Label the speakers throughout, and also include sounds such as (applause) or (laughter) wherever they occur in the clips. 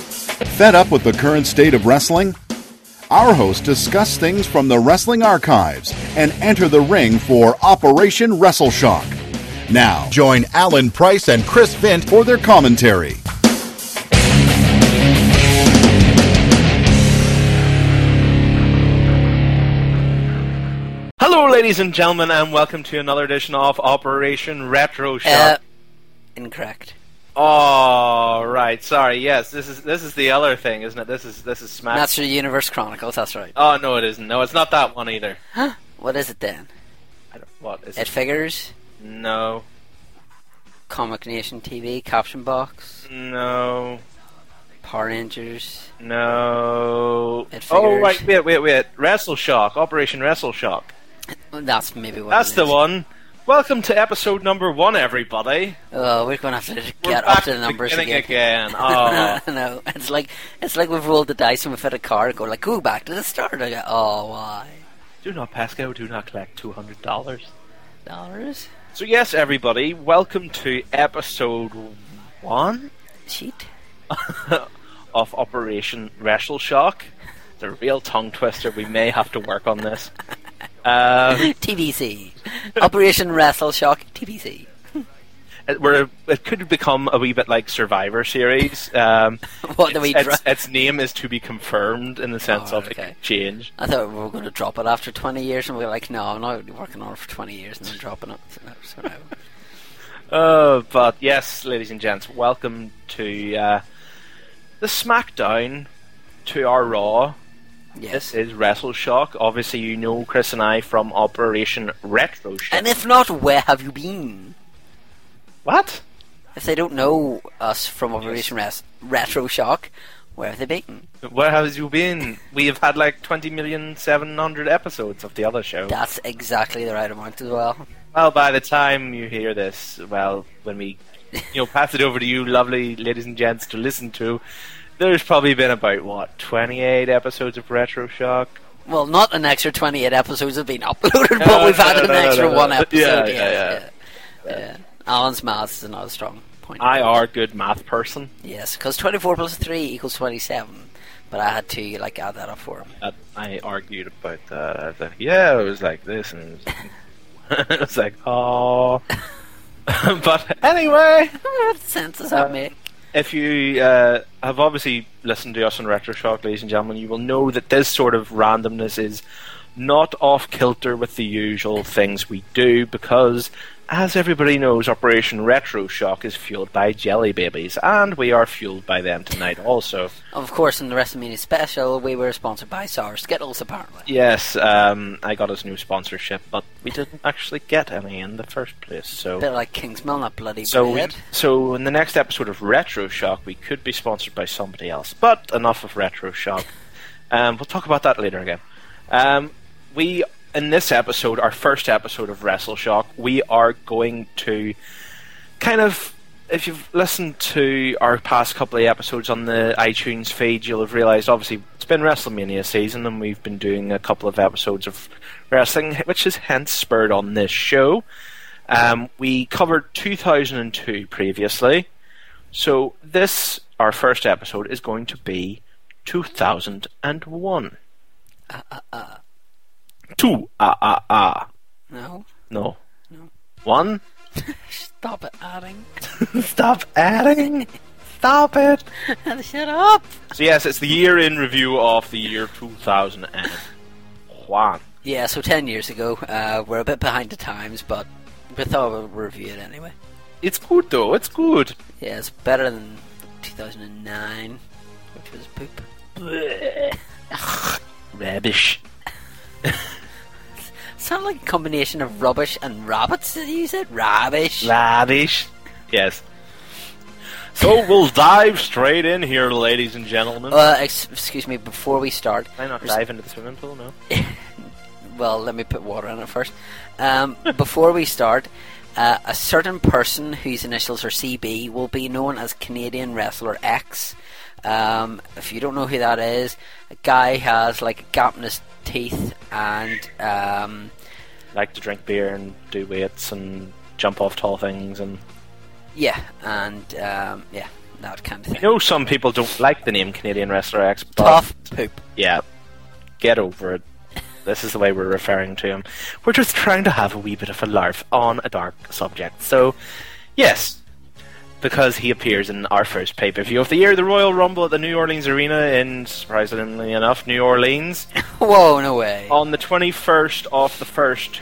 Speaker 1: fed up with the current state of wrestling? Our hosts discuss things from the wrestling archives and enter the ring for Operation Wrestle Shock. Now, join Alan Price and Chris Vint for their commentary.
Speaker 2: Hello, ladies and gentlemen, and welcome to another edition of Operation Retro
Speaker 3: Uh,
Speaker 2: Shock.
Speaker 3: incorrect.
Speaker 2: oh, right. Sorry. Yes, this is this is the other thing, isn't it? This is this is Smash.
Speaker 3: Master of the Universe Chronicles, that's right.
Speaker 2: oh no, it isn't. No, it's not that one either.
Speaker 3: What is it then?
Speaker 2: I don't, what is
Speaker 3: It
Speaker 2: it?
Speaker 3: Figures,
Speaker 2: No,
Speaker 3: Comic Nation TV, Caption Box,
Speaker 2: no,
Speaker 3: Power Rangers.
Speaker 2: no.
Speaker 3: It
Speaker 2: Oh,
Speaker 3: figures.
Speaker 2: right. Wait, wait, wait. Wrestle Shock. Operation Wrestle Shock.
Speaker 3: That's maybe what
Speaker 2: That's
Speaker 3: it
Speaker 2: the
Speaker 3: is.
Speaker 2: one. Welcome to episode number one, everybody.
Speaker 3: Oh, we're going to have to
Speaker 2: We're
Speaker 3: get
Speaker 2: back
Speaker 3: up to the numbers
Speaker 2: beginning
Speaker 3: again. (laughs)
Speaker 2: again. Oh.
Speaker 3: no, it's like it's like we've rolled the dice and we've hit a card. Go like, go back to the start. I go, oh, why
Speaker 2: do not pass go. Do not collect two hundred dollars.
Speaker 3: dollars?
Speaker 2: So yes, everybody, welcome to episode one (laughs)
Speaker 3: Cheat.
Speaker 2: of Operation Wrestle Shock. It's a real tongue twister. We may have to work on this. Um,
Speaker 3: TBC. Operation Wrestle Shock. TBC.
Speaker 2: it, we're, it could become a wee bit like Survivor Series. Um,
Speaker 3: What do we?
Speaker 2: its,
Speaker 3: Dro-
Speaker 2: its, its name is to be confirmed in the sense
Speaker 3: Oh,
Speaker 2: of it
Speaker 3: okay.
Speaker 2: could change.
Speaker 3: I thought we were going to drop it after 20 years, and we were like, no, I'm not working on it for 20 years and then dropping it. So, no, so
Speaker 2: (laughs)
Speaker 3: no.
Speaker 2: Uh, but yes, ladies and gents, welcome to uh, the SmackDown to our Raw
Speaker 3: Yes.
Speaker 2: This is Wrestle Shock. Obviously, you know Chris and I from Operation Retro Shock.
Speaker 3: And if not, where have you been?
Speaker 2: what?
Speaker 3: If they don't know us from Operation Res- Retro Shock, where have they
Speaker 2: Oh.
Speaker 3: been?
Speaker 2: Where have you been? We have had like twenty million seven hundred episodes of the other show.
Speaker 3: That's exactly the right amount as well.
Speaker 2: Well, by the time you hear this, well, when we, you know, pass it over to you, lovely ladies and gents, to listen to, there's probably been about what twenty-eight episodes of Retro Shock.
Speaker 3: Well, not an extra 28 episodes have been
Speaker 2: (laughs)
Speaker 3: uploaded,
Speaker 2: No,
Speaker 3: but we've
Speaker 2: no,
Speaker 3: had
Speaker 2: no,
Speaker 3: an
Speaker 2: no, no,
Speaker 3: extra
Speaker 2: no, no.
Speaker 3: one
Speaker 2: Yeah,
Speaker 3: episode.
Speaker 2: yeah,
Speaker 3: yeah. Yeah. Alan's maths is another strong point.
Speaker 2: I are a good math person.
Speaker 3: Yes, because 24 plus 3 equals 27. But I had to like add that up for him.
Speaker 2: that I argued about that. I was like, yeah, it was like this, and it was, it was like, (laughs) oh. (laughs) but anyway,
Speaker 3: what sense does
Speaker 2: uh,
Speaker 3: that make?
Speaker 2: if you uh, have obviously listened to us on Retro Shock, ladies and gentlemen, you will know that this sort of randomness is not off kilter with the usual things we do because, as everybody knows, Operation Retro Shock is fueled by jelly babies, and we are fueled by them tonight also.
Speaker 3: Of course, in the WrestleMania special, we were sponsored by Sour Skittles, apparently.
Speaker 2: Yes, um, I got his new sponsorship, but we didn't actually get any in the first place.
Speaker 3: A
Speaker 2: So,
Speaker 3: bit like Kingsmill, not bloody
Speaker 2: so, we,
Speaker 3: bread.
Speaker 2: so in the next episode of Retro Shock, we could be sponsored by somebody else. But enough of Retro Shock. Um, we'll talk about that later again. Um, we in this episode, our first episode of Wrestle Shock, we are going to kind of if you've listened to our past couple of episodes on the iTunes feed, you'll have realised obviously it's been WrestleMania season and we've been doing a couple of episodes of wrestling, which has hence spurred on this show. Um, we covered 2002 previously, so this, our first episode, is going to be 2001. Two, ah, ah, ah.
Speaker 3: No,
Speaker 2: No.
Speaker 3: No.
Speaker 2: One.
Speaker 3: stop it, adding.
Speaker 2: (laughs)
Speaker 3: (laughs)
Speaker 2: Stop adding. Stop it.
Speaker 3: Shut up.
Speaker 2: So yes, it's the year in review of the year 2001.
Speaker 3: Yeah, so ten years ago, uh, we're a bit behind the times, but we thought we'd review it anyway.
Speaker 2: It's good though. It's good.
Speaker 3: Yeah, it's better than 2009, which was poop.
Speaker 2: Rubbish.
Speaker 3: Sound like a combination of rubbish and rabbits. Did you said rubbish?
Speaker 2: Rubbish. Yes. So we'll dive straight in here, ladies and gentlemen.
Speaker 3: uh, ex- excuse me. Before we start,
Speaker 2: Can I not
Speaker 3: there's-
Speaker 2: dive into the swimming pool? No.
Speaker 3: well, let me put water in it first. Um, (laughs) before we start, uh, a certain person whose initials are CB will be known as Canadian Wrestler X. Um, if you don't know who that is, a guy has like a gap in his teeth and um,
Speaker 2: Like to drink beer and do weights and jump off tall things and
Speaker 3: yeah, and um, yeah, that kind
Speaker 2: I
Speaker 3: of thing.
Speaker 2: know some people don't like the name Canadian Wrestler X, but
Speaker 3: Tough poop.
Speaker 2: yeah, get over it. This is the way we're referring to him. We're just trying to have a wee bit of a larf on a dark subject. So, yes, because he appears in our first pay per view of the year, the Royal Rumble at the New Orleans Arena in, surprisingly enough, New Orleans,
Speaker 3: Whoa, no way.
Speaker 2: on the 21st of the 1st,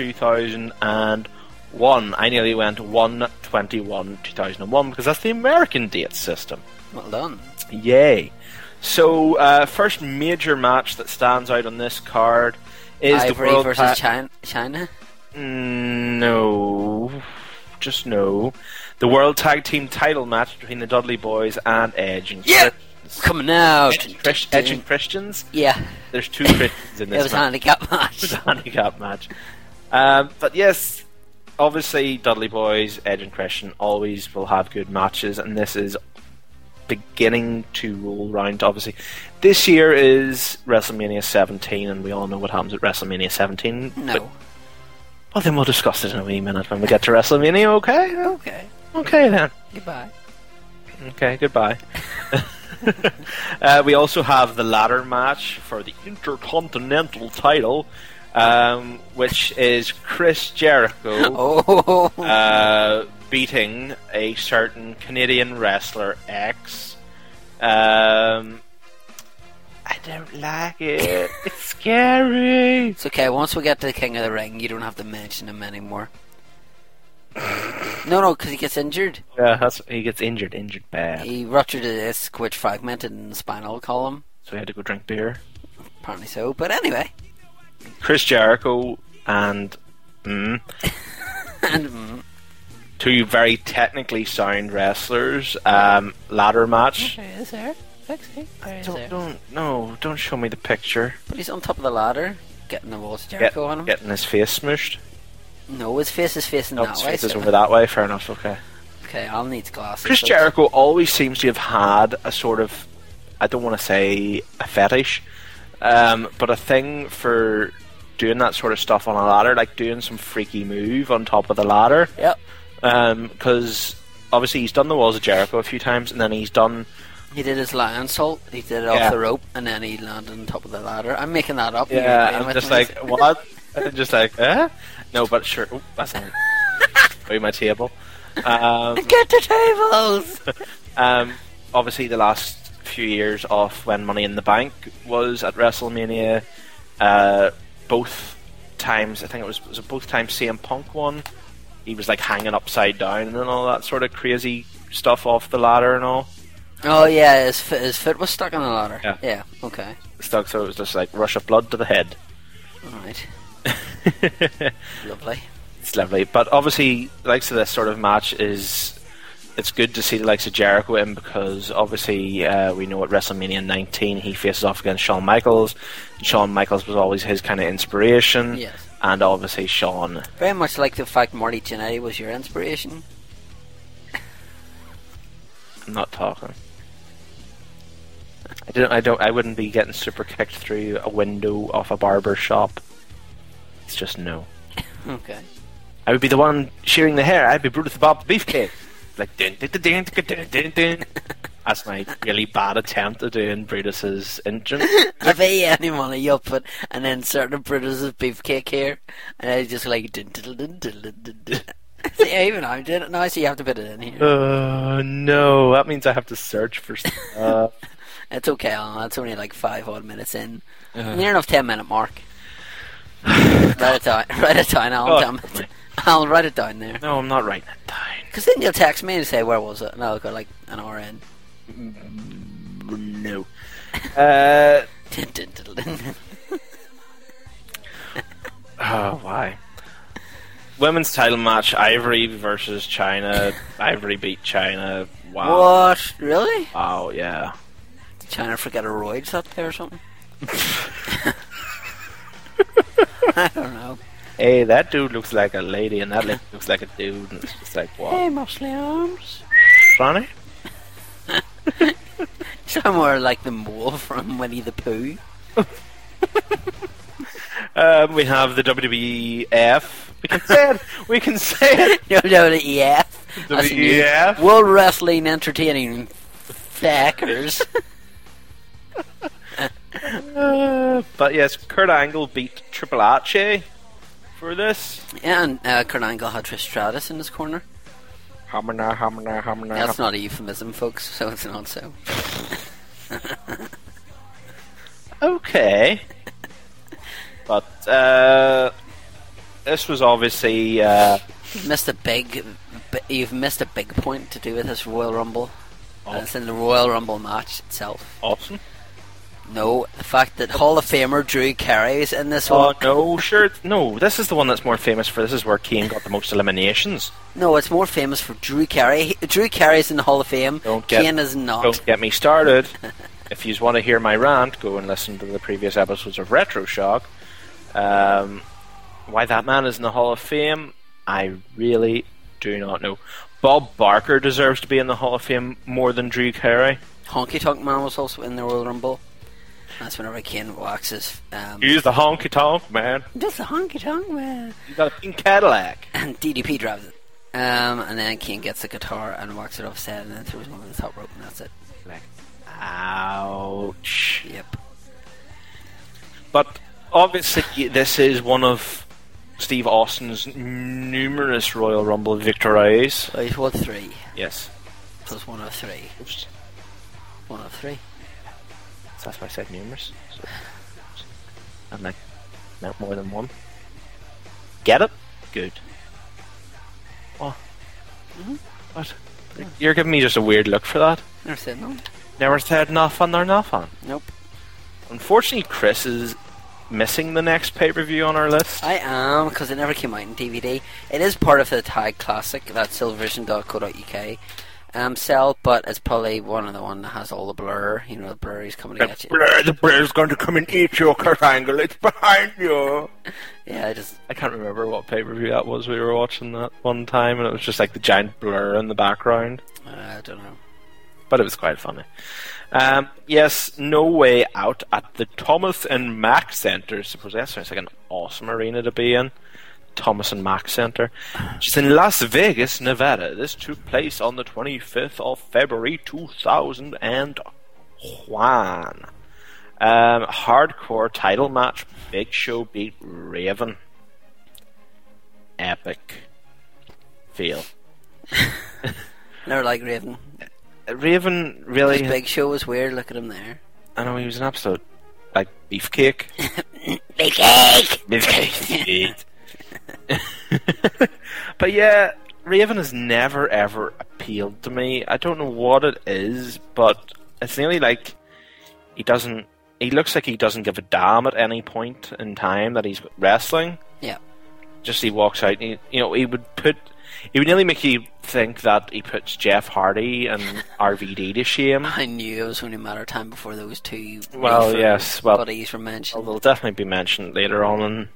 Speaker 2: 2001. I nearly went 121 2001 because that's the American date system.
Speaker 3: Well done.
Speaker 2: Yay. So, uh, first major match that stands out on this card is
Speaker 3: Ivory
Speaker 2: the World
Speaker 3: versus
Speaker 2: Ti-
Speaker 3: China. China.
Speaker 2: Mm, No. Just no. The World Tag Team title match between the Dudley Boys and Edge and
Speaker 3: Yeah.
Speaker 2: Christians.
Speaker 3: Coming out.
Speaker 2: Edge, and Chris- Edge and Christians?
Speaker 3: Yeah,
Speaker 2: There's two Christians in
Speaker 3: it
Speaker 2: this
Speaker 3: was a
Speaker 2: match. (laughs)
Speaker 3: handicap match.
Speaker 2: It's a handicap match. Um, but yes, obviously Dudley Boys, Edge and Christian always will have good matches, and this is beginning to roll round. Obviously, this year is WrestleMania 17, and we all know what happens at WrestleMania 17. But,
Speaker 3: No.
Speaker 2: well, then we'll discuss it in a wee minute when we get to WrestleMania. Okay,
Speaker 3: Okay.
Speaker 2: okay then.
Speaker 3: Goodbye.
Speaker 2: Okay, goodbye. (laughs) uh, we also have the ladder match for the Intercontinental title, um, which is Chris Jericho
Speaker 3: Oh.
Speaker 2: uh, beating a certain Canadian wrestler X. Um, I don't like it. It's scary.
Speaker 3: It's okay. Once we get to the King of the Ring, you don't have to mention him anymore. no, no, because he gets injured.
Speaker 2: Yeah, that's, he gets injured, injured bad.
Speaker 3: He ruptured his disc, which fragmented in the spinal column.
Speaker 2: So he had to go drink beer.
Speaker 3: Apparently so. But anyway,
Speaker 2: Chris Jericho and. (laughs) Mm,
Speaker 3: and mm,
Speaker 2: two very technically sound wrestlers. Um, ladder match.
Speaker 3: there is there. Sexy. There is
Speaker 2: Don't,
Speaker 3: there.
Speaker 2: don't no, don't show me the picture.
Speaker 3: But he's on top of the ladder, getting the walls of
Speaker 2: Get,
Speaker 3: Jericho on him.
Speaker 2: getting his face smushed.
Speaker 3: No, his face is facing
Speaker 2: No,
Speaker 3: that
Speaker 2: his
Speaker 3: way.
Speaker 2: face is
Speaker 3: so-
Speaker 2: over that way. Fair enough. Okay.
Speaker 3: Okay, I'll need glasses.
Speaker 2: Chris
Speaker 3: folks.
Speaker 2: Jericho always seems to have had a sort of, I don't want to say a fetish, um, but a thing for doing that sort of stuff on a ladder, like doing some freaky move on top of the ladder.
Speaker 3: Yep.
Speaker 2: Because Um, obviously he's done the walls of Jericho a few times, and then he's done
Speaker 3: He did his lion salt. He did it off
Speaker 2: Yeah.
Speaker 3: the rope, and then he landed on top of the ladder. I'm making that up. You're agreeing
Speaker 2: Yeah, I'm
Speaker 3: with
Speaker 2: just
Speaker 3: me.
Speaker 2: like what? I'm just like eh? No, but sure. Oh, that's not Through my table. Um,
Speaker 3: Get the tables.
Speaker 2: um, obviously, the last few years of when Money in the Bank was at WrestleMania, uh, both times I think it was was it both times CM Punk won. He was like hanging upside down and all that sort of crazy stuff off the ladder and all.
Speaker 3: Oh yeah, his foot, his foot was stuck on the ladder.
Speaker 2: Yeah.
Speaker 3: okay.
Speaker 2: Stuck, so it was just like rush of blood to the head.
Speaker 3: All right. Lovely.
Speaker 2: It's lovely, but obviously, the likes of this sort of match is it's good to see the likes of Jericho in because obviously uh, we know at WrestleMania 19 he faces off against Shawn Michaels. Shawn Michaels was always his kind of inspiration,
Speaker 3: Yes.
Speaker 2: and obviously Shawn.
Speaker 3: Very much like the fact Marty Jannetty was your inspiration.
Speaker 2: I'm not talking. I don't. I don't. I wouldn't be getting super kicked through a window off a barber shop. It's just no.
Speaker 3: Okay. (laughs)
Speaker 2: I would be the one shearing the hair. I'd be Brutus the Bob Beefcake. Like dun, dun, dun, dun, dun, dun, dun, dun. (laughs) That's my really bad attempt at doing Brutus's engine.
Speaker 3: If I had any money, you'll put an insert of Brutus's beefcake here, and I just like. dun, dun, dun, dun, dun, dun, dun. (laughs) See, even I'm doing it now, so you have to put it in here.
Speaker 2: Uh, no, that means I have to search for stuff.
Speaker 3: It's okay, Alan. That's only like five odd minutes in.
Speaker 2: Uh.
Speaker 3: Near enough ten minute mark.
Speaker 2: (sighs)
Speaker 3: write it down. (laughs) Write it down,
Speaker 2: God,
Speaker 3: Alan. damn
Speaker 2: mate.
Speaker 3: it. I'll write it down there.
Speaker 2: No, I'm not writing it down.
Speaker 3: Because then you'll text me and say, where was it? And I'll go like an hour in.
Speaker 2: No. Uh,
Speaker 3: Dun, dun, dun, dun.
Speaker 2: oh, why? Women's title match: Ivory versus China. Ivory beat China. Wow.
Speaker 3: what? Really?
Speaker 2: Wow. Yeah.
Speaker 3: Did China forget her roids up there or something? (laughs) I don't know.
Speaker 2: Hey, that dude looks like a lady, and that lady looks like a dude, and it's just like wow.
Speaker 3: Mosley Arms.
Speaker 2: Funny.
Speaker 3: Somewhere like the mole from Winnie the Pooh.
Speaker 2: Um, we have the WWF. We can say it. We can say it.
Speaker 3: No, no, the EF. That's a new
Speaker 2: WEF.
Speaker 3: World Wrestling Entertaining Feckers.
Speaker 2: Uh, but yes, Kurt Angle beat Triple H for this.
Speaker 3: and uh, Kurt Angle had Trish Stratus in his corner.
Speaker 2: Hammer now, hammer now, hammer now.
Speaker 3: That's not a euphemism, folks, so it's not so. (laughs)
Speaker 2: Okay. but uh, this was obviously uh,
Speaker 3: You've missed a big, b- you've missed a big point to do with this Royal Rumble. And it's in the Royal Rumble match itself.
Speaker 2: awesome.
Speaker 3: No, the fact that Hall of Famer Drew Carey is in this
Speaker 2: Oh
Speaker 3: one.
Speaker 2: no, sure. No, this is the one that's more famous for. This is where Kane got the most eliminations.
Speaker 3: No, it's more famous for Drew Carey. He- Drew Carey is in the Hall of Fame.
Speaker 2: Don't get-
Speaker 3: Kane is not.
Speaker 2: Don't get me started. if you want to hear my rant, go and listen to the previous episodes of Retro Shock. Um, why that man is in the Hall of Fame, I really do not know. Bob Barker deserves to be in the Hall of Fame more than Drew Carey.
Speaker 3: Honky Tonk Man was also in the Royal Rumble. That's whenever Kane waxes. Um,
Speaker 2: He's the honky tonk man.
Speaker 3: just a honky tonk man.
Speaker 2: He's got a pink Cadillac.
Speaker 3: And DDP drives it. Um, and then Kane gets the guitar and walks it offset and then throws him over the top rope and that's it.
Speaker 2: Like, ouch.
Speaker 3: Yep.
Speaker 2: But obviously, this is one of Steve Austin's numerous Royal Rumble victories.
Speaker 3: So he's won three.
Speaker 2: Yes.
Speaker 3: Plus one of three.
Speaker 2: Oops.
Speaker 3: One of three.
Speaker 2: So that's why I said numerous. So, and like, not more than one. Get it? Good. Oh. What? You're giving me just a weird look for that.
Speaker 3: Never said no.
Speaker 2: Never said nothing or nothing.
Speaker 3: Nope.
Speaker 2: Unfortunately, Chris is missing the next pay per view on our list.
Speaker 3: I am, because it never came out in DVD. It is part of the Tag Classic, that's silvervision.co.uk um, sell, but it's probably one of the one that has all the blur. You know, the blur is coming to get you.
Speaker 2: the bear's going to come and eat your angle. It's behind you.
Speaker 3: Yeah, I just.
Speaker 2: I can't remember what pay per view that was. We were watching that one time, and it was just like the giant blur in the background.
Speaker 3: Uh, I don't know.
Speaker 2: but it was quite funny. Um, yes, No Way Out at the Thomas and Mack Center. Suppose that sounds like an awesome arena to be in. Thomas and Mack Center. She's in Las Vegas, Nevada. This took place on the 25th of February 2000 and Juan. Um, hardcore title match. Big Show beat Raven. Epic. Feel.
Speaker 3: Never like Raven.
Speaker 2: Raven really.
Speaker 3: His big show was weird, look at him there.
Speaker 2: I know he was an absolute like beefcake.
Speaker 3: Big cake!
Speaker 2: (laughs) beefcake. (laughs) but yeah, Raven has never ever appealed to me. I don't know what it is, but it's nearly like he doesn't. He looks like he doesn't give a damn at any point in time that he's wrestling.
Speaker 3: Yeah.
Speaker 2: Just he walks out. And he, you know, he would put. He would nearly make you think that he puts Jeff Hardy and (laughs) RVD to shame.
Speaker 3: I knew it was only a matter of time before those two
Speaker 2: Well,
Speaker 3: wafer
Speaker 2: yes, well-
Speaker 3: buddies were mentioned.
Speaker 2: Well, they'll definitely be mentioned later on in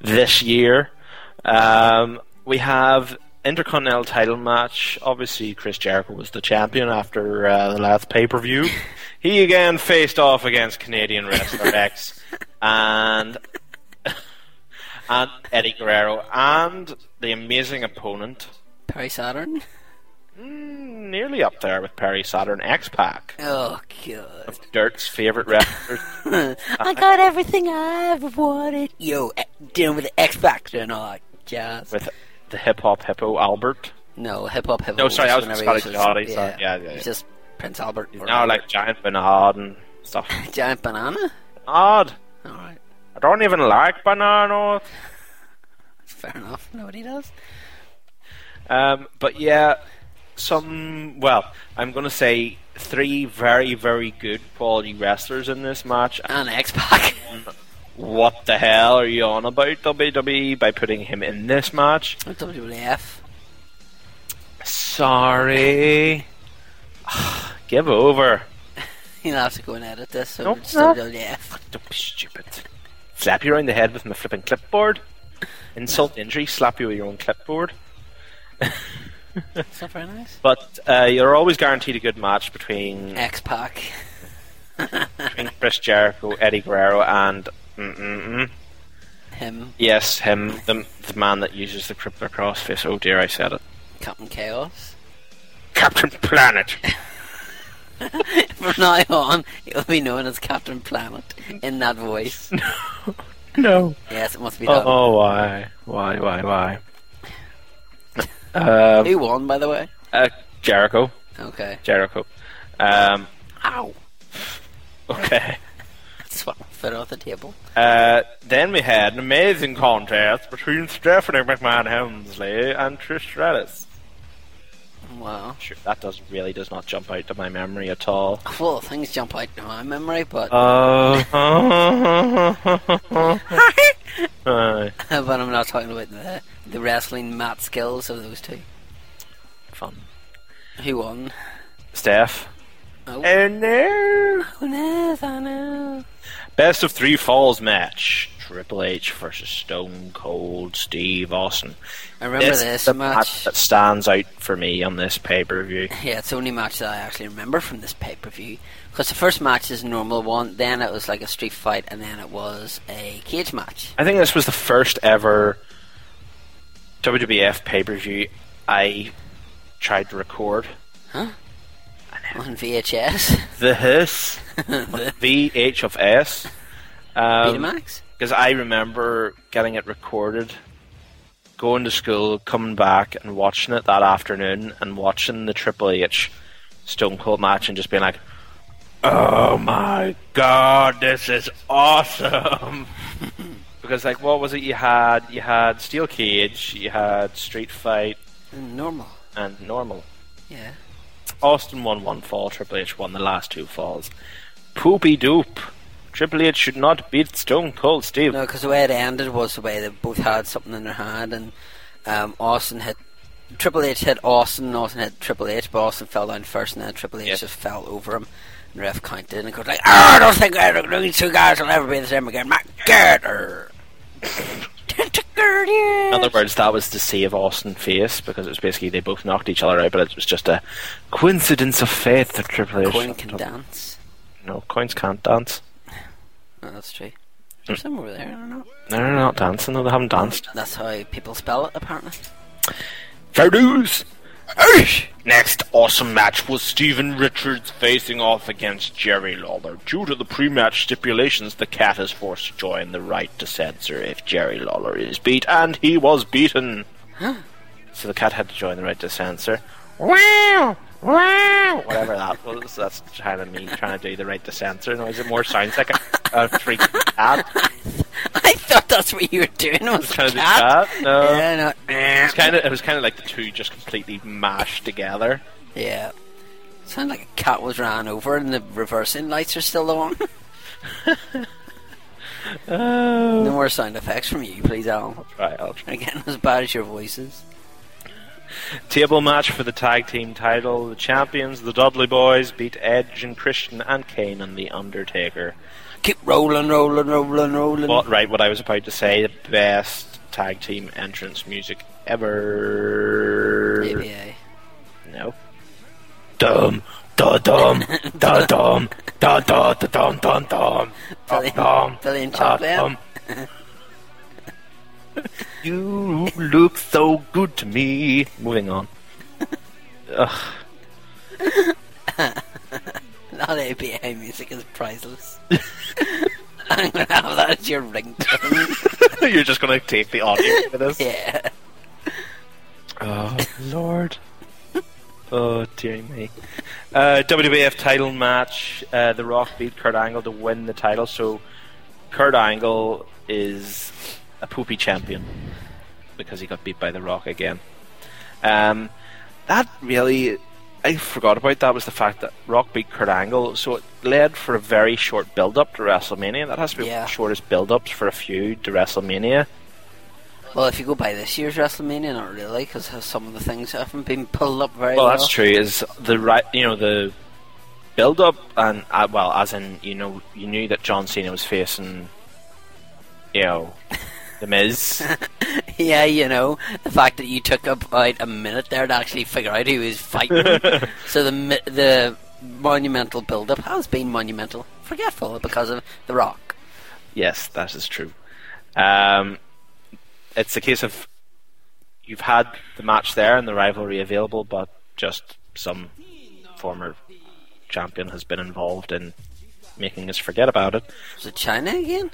Speaker 2: this year. Um, we have Intercontinental title match. Obviously, Chris Jericho was the champion after uh, the last pay per view. he again faced off against Canadian wrestler X and (laughs) and Eddie Guerrero and the amazing opponent,
Speaker 3: Perry Saturn?
Speaker 2: mm, nearly up there with Perry Saturn X Pac,
Speaker 3: Oh,
Speaker 2: (laughs)
Speaker 3: God.
Speaker 2: Dirt's favorite wrestler.
Speaker 3: I got everything I ever wanted. Yo, eh, dealing with the X Factor and all that jazz.
Speaker 2: with the hip hop hippo Albert.
Speaker 3: no, hip hop, hip hop.
Speaker 2: No, sorry, I was
Speaker 3: whenever
Speaker 2: Scottish
Speaker 3: he
Speaker 2: Jolly,
Speaker 3: yeah,
Speaker 2: sorry, yeah, yeah, yeah.
Speaker 3: He's just Prince Albert. or
Speaker 2: Now like giant banana and stuff.
Speaker 3: (laughs) giant banana.
Speaker 2: Odd.
Speaker 3: All right,
Speaker 2: I don't even like bananas.
Speaker 3: fair enough. Nobody does.
Speaker 2: Um, but yeah, some well, I'm gonna say three very very good quality wrestlers in this match.
Speaker 3: And X Pac. (laughs)
Speaker 2: What the hell are you on about WWE by putting him in this match?
Speaker 3: WWF.
Speaker 2: Sorry. (sighs) Give over.
Speaker 3: You'll have to go and edit this. So
Speaker 2: Nope,
Speaker 3: it's
Speaker 2: no.
Speaker 3: WWF.
Speaker 2: Don't be stupid. Slap you around the head with my flipping clipboard. Insult injury. Slap you with your own clipboard.
Speaker 3: It's not very nice.
Speaker 2: But uh, you're always guaranteed a good match between,
Speaker 3: X Pac.
Speaker 2: between Chris Jericho, Eddie Guerrero, and mm, mm, mm.
Speaker 3: Him.
Speaker 2: yes, him, the, the man that uses the crippler crossface. Oh dear, I said it.
Speaker 3: Captain Chaos.
Speaker 2: Captain Planet.
Speaker 3: (laughs) From now on, he'll be known as Captain Planet in that voice.
Speaker 2: (laughs) No.
Speaker 3: Yes, it must be
Speaker 2: Oh,
Speaker 3: done.
Speaker 2: oh, why? Why, why, why? Um,
Speaker 3: Who won, by the way?
Speaker 2: uh, Jericho.
Speaker 3: Okay.
Speaker 2: Jericho. Um,
Speaker 3: Ow!
Speaker 2: okay.
Speaker 3: Swung foot off the table.
Speaker 2: Uh, then we had an amazing contest between Stephanie McMahon Helmsley and Trish Stratus.
Speaker 3: Wow.
Speaker 2: Sure, that does really does not jump out to my memory at all.
Speaker 3: Well, things jump out to my memory, but
Speaker 2: (laughs) Uh, uh,
Speaker 3: (laughs) but I'm not talking about the the wrestling mat skills of those two.
Speaker 2: fun.
Speaker 3: Who won?
Speaker 2: Steph.
Speaker 3: Oh,
Speaker 2: And there.
Speaker 3: oh no, I know.
Speaker 2: Best of three falls match. Triple H versus Stone Cold Steve Austin.
Speaker 3: I remember
Speaker 2: This
Speaker 3: this
Speaker 2: is the
Speaker 3: match.
Speaker 2: that stands out for me on this pay per view.
Speaker 3: Yeah, it's the only match that I actually remember from this pay per view. Because the first match is a normal one, then it was like a street fight, and then it was a cage match.
Speaker 2: I think this was the first ever WWF pay per view I tried to record.
Speaker 3: On (laughs) VHS.
Speaker 2: The hiss, the H of S. Um,
Speaker 3: Betamax?
Speaker 2: because I remember getting it recorded, going to school, coming back, and watching it that afternoon, and watching the Triple H Stone Cold match, and just being like, "Oh my God, this is awesome!" (laughs) because like, what was it? You had you had Steel Cage, you had Street Fight,
Speaker 3: Normal.
Speaker 2: and Normal.
Speaker 3: Yeah.
Speaker 2: Austin won one fall, Triple H won the last two falls. Poopy doop. Triple H should not beat Stone Cold Steve.
Speaker 3: No, because the way it ended was the way they both had something in their hand, and um, Austin hit Triple H hit Austin, Austin hit Triple H, but Austin fell down first, and then Triple H
Speaker 2: Yeah.
Speaker 3: just fell over him. And the ref counted, and it goes like, "Ah, I don't think I don't, these two guys will ever be the same again." My God! er."
Speaker 2: In other words, that was to save Austin face because it was basically they both knocked each other out, but it was just a coincidence of fate that Triple H.
Speaker 3: Coin can dance.
Speaker 2: No, coins can't dance.
Speaker 3: Oh, that's
Speaker 2: Hmm.
Speaker 3: true. There's some over there. I don't know.
Speaker 2: They're not dancing. No, they haven't danced.
Speaker 3: That's how people spell it, apparently.
Speaker 2: Fair dues. Next awesome match was Steven Richards facing off against Jerry Lawler. Due to the pre-match stipulations, the cat is forced to join the right to censor if Jerry Lawler is beat, and he was beaten. so the cat had to join the right to censor. Wow! Wow! Whatever that was, that's kind of me trying to do the right to censor noise. It more sounds like a, a freaking
Speaker 3: (laughs)
Speaker 2: cat.
Speaker 3: (laughs) I thought that's what you were doing. Was
Speaker 2: Kind of
Speaker 3: cat.
Speaker 2: cat. No.
Speaker 3: Yeah, no.
Speaker 2: It's kind of it was kind of like the two just completely mashed together.
Speaker 3: Yeah. Sound like a cat was ran over and the reversing lights are still on. (laughs) no more sound effects from you, please, Alan.
Speaker 2: Right, I'll try.
Speaker 3: Again, (laughs) as bad as your voices.
Speaker 2: Table match for the tag team title. The champions, the Dudley Boys, beat Edge and Christian and Kane and The Undertaker.
Speaker 3: Keep rolling, rolling, rolling, rolling.
Speaker 2: Well, right, what I was about to say, the best tag team entrance music ever.
Speaker 3: ABA.
Speaker 2: No. Dum, da dum, da dum, da da da dum dum dum.
Speaker 3: Billy, Billy
Speaker 2: Ah,
Speaker 3: and Chaplin.
Speaker 2: (laughs) you look so good to me. Moving on. (laughs) Ugh.
Speaker 3: That ABA music is priceless. (laughs) I'm gonna have that as your ringtone. (laughs)
Speaker 2: You're just gonna take the audio for this.
Speaker 3: yeah.
Speaker 2: Oh Lord. (laughs) Oh dear me. Uh, WWF title match. Uh, the Rock beat Kurt Angle to win the title. So Kurt Angle is a poopy champion because he got beat by The Rock again. Um, that really, I forgot about that was the fact that Rock beat Kurt Angle. So it led for a very short build up to WrestleMania. That has to be one
Speaker 3: Yeah.
Speaker 2: of the shortest build ups for a feud to WrestleMania.
Speaker 3: Well, if you go by this year's WrestleMania, not really, because some of the things haven't been pulled up very
Speaker 2: Well,
Speaker 3: well.
Speaker 2: that's true. Is the right, you know, the build up and uh, well, as in, you know, you knew that John Cena was facing, you know, the Miz.
Speaker 3: (laughs) Yeah, you know, the fact that you took about a minute there to actually figure out who was
Speaker 2: (laughs)
Speaker 3: fighting. him. so the mi- the monumental build-up has been monumental, forgetful because of The Rock.
Speaker 2: yes, that is true. Um, it's a case of you've had the match there and the rivalry available, but just some former champion has been involved in making us forget about it.
Speaker 3: Was it China again?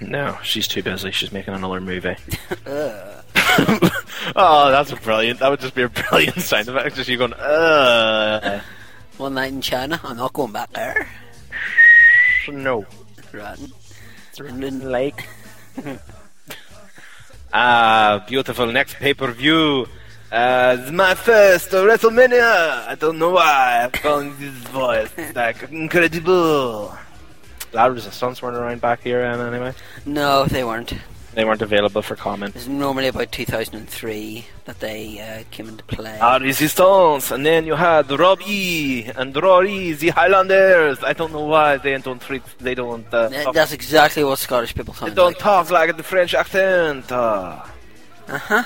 Speaker 2: No, she's too busy. She's making another (laughs) movie. oh, that's a brilliant. That would just be a brilliant sound effect. Just you going, uh,
Speaker 3: One night in China. I'm not going back there.
Speaker 2: no.
Speaker 3: Right.
Speaker 2: like. (laughs) ah, beautiful next pay per view. Uh, it's my first WrestleMania. I don't know why I'm calling this voice like incredible. That was the sons weren't around back here, and anyway,
Speaker 3: No, they weren't. It
Speaker 2: they weren't available for comment.
Speaker 3: was normally about 2003 that they uh, came into play.
Speaker 2: Ah, Resistance, and then you had Rob E and Rory the Highlanders. I don't know why they don't treat, they don't uh,
Speaker 3: Th-
Speaker 2: talk,
Speaker 3: That's exactly what Scottish people
Speaker 2: they
Speaker 3: sound
Speaker 2: don't
Speaker 3: like.
Speaker 2: talk like the French accent. Uh.
Speaker 3: Uh huh.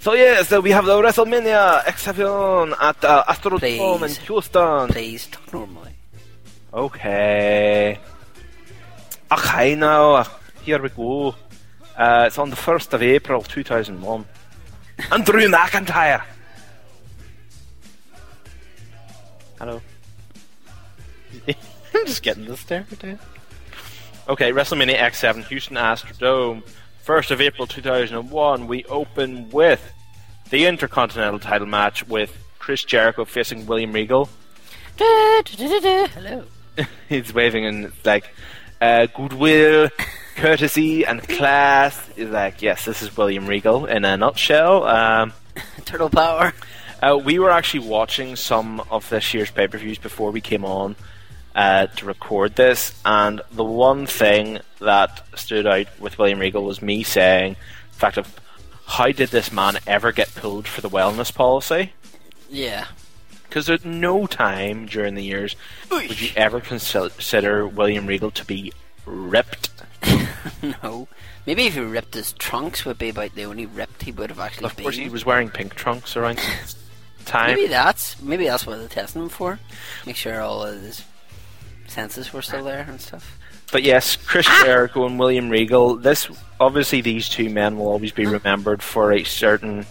Speaker 2: So yes, uh, we have the WrestleMania Exhibition at uh, Astrodome in
Speaker 3: Please.
Speaker 2: Houston.
Speaker 3: Please talk normally. (laughs)
Speaker 2: Okay. Okay, now uh, here we go. Uh, it's on the first of April, two thousand one. And Drew McIntyre. Hello. (laughs) I'm just getting this there. dude. Okay, WrestleMania X7, Houston Astrodome, first of April, two thousand and one. We open with the Intercontinental Title match with Chris Jericho facing William Regal
Speaker 3: Hello.
Speaker 2: he's waving and it's like uh, goodwill, courtesy, and class. He's like, yes, this is William Regal in a nutshell. Um,
Speaker 3: Turtle power.
Speaker 2: uh, we were actually watching some of this year's pay per views before we came on uh, to record this, and the one thing that stood out with William Regal was me saying the fact of how did this man ever get pulled for the wellness policy?
Speaker 3: Yeah.
Speaker 2: Because at no time during the years would you ever consider William Regal to be ripped.
Speaker 3: (laughs) No. Maybe if he ripped his trunks would be about the only ripped he would have actually
Speaker 2: Of course,
Speaker 3: been.
Speaker 2: he was wearing pink trunks (laughs) around this time.
Speaker 3: Maybe that's maybe that's what they're testing him for. Make sure all of his senses were still there and stuff.
Speaker 2: But yes, Chris Jericho and William Regal. This obviously these two men will always be remembered for a certain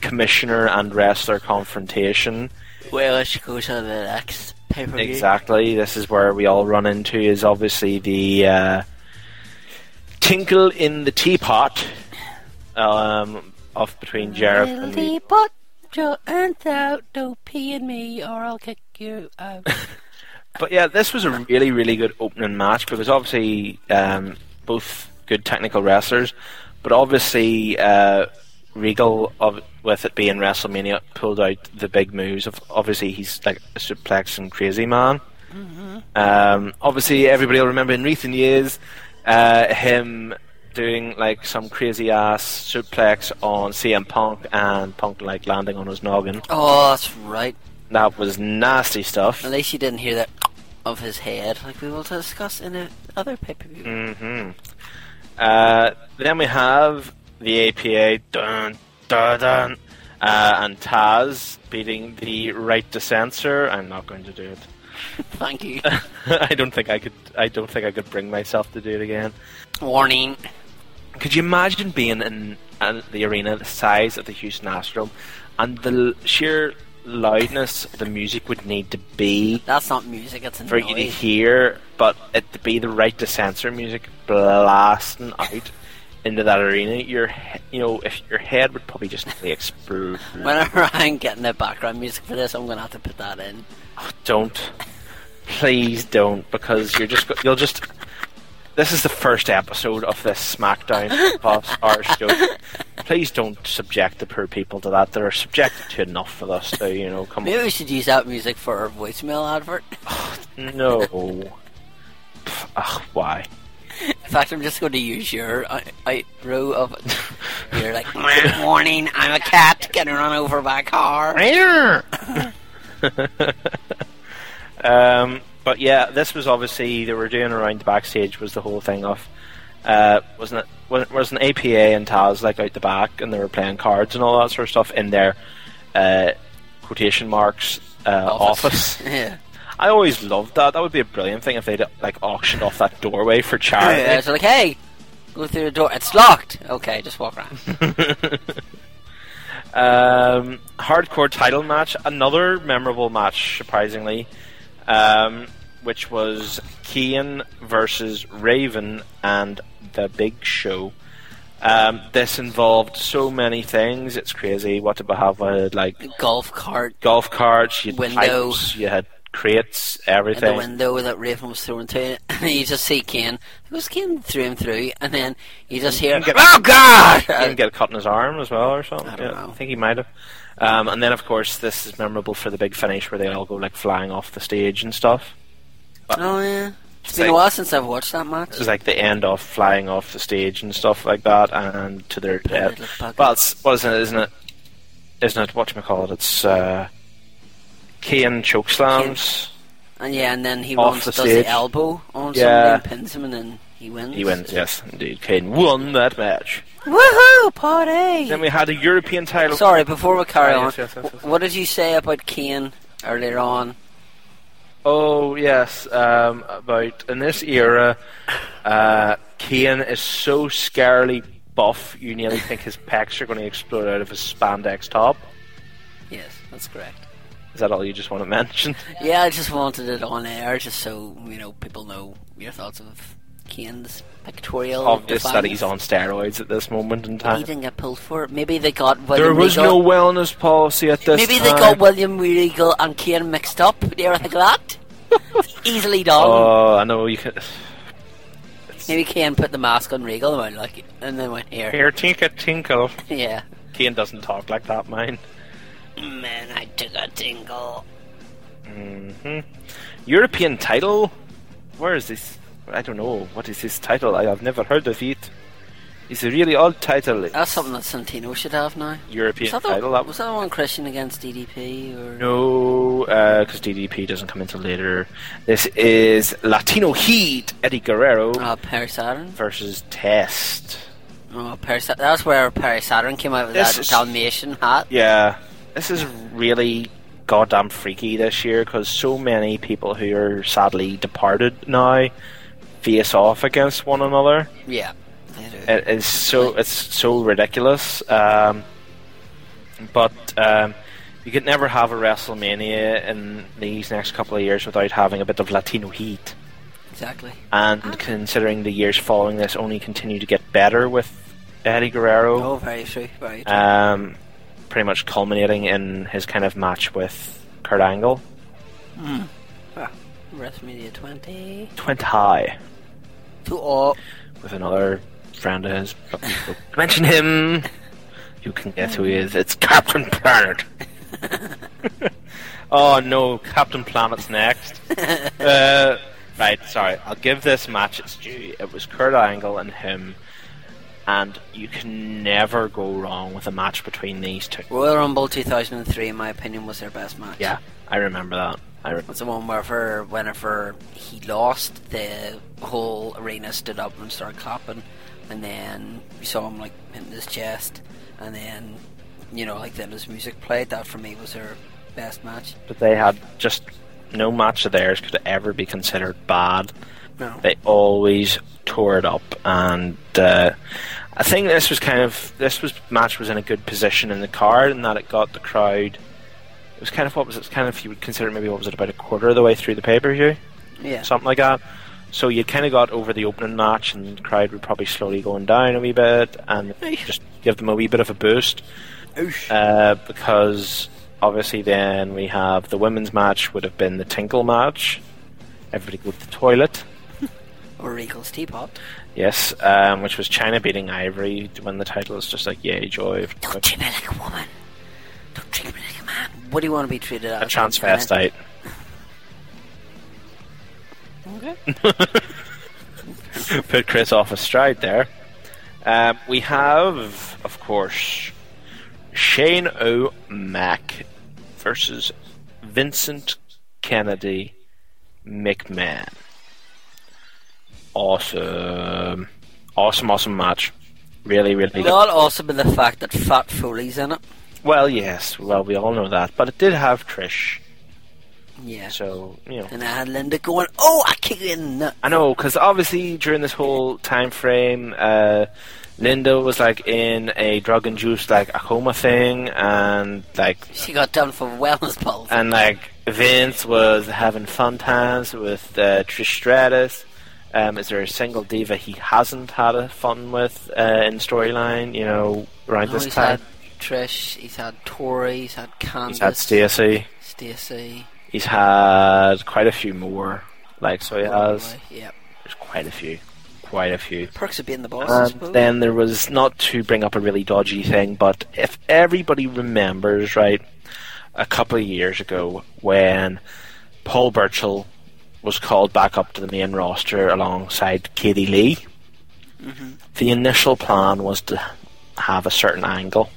Speaker 2: commissioner and wrestler confrontation.
Speaker 3: Well, let's go to the next pay per view.
Speaker 2: Exactly. This is where we all run into is obviously the uh, tinkle in the teapot um, of between Jericho and Regal.
Speaker 4: But you earned out, don't pee in me, or I'll kick you out.
Speaker 2: But yeah, this was a really, really good opening match because obviously um, both good technical wrestlers, but obviously uh, Regal, of, with it being WrestleMania, pulled out the big moves. Of obviously he's like a suplex and crazy man. Um, obviously, everybody will remember in recent years uh, him doing like some crazy ass suplex on CM Punk and Punk like landing on his noggin.
Speaker 3: Oh, that's right.
Speaker 2: That was nasty stuff.
Speaker 3: At least you didn't hear that of his head, like we will discuss in a other pay per view.
Speaker 2: hmm Uh, then we have the APA dun, dun, dun, uh, and Taz beating the right to censor. I'm not going to do it. (laughs)
Speaker 3: Thank you.
Speaker 2: I don't think I could. I don't think I could bring myself to do it again.
Speaker 3: Warning.
Speaker 2: Could you imagine being in, in the arena the size of the Houston Astrodome and the l- sheer loudness the music would need to be
Speaker 3: That's not music. It's a
Speaker 2: for you to
Speaker 3: noise.
Speaker 2: hear, but it to be the right to censor music blasting out into that arena, your he- you know if your head would probably just nearly explode.
Speaker 3: Whenever (laughs) I'm getting the background music for this, I'm gonna have to put that in.
Speaker 2: don't, please don't, because you're just go- you'll just. This is the first episode of this SmackDown Boss our show. Please don't subject the poor people to that. They're subjected to enough with us, so you know. Come
Speaker 3: Maybe
Speaker 2: on,
Speaker 3: we should use that music for our voicemail advert.
Speaker 2: no. Pff, Ugh, why?
Speaker 3: In fact, I'm just going to use your uh,
Speaker 2: (laughs)
Speaker 3: outro of it. You're like, "Meow, warning, I'm a cat getting run over by a car.
Speaker 2: Um, but yeah, this was obviously they were doing around the backstage was the whole thing of uh, wasn't it wasn't, wasn't APA and Taz like out the back and they were playing cards and all that sort of stuff in their uh, quotation marks uh, office.
Speaker 3: (laughs) yeah.
Speaker 2: I always loved that. That would be a brilliant thing if they would like auctioned off that doorway for charity.
Speaker 3: Uh, so like, hey, go through the door. It's locked. Okay, just walk around.
Speaker 2: Um, hardcore title match, another memorable match, surprisingly, um, which was Keane versus Raven and The Big Show. Um, this involved so many things; it's crazy. What did we have? We had, like
Speaker 3: Golf cart
Speaker 2: golf carts, you had
Speaker 3: Window.
Speaker 2: pipes, you had crates,
Speaker 3: in the
Speaker 2: everything.
Speaker 3: window that Raven was throwing to it, (laughs) and you just see Kane. It was Kane threw him through, and then you just hear,
Speaker 2: get-
Speaker 3: "Oh God!"
Speaker 2: He didn't get a cut in his arm as well, or something.
Speaker 3: I don't
Speaker 2: yeah,
Speaker 3: know.
Speaker 2: I think he might have. Um, and then, of course, this is memorable for the big finish where they all go like flying off the stage and stuff.
Speaker 3: Oh yeah. It's
Speaker 2: Say-
Speaker 3: been a while since I've watched that match.
Speaker 2: It's like the end off flying off the stage and stuff like that, and to their death.
Speaker 3: Little bugger.
Speaker 2: But it's, what isn't it? Isn't it? Isn't it? What do call it? It's uh, Kane choke slams.
Speaker 3: And yeah, and then he
Speaker 2: Off
Speaker 3: runs,
Speaker 2: the
Speaker 3: does
Speaker 2: stage.
Speaker 3: the elbow on
Speaker 2: Yeah.
Speaker 3: somebody and pins him, and then he wins.
Speaker 2: He wins. Yes, indeed. Kane won that match.
Speaker 4: Woohoo, party!
Speaker 2: Then we had a European title.
Speaker 3: Sorry, before we carry
Speaker 2: Oh,
Speaker 3: on,
Speaker 2: yes, yes, yes, yes.
Speaker 3: wh- what did you say about Kane earlier on?
Speaker 2: Oh yes, um, about in this era, uh, Kane is so scarily buff you nearly think his pecs are going to explode out of his spandex top.
Speaker 3: Yes, that's correct.
Speaker 2: Is that all you just want to (laughs) mention?
Speaker 3: Yeah, I just wanted it on air just so you know people know your thoughts of Kane's pictorial.
Speaker 2: Obvious that
Speaker 3: defiance.
Speaker 2: he's on steroids at this moment in
Speaker 3: He
Speaker 2: time.
Speaker 3: didn't get pulled for it. Maybe they got William
Speaker 2: There was no
Speaker 3: Regal.
Speaker 2: wellness policy at this.
Speaker 3: Maybe they
Speaker 2: time.
Speaker 3: got William Regal and Kane mixed up. Do you ever think of
Speaker 2: (laughs)
Speaker 3: that? It's easily done.
Speaker 2: Oh, I know you can.
Speaker 3: Maybe Kane put the mask on Regal and went like, and then went
Speaker 2: (laughs)
Speaker 3: here.
Speaker 2: Here, tinker, tinkle.
Speaker 3: Yeah.
Speaker 2: Kane doesn't talk like that, mind.
Speaker 3: Man, I took a tingle.
Speaker 2: European title? Where is this? I don't know. What is this title? I have never heard of it. It's a really odd title.
Speaker 3: That's something that Santino should have now.
Speaker 2: European
Speaker 3: Was that, the,
Speaker 2: title. That
Speaker 3: was
Speaker 2: was
Speaker 3: that the one Christian against DDP or
Speaker 2: no, uh, because DDP doesn't come until later. This is Latino Heat. Eddie Guerrero
Speaker 3: uh, Perry Saturn?
Speaker 2: versus Test.
Speaker 3: Oh, Perry Saturn. That's where Perry Saturn came out with
Speaker 2: This
Speaker 3: that
Speaker 2: is-
Speaker 3: Dalmatian hat.
Speaker 2: Yeah, this is really goddamn freaky this year because so many people who are sadly departed now face off against one another.
Speaker 3: Yeah. They do.
Speaker 2: it is so it's so ridiculous. Um, but um, you could never have a WrestleMania in these next couple of years without having a bit of Latino heat.
Speaker 3: exactly.
Speaker 2: And considering the years following this only continue to get better with Eddie Guerrero,
Speaker 3: Oh, very true. Very true.
Speaker 2: um, pretty much culminating in his kind of match with Kurt Angle.
Speaker 3: Ah, WrestleMania 20.
Speaker 2: Twent high
Speaker 3: To all.
Speaker 2: with another friend of his. But we don't (laughs) Mention him. You can guess who he is. It's Captain Planet. oh no, Captain Planet's next. uh, right, sorry. I'll give this match its due. It was Kurt Angle and him. And you can never go wrong with a match between these two.
Speaker 3: Royal Rumble 2003, in my opinion, was their best match.
Speaker 2: Yeah, I remember that. I re-
Speaker 3: was the one where for- whenever he lost, the whole arena stood up and started clapping, and then you saw him like hitting his chest, and then you know like then his music played. That for me was their best match.
Speaker 2: but they had just no match of theirs could ever be considered bad.
Speaker 3: No,
Speaker 2: they always tore it up and uh, I think this was kind of this was match was in a good position in the card and that it got the crowd it was kind of what was it was kind of you would consider maybe what was it about a quarter of the way through the pay per view
Speaker 3: yeah,
Speaker 2: something like that so you kind of got over the opening match and the crowd were probably slowly going down a wee bit and just give them a wee bit of a boost
Speaker 3: Oosh.
Speaker 2: uh, because obviously then we have the women's match would have been the tinkle match everybody go to the toilet
Speaker 3: or Regal's teapot.
Speaker 2: Yes, um, which was China beating Ivory to win the title. It's just like, yay, joy.
Speaker 3: Don't treat me like a woman. Don't treat me like a man. What do you want to be treated as?
Speaker 2: A chance
Speaker 3: China?
Speaker 2: transvestite. Okay. (laughs) Put Chris off his stride there. Um, we have, of course, Shane O'Mac versus Vincent Kennedy McMahon. Awesome. Awesome, awesome match. Really, really good.
Speaker 3: Not also by the fact that Fat Foley's in it.
Speaker 2: Well, yes. Well, we all know that. But it did have Trish.
Speaker 3: Yeah.
Speaker 2: So, you know.
Speaker 3: And I had Linda going, "Oh, I kick you in the
Speaker 2: I know, because obviously during this whole time frame, uh, Linda was like in a drug induced like a coma thing, and like
Speaker 3: She got done for wellness balls.
Speaker 2: and like Vince was having fun times with uh, Trish Stratus. Um, is there a single diva he hasn't had a fun with uh, in storyline? You know, around
Speaker 3: Oh,
Speaker 2: this
Speaker 3: he's
Speaker 2: time,
Speaker 3: had Trish, he's had Tori, he's had Candice,
Speaker 2: he's had Stacey.
Speaker 3: Stacey.
Speaker 2: He's had quite a few more. Like so, he has.
Speaker 3: Probably, Yeah.
Speaker 2: There's quite a few, quite a few.
Speaker 3: Perks of being the boss, I
Speaker 2: And
Speaker 3: suppose.
Speaker 2: then there was not to bring up a really dodgy thing, but if everybody remembers, right, a couple of years ago when Paul Burchill was called back up to the main roster alongside Katie Lee, the initial plan was to have a certain angle.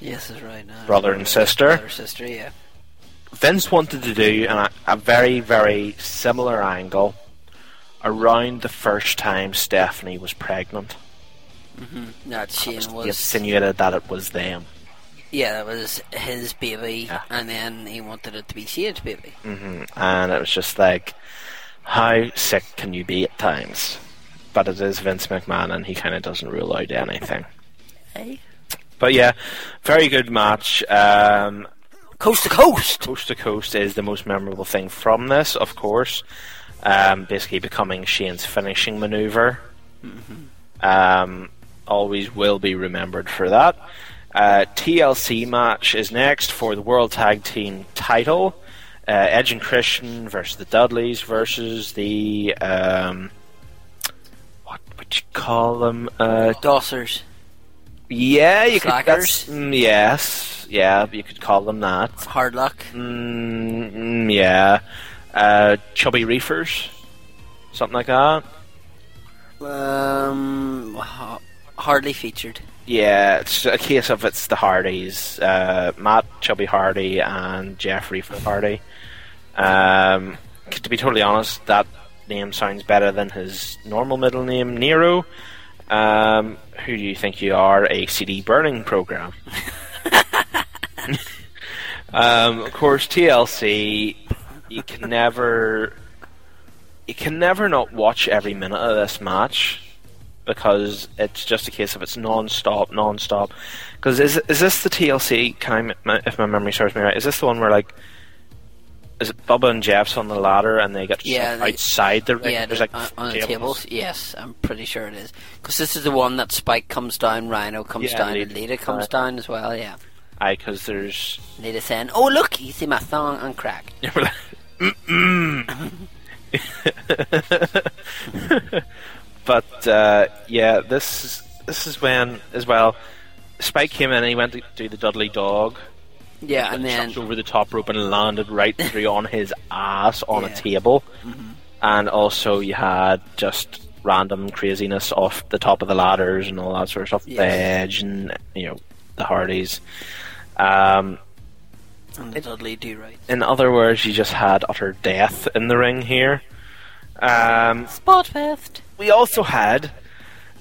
Speaker 3: yes, is right now.
Speaker 2: Brother and sister.
Speaker 3: Brother and sister, yeah.
Speaker 2: Vince wanted to do an, a very, very similar angle around the first time Stephanie was pregnant.
Speaker 3: Not Shane
Speaker 2: He
Speaker 3: was.
Speaker 2: insinuated that it was them.
Speaker 3: Yeah, that was his baby,
Speaker 2: Yeah. Mm.
Speaker 3: and then he wanted it to be Shane's baby.
Speaker 2: and it was just like, how sick can you be at times? But it is Vince McMahon, and he kind of doesn't rule out anything.
Speaker 3: Hey.
Speaker 2: But yeah, very good match. Um,
Speaker 3: Coast to coast!
Speaker 2: coast to coast is the most memorable thing from this, of course. Um, basically, becoming Shane's finishing maneuver. Um, always will be remembered for that. Uh, TLC match is next for the World Tag Team title. Uh, Edge and Christian versus the Dudleys versus the um, what would you call them? Uh,
Speaker 3: Dossers.
Speaker 2: yeah, you could.
Speaker 3: Slackers?
Speaker 2: that's- mm, yes, yeah, you could call them that.
Speaker 3: Hard luck.
Speaker 2: Mm, mm, yeah. Uh, chubby reefers, something like that.
Speaker 3: Um, ha- hardly featured.
Speaker 2: Yeah, it's a case of it's the Hardys, uh, Matt Chubby Hardy and Jeff Reefer Hardy. Um, c- to be totally honest, that name sounds better than his normal middle name, Nero. Um, who do you think you are? A CD burning program. um, of course, TLC. You can never, you can never not watch every minute of this match because it's just a case of it's non-stop, non-stop. Because is is this the TLC? Can I, m- my- if my memory serves me right, is this the one where like, is it Bubba and Jeff's on the ladder and they get
Speaker 3: Yeah,
Speaker 2: shoved
Speaker 3: they-
Speaker 2: outside the ring?
Speaker 3: yeah,
Speaker 2: There's like
Speaker 3: on, on the
Speaker 2: tables.
Speaker 3: tables. Yes, I'm pretty sure it is. Because this is the one that Spike comes down, Rhino comes
Speaker 2: Yeah,
Speaker 3: down,
Speaker 2: Lita
Speaker 3: and Lita comes down as well, yeah.
Speaker 2: Aye, because there's
Speaker 3: Lita saying, Oh, look, you see my thong uncracked.
Speaker 2: (laughs) but uh, yeah, this is, this is when as well. Spike came in and he went to do the Dudley Dog,
Speaker 3: Yeah, and then.
Speaker 2: jumped over the top rope and landed right
Speaker 3: (laughs)
Speaker 2: through on his ass on a
Speaker 3: Yeah. Mm-hmm.
Speaker 2: table. And also, you had just random craziness off the top of the ladders and all that sort of stuff.
Speaker 3: Yes.
Speaker 2: The Edge and you know the Hardys. Um,
Speaker 3: And the Dudley do right.
Speaker 2: in other words, you just had utter death in the ring here. Um,
Speaker 4: Spotfest.
Speaker 2: we also had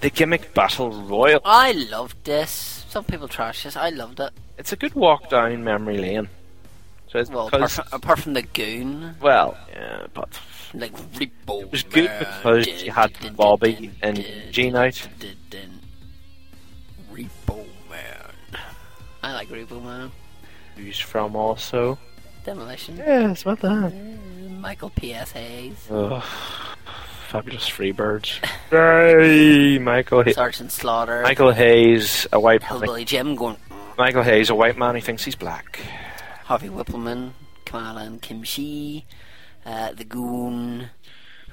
Speaker 2: the gimmick battle royal.
Speaker 3: I loved this. Some people trash this. I loved it.
Speaker 2: It's a good walk down memory lane. So it's
Speaker 3: Well, apart
Speaker 2: because,
Speaker 3: from, apart from the goon,
Speaker 2: well, yeah, but
Speaker 3: like Repo. It
Speaker 2: was good because you had Bobby and Gene out.
Speaker 3: Repo Man. I like Repo Man.
Speaker 2: who's from also?
Speaker 3: Demolition.
Speaker 2: Yes, what the hell?
Speaker 3: Michael P.S. Hayes.
Speaker 2: Ugh, fabulous Freebirds. Yay, Michael. Hay-
Speaker 3: Sergeant Slaughter.
Speaker 2: Michael Hayes, a white
Speaker 3: Hillbilly Jim going. "Mm."
Speaker 2: Michael Hayes, a white man who thinks he's black.
Speaker 3: Harvey Whippleman. Kamala and Kim Shee. Uh, the Goon.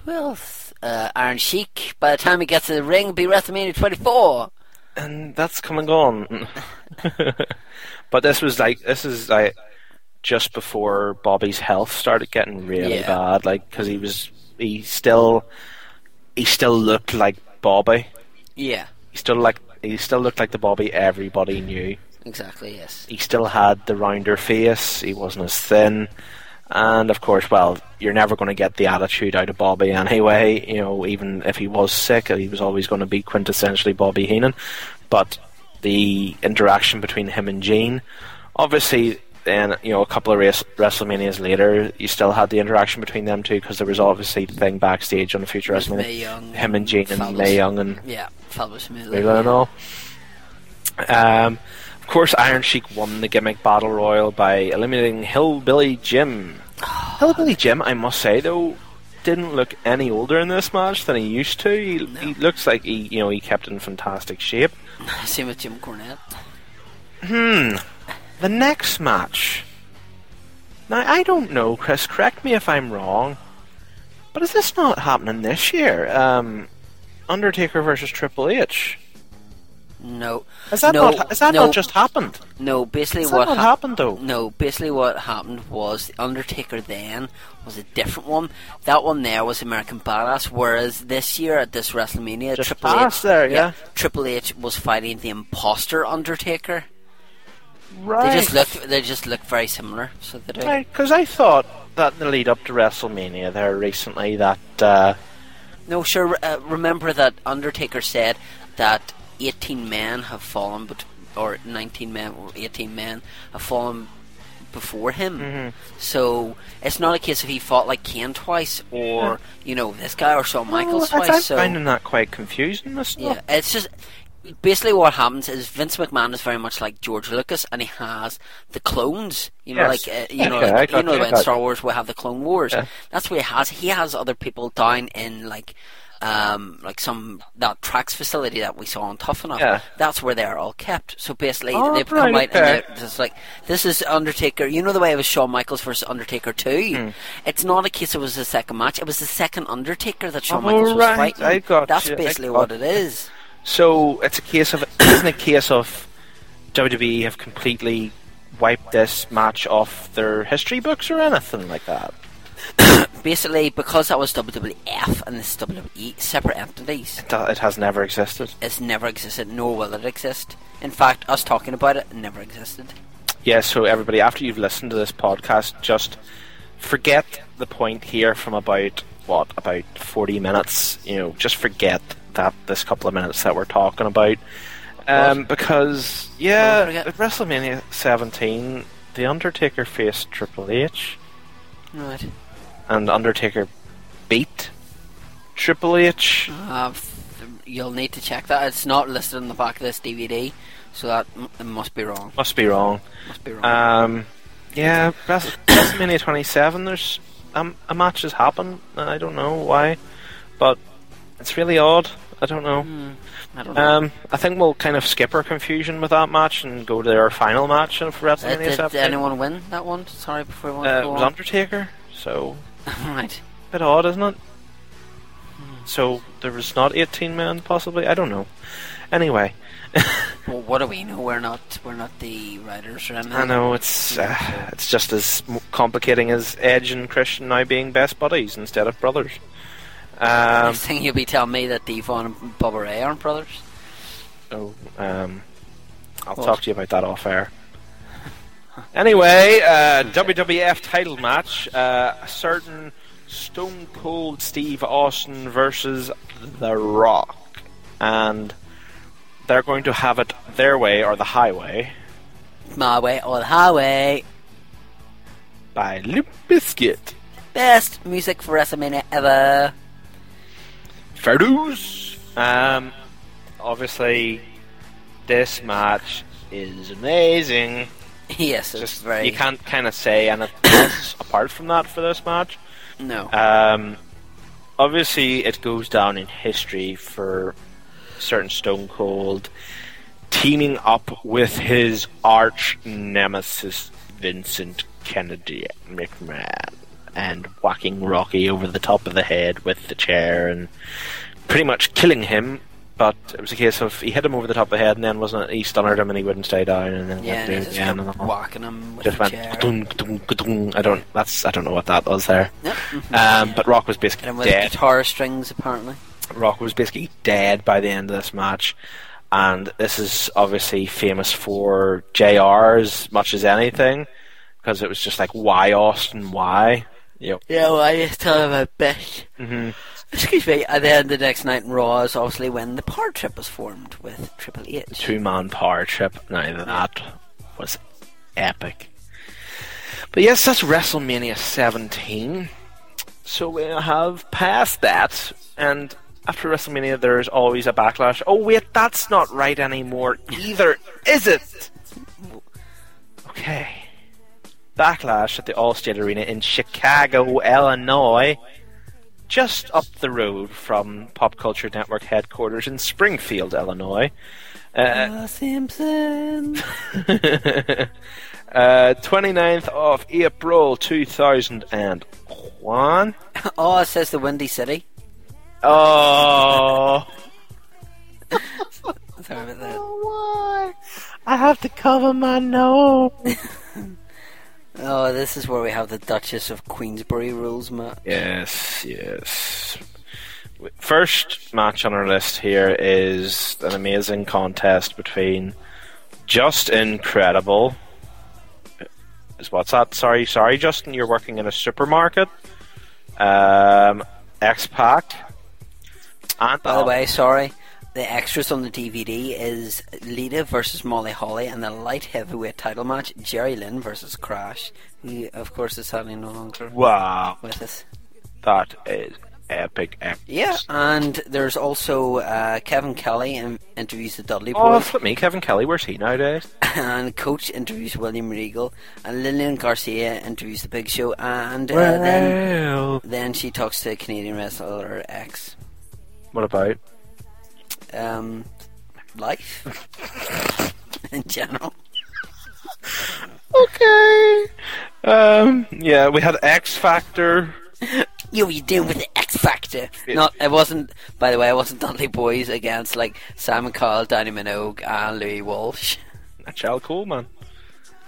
Speaker 3: Who else? Uh, Iron Sheik. By the time he gets to the ring, it'll be WrestleMania 24.
Speaker 2: and that's come and gone. but this was like this is like just before Bobby's health started getting really
Speaker 3: Yeah.
Speaker 2: bad, like because he was he still he still looked like Bobby.
Speaker 3: Yeah,
Speaker 2: He still like he still looked like the Bobby everybody knew.
Speaker 3: exactly, yes.
Speaker 2: He still had the rounder face. He wasn't as thin. And of course, well, you're never going to get the attitude out of Bobby anyway. You know, even if he was sick, he was always going to be quintessentially Bobby Heenan. But the interaction between him and Gene, obviously, then you know, a couple of race, WrestleManias later, you still had the interaction between them two because there was obviously the thing backstage on the future
Speaker 3: With
Speaker 2: WrestleMania,
Speaker 3: Mae Young
Speaker 2: him and Gene and
Speaker 3: fellas.
Speaker 2: Mae Young and
Speaker 3: Yeah, Phillips Miller.
Speaker 2: Mila and all. Um, of course, Iron Sheik won the gimmick battle royal by eliminating Hillbilly (sighs) Jim. Hillbilly Jim, I must say though, didn't look any older in this match than he used to. He, he looks like he, you know, he kept in fantastic shape.
Speaker 3: Same with Jim Cornette.
Speaker 2: The next match. Now I don't know, Chris. Correct me if I'm wrong, but is this not happening this year? Um, Undertaker versus Triple H.
Speaker 3: No.
Speaker 2: Is that
Speaker 3: no,
Speaker 2: not? Is that
Speaker 3: no,
Speaker 2: not just happened?
Speaker 3: No, basically
Speaker 2: Is that
Speaker 3: what
Speaker 2: not
Speaker 3: hap-
Speaker 2: happened though?
Speaker 3: No, basically what happened was the Undertaker then was a different one. That one there was American Badass, whereas this year at this WrestleMania,
Speaker 2: Just
Speaker 3: Triple
Speaker 2: past
Speaker 3: H,
Speaker 2: there, yeah.
Speaker 3: Triple H was fighting the Imposter Undertaker.
Speaker 2: Right.
Speaker 3: They just looked, they just looked very similar. So they do.
Speaker 2: Because I thought that in the lead up to WrestleMania there recently that uh,
Speaker 3: No, sure. Uh, remember that Undertaker said that 18 men have fallen, bet- or 19 men, or 18 men have fallen before him.
Speaker 2: Mm-hmm.
Speaker 3: So it's not a case of he fought like Kane twice, or you know this guy, or Shawn Michaels
Speaker 2: Well, I-
Speaker 3: twice.
Speaker 2: I'm
Speaker 3: so
Speaker 2: finding that quite confusing. This
Speaker 3: yeah, it's just basically what happens is Vince McMahon is very much like George Lucas, and he has the clones. You know,
Speaker 2: Yes.
Speaker 3: like uh, you know,
Speaker 2: Okay, I
Speaker 3: like,
Speaker 2: got
Speaker 3: you know,
Speaker 2: you, I
Speaker 3: when
Speaker 2: got
Speaker 3: Star
Speaker 2: you.
Speaker 3: Wars will have the Clone Wars.
Speaker 2: Yeah.
Speaker 3: That's what he has. He has other people down in like. Um, like some that tracks facility that we saw on Tough Enough,
Speaker 2: Yeah.
Speaker 3: that's where they're all kept. So basically,
Speaker 2: Oh,
Speaker 3: they've
Speaker 2: right,
Speaker 3: come out
Speaker 2: okay.
Speaker 3: and they're it's just like this is Undertaker. You know the way it was Shawn Michaels versus Undertaker too.
Speaker 2: Hmm.
Speaker 3: It's not a case it was the second match. It was the second Undertaker that Shawn
Speaker 2: Oh,
Speaker 3: Michaels was
Speaker 2: right,
Speaker 3: fighting.
Speaker 2: I got
Speaker 3: That's
Speaker 2: you, I
Speaker 3: basically
Speaker 2: got
Speaker 3: what
Speaker 2: you.
Speaker 3: it is.
Speaker 2: So it's a case of (coughs) it isn't a case of WWE have completely wiped this match off their history books or anything like that.
Speaker 3: Basically, because that was WWF and this is WWE, separate entities,
Speaker 2: That it has never existed.
Speaker 3: it's never existed, nor will it exist. In fact, us talking about it never existed.
Speaker 2: Yeah, so everybody, after you've listened to this podcast, just forget the point here from about what about forty minutes. You know, just forget that this couple of minutes that we're talking about, um, because
Speaker 3: Don't
Speaker 2: yeah,
Speaker 3: forget.
Speaker 2: at WrestleMania 17, the Undertaker faced Triple H,
Speaker 3: Right.
Speaker 2: and Undertaker beat Triple H.
Speaker 3: Uh, f- you'll need to check that. It's not listed on the back of this DVD, so that m- it must be wrong.
Speaker 2: Must be wrong.
Speaker 3: Must be wrong.
Speaker 2: Um, yeah, Wres- WrestleMania 27. There's um, a match has happened. and I don't know why, but it's really odd. I don't know.
Speaker 3: Hmm, I don't know.
Speaker 2: Um, I think we'll kind of skip our confusion with that match and go to our final match for
Speaker 3: Uh,
Speaker 2: WrestleMania
Speaker 3: did,
Speaker 2: 17.
Speaker 3: anyone win that one? Sorry, before we
Speaker 2: uh,
Speaker 3: want to
Speaker 2: it
Speaker 3: go
Speaker 2: was Undertaker, so
Speaker 3: on. (laughs) right.
Speaker 2: a bit odd, isn't it?
Speaker 3: Hmm.
Speaker 2: So there was not 18 men, possibly. I don't know. Anyway,
Speaker 3: Well, what do we know? We're not. We're not the writers or anything.
Speaker 2: I know it's uh, it's just as m- complicating as Edge and Christian now being best buddies instead of brothers. Um,
Speaker 3: Next thing you'll be telling me that Devon and Bubba Ray aren't brothers.
Speaker 2: so um, I'll
Speaker 3: Well-
Speaker 2: talk to you about that off air. Anyway, uh, WWF title match: uh, a certain Stone Cold Steve Austin versus The Rock, and they're going to have it their way or the highway
Speaker 3: My way or the highway.
Speaker 2: by Limp Bizkit.
Speaker 3: Best music for WrestleMania ever.
Speaker 2: Fairdoos. Um, obviously, this match is amazing.
Speaker 3: yes, it's
Speaker 2: Just
Speaker 3: very.
Speaker 2: you can't kind of say anything else apart from that for this match.
Speaker 3: No.
Speaker 2: Um, obviously, it goes down in history for certain Stone Cold teaming up with his arch nemesis Vincent Kennedy McMahon and whacking Rocky over the top of the head with the chair and pretty much killing him. But it was a case of he hit him over the top of the head, and then wasn't it? He stunned him, and he wouldn't stay down, and then
Speaker 3: yeah,
Speaker 2: went
Speaker 3: and
Speaker 2: through
Speaker 3: he's
Speaker 2: it
Speaker 3: just
Speaker 2: again.
Speaker 3: kept
Speaker 2: And all.
Speaker 3: walking him with
Speaker 2: Just
Speaker 3: a
Speaker 2: went.
Speaker 3: chair.
Speaker 2: "Ka-dung, ka-dung, ka-dung." I don't. That's. I don't know what that was there.
Speaker 3: Yep.
Speaker 2: Um, but Rock was
Speaker 3: mm-hmm. Hit him
Speaker 2: basically
Speaker 3: with
Speaker 2: dead.
Speaker 3: guitar strings, apparently.
Speaker 2: Rock was basically dead by the end of this match, and this is obviously famous for JR as much as anything, because it was just like why Austin, why? Yep.
Speaker 3: Yeah, well, I just tell him a bitch.
Speaker 2: hmm
Speaker 3: Excuse me. And then the next night in Raw is obviously when the power trip was formed with Triple H.
Speaker 2: Two man power trip. Now that was epic. But yes, that's WrestleMania 17. So we have passed that, and after WrestleMania, there's always a backlash. Oh, wait, that's not right anymore either, is it? Okay. Backlash at the Allstate Arena in Chicago, Illinois, just up the road from Pop Culture Network headquarters in Springfield, Illinois. (laughs) Uh,
Speaker 4: The Simpsons.
Speaker 2: (laughs) uh, 29th of April 2001.
Speaker 3: Oh, it says the Windy City.
Speaker 2: Oh.
Speaker 3: Sorry about that.
Speaker 4: I have to cover my nose.
Speaker 3: Oh, this is where we have the Duchess of Queensbury rules, Matt.
Speaker 2: Yes, yes. First match on our list here is an amazing contest between Just Incredible. Is what's that? Sorry, sorry, Justin, you're working in a supermarket. Um, X Pac. And uh,
Speaker 3: By the way, sorry. The extras on the DVD is Lita versus Molly Holly and the light heavyweight title match Jerry Lynn versus Crash, who of course is sadly no longer
Speaker 2: wow,
Speaker 3: with us.
Speaker 2: that is epic. epic.
Speaker 3: Yeah, and there's also uh, Kevin Kelly in- interviews the Dudley
Speaker 2: Oh,
Speaker 3: Boys,
Speaker 2: flip me, Kevin Kelly. Where's he nowadays?
Speaker 3: (laughs) and Coach interviews William Regal, and Lillian Garcia interviews the Big Show, and uh, then then she talks to Canadian wrestler X.
Speaker 2: What about?
Speaker 3: Um, life in general.
Speaker 2: Okay. Um, yeah, we had X Factor.
Speaker 3: Yo, you doing with the X Factor? No, it wasn't. By the way, it wasn't Dudley Boys against like Simon Cowell, Danny Minogue, and Louis Walsh.
Speaker 2: A child Coleman.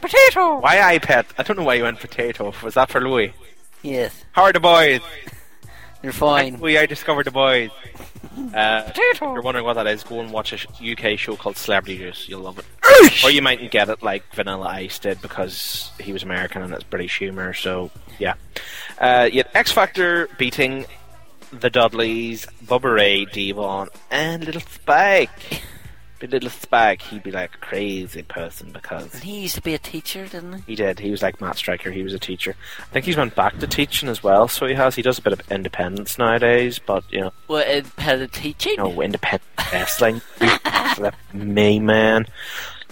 Speaker 4: Potato.
Speaker 2: Why iPad? I don't know why you went potato. Was that for Louis?
Speaker 3: Yes,
Speaker 2: How are the boys?
Speaker 3: you're fine.
Speaker 2: Louis, I discovered the boys. Uh, if
Speaker 4: Potato.
Speaker 2: you're wondering what that is, go and watch a sh- UK show called Celebrity Juice. You'll love it.
Speaker 3: Oh,
Speaker 2: Or you mightn't get it like Vanilla Ice did because he was American and it's British humor. So yeah, uh, yet X Factor beating the Dudleys, Bubba Ray, Devon, and Little Spike. But Little Spike, he'd be like a crazy person because
Speaker 3: He used to be a teacher, didn't
Speaker 2: he did. He was like Matt Stryker. He was a teacher. I think he's went back to teaching as well. So he has. He does a bit of independence nowadays, but you know,
Speaker 5: Well, independent teaching.
Speaker 2: no independent wrestling. Flip me, man.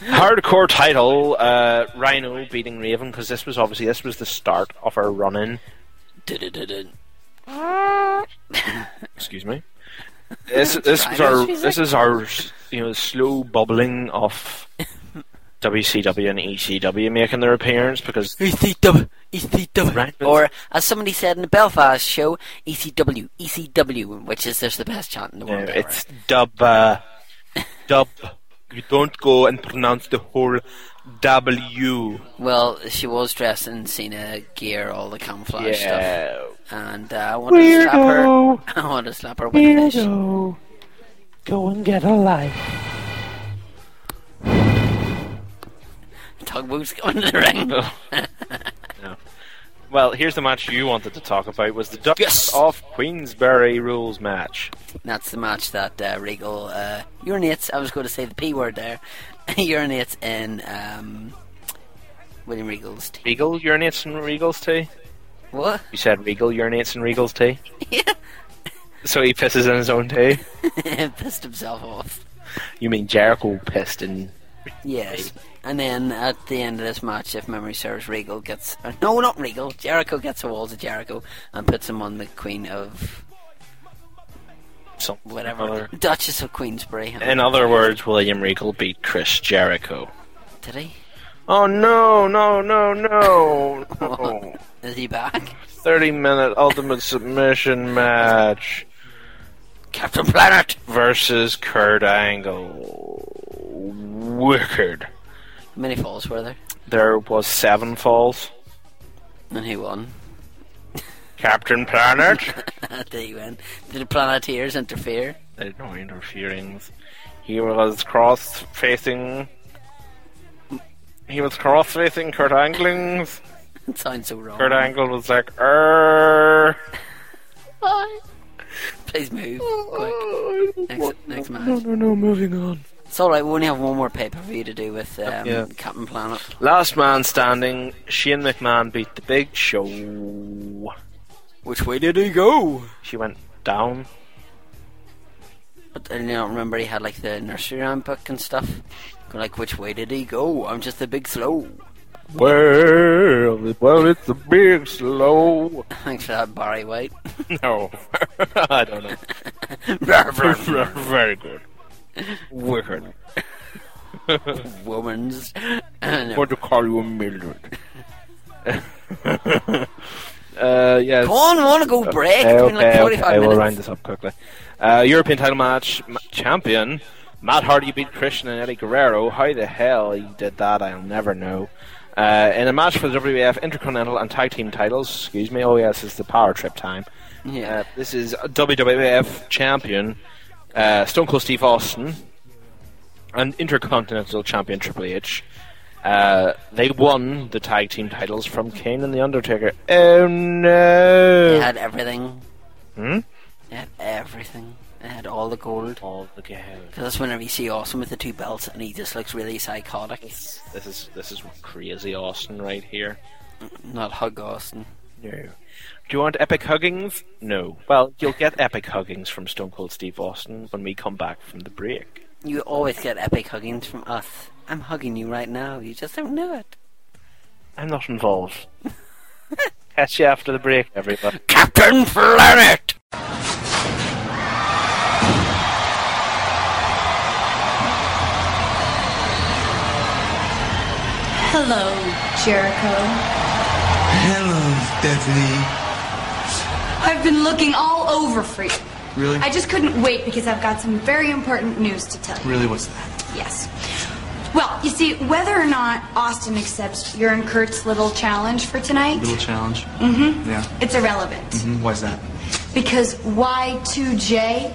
Speaker 2: Hardcore title. Uh, Rhino beating Raven because this was obviously this was the start of our run-in.
Speaker 5: Dun-dun-dun-dun.
Speaker 2: Excuse me. This this was our this is our you know slow bubbling of WCW and ECW making their appearance because
Speaker 3: he? ECW, ECW.
Speaker 2: Right.
Speaker 3: E Or as somebody said in the Belfast show, E ECW, ECW, which is there's the best chant in the
Speaker 2: Yeah,
Speaker 3: world. ever.
Speaker 2: it's dub. Uh, dub. You don't go and pronounce the whole W.
Speaker 3: Well, she was dressed in Cena gear, all the camouflage stuff, and uh, I want to slap her.
Speaker 4: Weirdo.
Speaker 3: (laughs) I want to slap her with a finish.
Speaker 4: Weirdo. Go and get a life.
Speaker 3: Tugboat's (laughs) going to the ring.
Speaker 2: No. (laughs) Well, here's the match you wanted to talk about was the Duchess
Speaker 5: Yes.
Speaker 2: of Queensberry rules match.
Speaker 3: That's the match that uh, Regal uh, urinates. I was going to say the P word there. (laughs) urinates in um, William Regal's tea.
Speaker 2: Regal urinates in Regal's tea.
Speaker 3: (laughs) What?
Speaker 2: You said Regal urinates in Regal's tea.
Speaker 3: Yeah.
Speaker 2: So he pisses in his own tea.
Speaker 3: Pissed himself off.
Speaker 2: You mean Jericho pissed in?
Speaker 3: Yes. And then at the end of this match, if memory serves, Regal gets. Uh, no, not Regal. Jericho gets the walls of Jericho and puts him on the Queen of
Speaker 2: Some
Speaker 3: whatever.
Speaker 2: Other.
Speaker 3: Duchess of Queensbury.
Speaker 2: In other words, William Regal beat Chris Jericho.
Speaker 3: Did he?
Speaker 2: Oh no, no, no, no,
Speaker 3: (laughs)
Speaker 2: no.
Speaker 3: Is he back? (laughs)
Speaker 2: 30 minute ultimate submission match
Speaker 3: Captain Planet!
Speaker 2: versus Kurt Angle. Wicked.
Speaker 3: How many falls were there?
Speaker 2: There was seven falls.
Speaker 3: And he won. (laughs)
Speaker 2: Captain Planet. (laughs)
Speaker 3: Did he win? Did the Planeteers interfere?
Speaker 2: There's no interference. He was cross facing. He was cross facing Kurt Anglings.
Speaker 3: It sounds so wrong.
Speaker 2: Kurt Angle was like, er.
Speaker 3: Please move. Quick. Next, next match.
Speaker 4: No, no, moving on.
Speaker 3: It's alright, we only have one more pay per view to do with um,
Speaker 2: Yeah.
Speaker 3: Captain Planet.
Speaker 2: Last man standing, Shane McMahon beat the big show.
Speaker 3: Which way did he go?
Speaker 2: She went down.
Speaker 3: But then, you know, remember he had like the nursery rhyme book and stuff. Like, which way did he go? I'm just a big slow.
Speaker 2: Well, well, it's a big slow.
Speaker 3: Thanks for that, Barry White. (laughs)
Speaker 2: No, (laughs) I don't know. Oh. Very good. Wicked.
Speaker 3: Woman's. no.
Speaker 2: to call you Mildred. (laughs) uh, yes.
Speaker 3: Go on, want to go break?
Speaker 2: Okay,
Speaker 3: it's been like
Speaker 2: okay,
Speaker 3: 45
Speaker 2: okay, we'll
Speaker 3: minutes.
Speaker 2: round this up quickly. Uh, European title match m- champion Matt Hardy beat Christian and Eddie Guerrero. How the hell he did that, I'll never know. Uh, in a match for the WWF Intercontinental and Tag Team titles, excuse me. Oh yes, it's the Power Trip time.
Speaker 3: Yeah.
Speaker 2: Uh, this is WWF champion uh, Stone Cold Steve Austin and Intercontinental champion Triple H. Uh, they won the tag team titles from Kane and The Undertaker. Oh no!
Speaker 3: They had everything.
Speaker 2: Hmm?
Speaker 3: They had everything. They had all the gold.
Speaker 2: All the gold.
Speaker 3: Because that's whenever you see Austin with the two belts and he just looks really psychotic.
Speaker 2: This is this is crazy Austin right here.
Speaker 3: Not hug Austin.
Speaker 2: No. Do you want epic huggings? No. Well, you'll get epic huggings from Stone Cold Steve Austin when we come back from the break.
Speaker 3: You always get epic huggings from us. I'm hugging you right now. You just don't know it.
Speaker 2: I'm not involved. Catch you after the break, everybody.
Speaker 3: Captain Planet!
Speaker 6: Hello, Jericho.
Speaker 7: Hello, Stephanie.
Speaker 6: I've been looking all over for you.
Speaker 7: Really?
Speaker 6: I just couldn't wait because I've got some very important news to tell you.
Speaker 7: Really, what's that?
Speaker 6: Yes. Well, you see, whether or not Austin accepts your and Kurt's little challenge for tonight,
Speaker 7: Little challenge. Mm-hmm. Yeah.
Speaker 6: it's irrelevant.
Speaker 7: Mm, Why's that?
Speaker 6: Because Y2J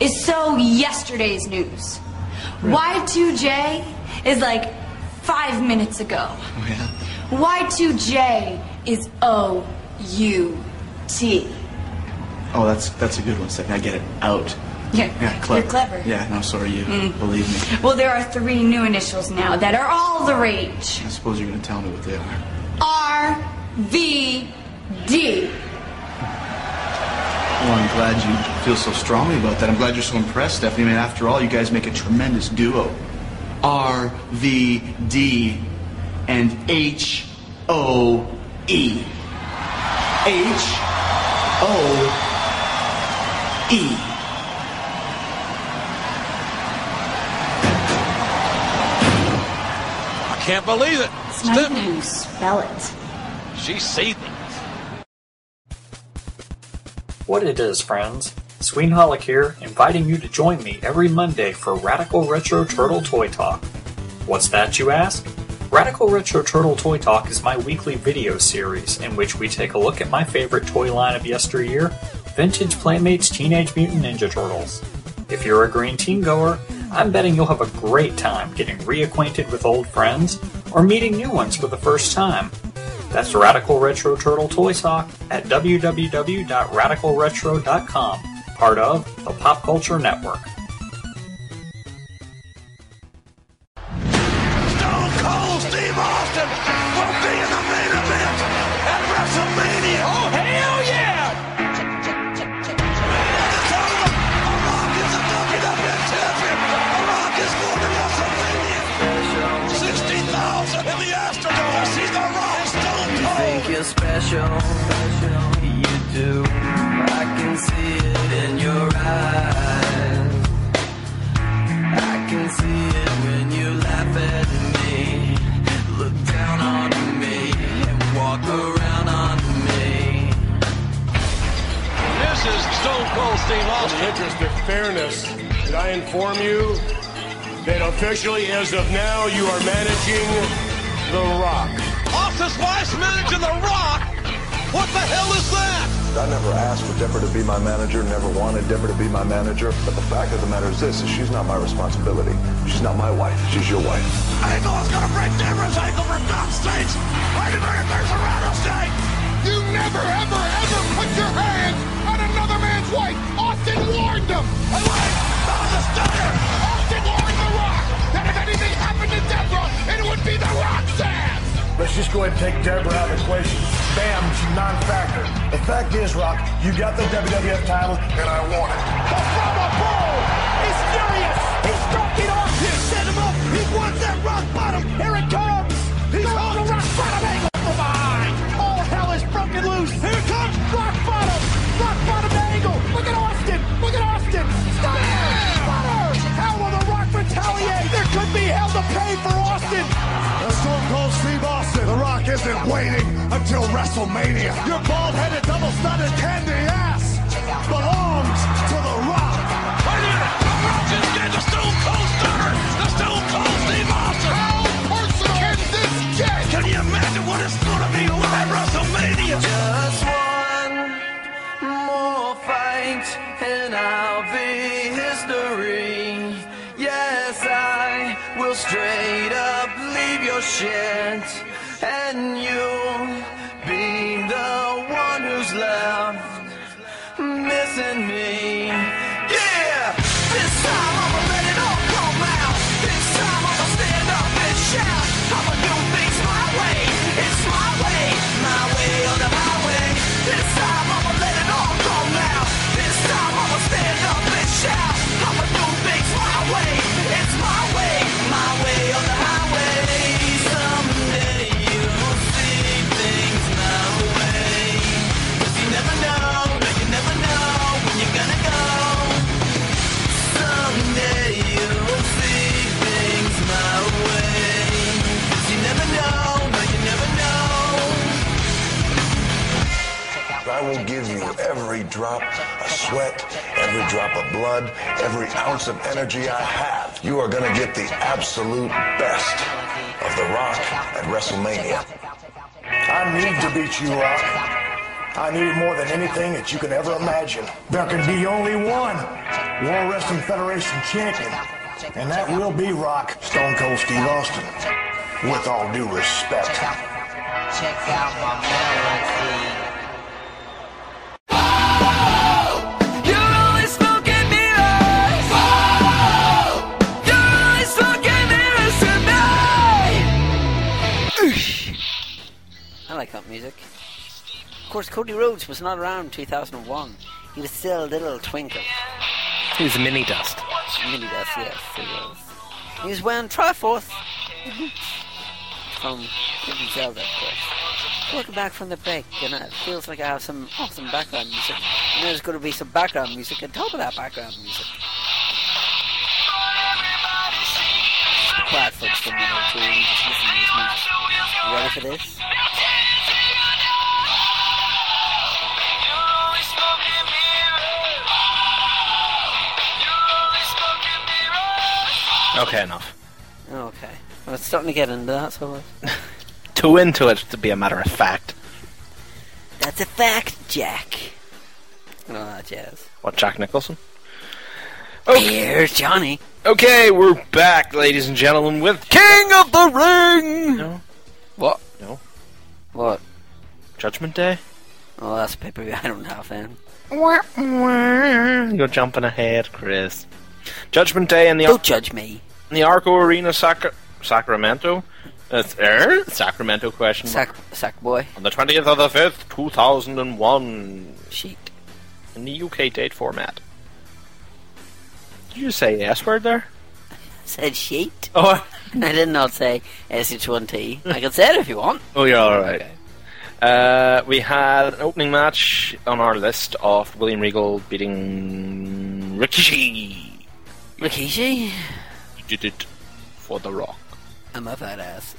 Speaker 6: is so yesterday's news. Y2J is like five minutes ago.
Speaker 7: Oh yeah.
Speaker 6: Y2J is O U T.
Speaker 7: Oh, that's that's a good one, Stephanie. I get it. Out.
Speaker 6: Yeah,
Speaker 7: Yeah, clever. Mm.
Speaker 6: You're clever.
Speaker 7: Yeah, no, so are you. Believe me.
Speaker 6: Well, there are three new initials now that are all the rage.
Speaker 7: I suppose you're gonna tell me what they are.
Speaker 6: R V D.
Speaker 7: Well, I'm glad you feel so strongly about that. I'm glad you're so impressed, Stephanie. I mean, after all, you guys make a tremendous duo. R V D and H O E. H O E.
Speaker 8: I can't believe it.
Speaker 6: It's not even how you spell it.
Speaker 8: She's seething.
Speaker 9: What it is, friends. Sween Holic here, inviting you to join me every Monday for Radical Retro Turtle Toy Talk. What's that, you ask? Radical Retro Turtle Toy Talk is my weekly video series in which we take a look at my favorite toy line of yesteryear vintage Playmates Teenage Mutant Ninja Turtles. If you're a green teen goer, I'm betting you'll have a great time getting reacquainted with old friends or meeting new ones for the first time. That's Radical Retro Turtle Toy Sock at www.radicalretro.com, part of the Pop Culture Network.
Speaker 8: Stone Cold Steve Austin will be in the main event at WrestleMania. Oh, hell yeah! Man, the title of The Rock is the WWE champion. The Rock is going to WrestleMania. 60,000 in the Astrodome. I see The Rock Stone Cold.
Speaker 10: think you're special, you do. I can see it in your eyes. I can see it when you laugh at me, look down on me, and walk around on me.
Speaker 8: This is Stone Cold Steve Austin. In the interest of fairness, did I inform you that officially, as of now, you are managing The Rock? Austin's wife's managing The Rock? What the hell is that?
Speaker 11: I never asked for Dipper to be my manager, never wanted Dipper to be my manager, but the fact of the matter is this, is she's not my responsibility. She's not my wife, she's your wife.
Speaker 8: Angle's gonna break Deborah's ankle for God's sakes! Why did I there's a rattlesnake? You never, ever, ever put your hands on another man's wife! Austin warned them! I like the stunner! Austin warned The Rock that if anything happened to Deborah, it would be The Rock's ass!
Speaker 11: Let's just go ahead and take Deborah out of the equation. Bam, she's non-factor. The fact is, Rock, you got the WWF title, and I want it.
Speaker 8: But from above, Darius. He's struck it off. He set him up. He wants that rock bottom. Here it comes. He's on the rock bottom angle from behind. All hell is broken loose. Here comes rock bottom. Rock bottom angle. Look at Austin. Look at Austin. Stunner. Stunner. How will the rock retaliate? There could be hell to pay for Austin.
Speaker 12: Stone Cold Steve Austin. The Rock isn't waiting until WrestleMania. Your bald-headed, double-studded candy ass belongs to The Rock.
Speaker 8: Can you imagine what it's gonna be over at WrestleMania?
Speaker 10: Just one more fight and I'll be history. Yes, I will straight up leave your shit and you'll be the one who's left missing me. Yeah, this time I'ma let it all come out. This time I'ma stand up and shout. I'ma do things my way. It's my way, my way or the highway. This time I'ma let it all come out. This time I'ma stand up and shout. I'ma do things my way. It's my way, my way or the highway. Someday you'll see things my way. Cause you never know, no, you never know when you're gonna go. Someday you'll see things my way. Cause you never know, no, you never know.
Speaker 11: I will give you every drop of sweat, every drop of blood, every ounce of energy I have. You are going to get the absolute best of The Rock at WrestleMania.
Speaker 12: I need to beat you, Rock. I need more than anything that you can ever imagine. There can be only one World Wrestling Federation champion, and that will be Rock Stone Cold Steve Austin. With all due respect.
Speaker 10: Check out my melody.
Speaker 3: I like that music. Of course, Cody Rhodes was not around in 2001. He was still a little twinkle.
Speaker 2: He was mini dust.
Speaker 3: Mini dust, yes, he was. He was wearing Triforce. from Hidden Zelda, of course. Welcome back from the break, and it feels like I have some awesome background music. And there's going to be some background music on top of that background music. Quiet folks for a minute or two, and just listen to this music. You ready for this?
Speaker 2: Okay, enough.
Speaker 3: Okay. Well, it's starting to get into that, so uh, it's-
Speaker 2: Too into it to be a matter of fact.
Speaker 3: that's a fact, Jack. No, that jazz.
Speaker 2: What, Jack Nicholson?
Speaker 3: Here's Johnny.
Speaker 2: Okay, we're back, ladies and gentlemen, with King of the Ring! No.
Speaker 3: What?
Speaker 2: No.
Speaker 3: What?
Speaker 2: Judgment Day?
Speaker 3: Oh, that's a pay per view I don't have then.
Speaker 2: You're jumping ahead, Chris. Judgment Day in the
Speaker 3: Don't judge me.
Speaker 2: In the Arco Arena, Sac- Sacramento. That's er, Sacramento question.
Speaker 3: Sac, sac boy.
Speaker 2: On the twentieth of the fifth, two thousand and one.
Speaker 3: Sheet.
Speaker 2: In the UK date format. Did you say the S word there?
Speaker 3: Said sheet. (laughs)
Speaker 2: Oh,
Speaker 3: I did not say SH1T. I can say it if you want.
Speaker 2: Oh, you're all right. Uh, we had an opening match on our list of William Regal beating Rikishi
Speaker 3: Rikishi,
Speaker 2: did it for The Rock.
Speaker 3: I'm a fat ass.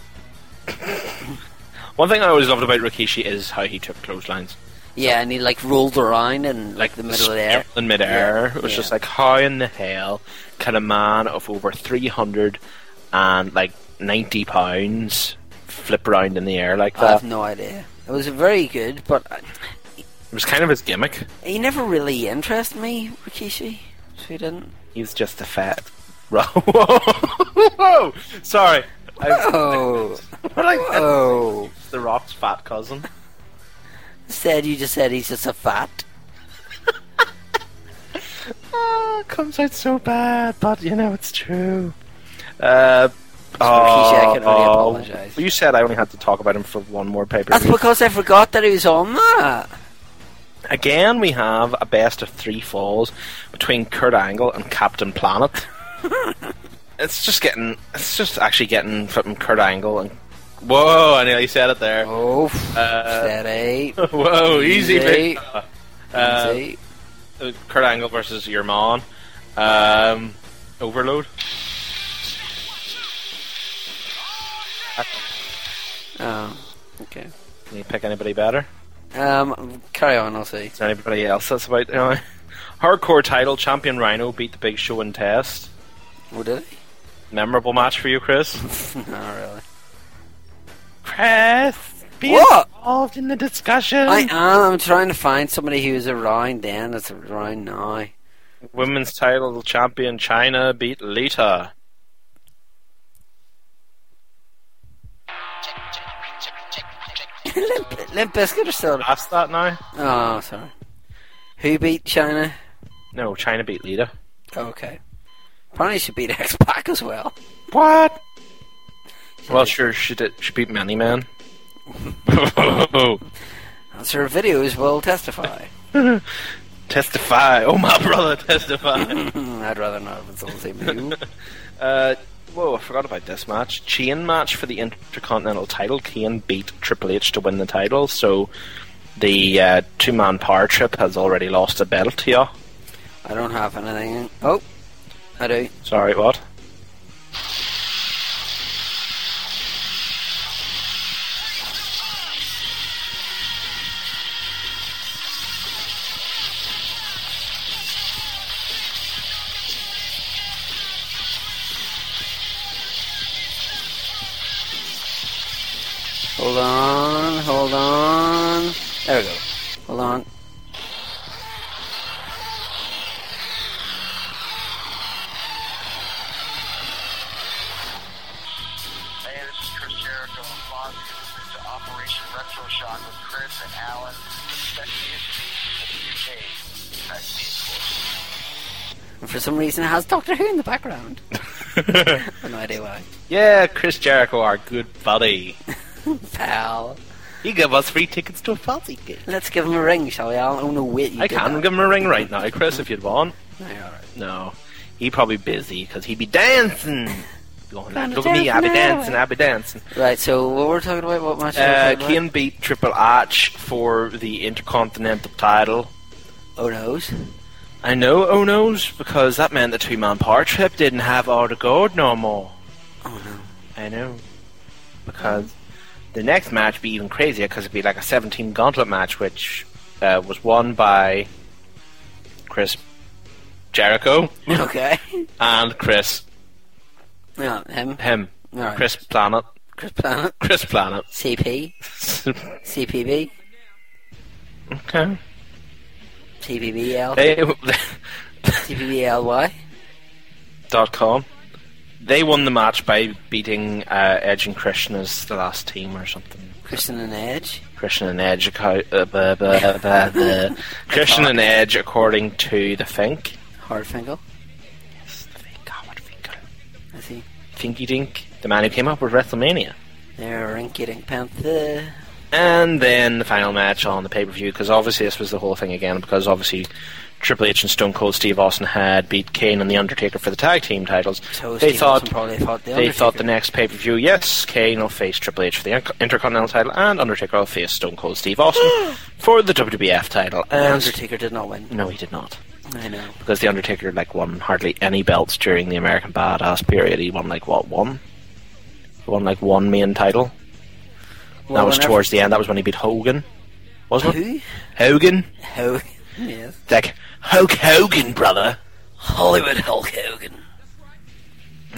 Speaker 2: One thing I always loved about Rikishi is how he took clotheslines.
Speaker 3: Yeah, and he like rolled around in like the middle of the air.
Speaker 2: In midair.
Speaker 3: Yeah,
Speaker 2: It was
Speaker 3: yeah.
Speaker 2: just like, how in the hell can a man of over 300 and like 90 pounds flip around in the air like
Speaker 3: I
Speaker 2: that?
Speaker 3: have no idea. It was very good, but uh,
Speaker 2: It was kind of his gimmick.
Speaker 3: he never really interested me, Rikishi. So he didn't.
Speaker 2: He's just a
Speaker 3: (laughs)
Speaker 2: fat. Whoa! (laughs) Sorry. (laughs)
Speaker 3: Oh,
Speaker 2: But I,
Speaker 3: oh!
Speaker 2: The Rock's fat cousin.
Speaker 3: Said you just said he's just a fat.
Speaker 2: Oh, it comes out so bad, but you know it's true. Uh,
Speaker 3: Rikishi, I
Speaker 2: oh,
Speaker 3: can only
Speaker 2: oh,
Speaker 3: apologise.
Speaker 2: well, You said I only had to talk about him for one more paper.
Speaker 3: That's because I forgot that he was on that. (laughs)
Speaker 2: Again, we have a best of three falls between Kurt Angle and Captain Planet. it's just getting. It's just actually getting from Kurt Angle and. Whoa! I nearly said it there.
Speaker 3: Oh, (laughs)
Speaker 2: steady. (laughs) Whoa, Uh, easy, big fella. Uh, Kurt Angle versus your mom. Um, Overload.
Speaker 3: Oh, okay.
Speaker 2: Can you pick anybody better?
Speaker 3: Um, carry on, I'll see.
Speaker 2: Is there anybody else that's about? You know, (laughs) hardcore title champion Rhino beat the Big Show in test.
Speaker 3: Oh, did he?
Speaker 2: Memorable match for you, Chris?
Speaker 3: (laughs) Not really.
Speaker 2: Chris, be
Speaker 3: What?
Speaker 2: involved in the discussion.
Speaker 3: I am. I'm trying to find somebody who's around then that's around now.
Speaker 2: Women's title champion China beat Lita.
Speaker 3: Limp, Limp Bizkit are still.
Speaker 2: Past that now?
Speaker 3: Oh, sorry. Who beat China?
Speaker 2: No, China beat Lita.
Speaker 3: Okay. Apparently she beat X Pac as well.
Speaker 2: What? Well, sure, she did. She beat Many Man. (laughs)
Speaker 3: As her videos will testify. (laughs)
Speaker 2: testify. Oh, my brother, testify.
Speaker 3: Hmm, I'd rather not if it's all the same to you.
Speaker 2: uh, whoa, I forgot about this match. Chain match for the Intercontinental title. Kane beat Triple H to win the title, so the uh, two man power trip has already lost a belt here.
Speaker 3: I don't have anything. Oh, I do.
Speaker 2: Sorry, what?
Speaker 3: Hold on, hold on. There we go. Hold on.
Speaker 13: Hey, this is Chris Jericho and Fonzie. This is Operation Retro Shock with Chris and Alan. Expect me in the UK. Expect me, of course.
Speaker 3: And for some reason, it has Doctor Who in
Speaker 2: (laughs)
Speaker 3: the background. I have no idea why.
Speaker 2: Yeah, Chris Jericho, our good buddy.
Speaker 3: Pal.
Speaker 2: He gave us free tickets to a Fozzie gig.
Speaker 3: Let's give him a ring, shall we? I'll only wait. You
Speaker 2: I
Speaker 3: do
Speaker 2: can
Speaker 3: that.
Speaker 2: give him a ring right now, Chris, if you'd want.
Speaker 3: No, you're alright.
Speaker 2: No, he probably busy because he be dancing. Going,
Speaker 3: Gonna
Speaker 2: Look at me, I be
Speaker 3: dance
Speaker 2: dancing,
Speaker 3: now."
Speaker 2: I be dancing.
Speaker 3: Right, so what we're talking about, what match? are
Speaker 2: Uh,
Speaker 3: we talking
Speaker 2: Kane beat Triple H for the Intercontinental title.
Speaker 3: Oh no's.
Speaker 2: I know oh no's because that meant the two man power trip didn't have all the gold no more.
Speaker 3: Oh no.
Speaker 2: I know. Because the next match be even crazier because it'd be like a 17 gauntlet match, which uh, was won by Chris Jericho
Speaker 3: about? (laughs) Okay.
Speaker 2: and Chris
Speaker 3: No, him.
Speaker 2: him,
Speaker 3: Alright.
Speaker 2: Chris Planet,
Speaker 3: Chris Planet.
Speaker 2: Chris Planet. (laughs)
Speaker 3: CP. CPB.
Speaker 2: okay.
Speaker 3: CPBL.
Speaker 2: They, (laughs)
Speaker 3: CPBLY.
Speaker 2: dot com. They won the match by beating uh, Edge and Christian as the last team or something.
Speaker 3: Christian and Edge.
Speaker 2: Christian and Edge, acco- uh, blah, blah, blah, blah. Christian and Edge, according to the Fink.
Speaker 3: Hardfingle. I see.
Speaker 2: Finky Dink, the man who came up with WrestleMania.
Speaker 3: They're rinky dink panther.
Speaker 2: And then the final match on the pay per view, because obviously this was the whole thing again, because obviously Triple H and Stone Cold Steve Austin had beat Kane and The Undertaker for the tag team titles.
Speaker 3: So
Speaker 2: they
Speaker 3: Steve
Speaker 2: thought
Speaker 3: Austin probably fought the
Speaker 2: they thought the
Speaker 3: Undertaker.
Speaker 2: next pay per view, yes, Kane will face Triple H for the Inc- Intercontinental title, and Undertaker will face Stone Cold Steve Austin (gasps) for the WWF title. And
Speaker 3: Undertaker did not win.
Speaker 2: no, he did not,
Speaker 3: I know.
Speaker 2: because the Undertaker like won hardly any belts during the American Badass period. He won like what one? He won like one main title. that
Speaker 3: Well,
Speaker 2: was
Speaker 3: whenever-
Speaker 2: towards the end. That was when he beat Hogan, wasn't it?
Speaker 3: Who?
Speaker 2: Hogan.
Speaker 3: Ho- (laughs) yes.
Speaker 2: It's like Hulk Hogan, brother.
Speaker 3: Hollywood Hulk Hogan.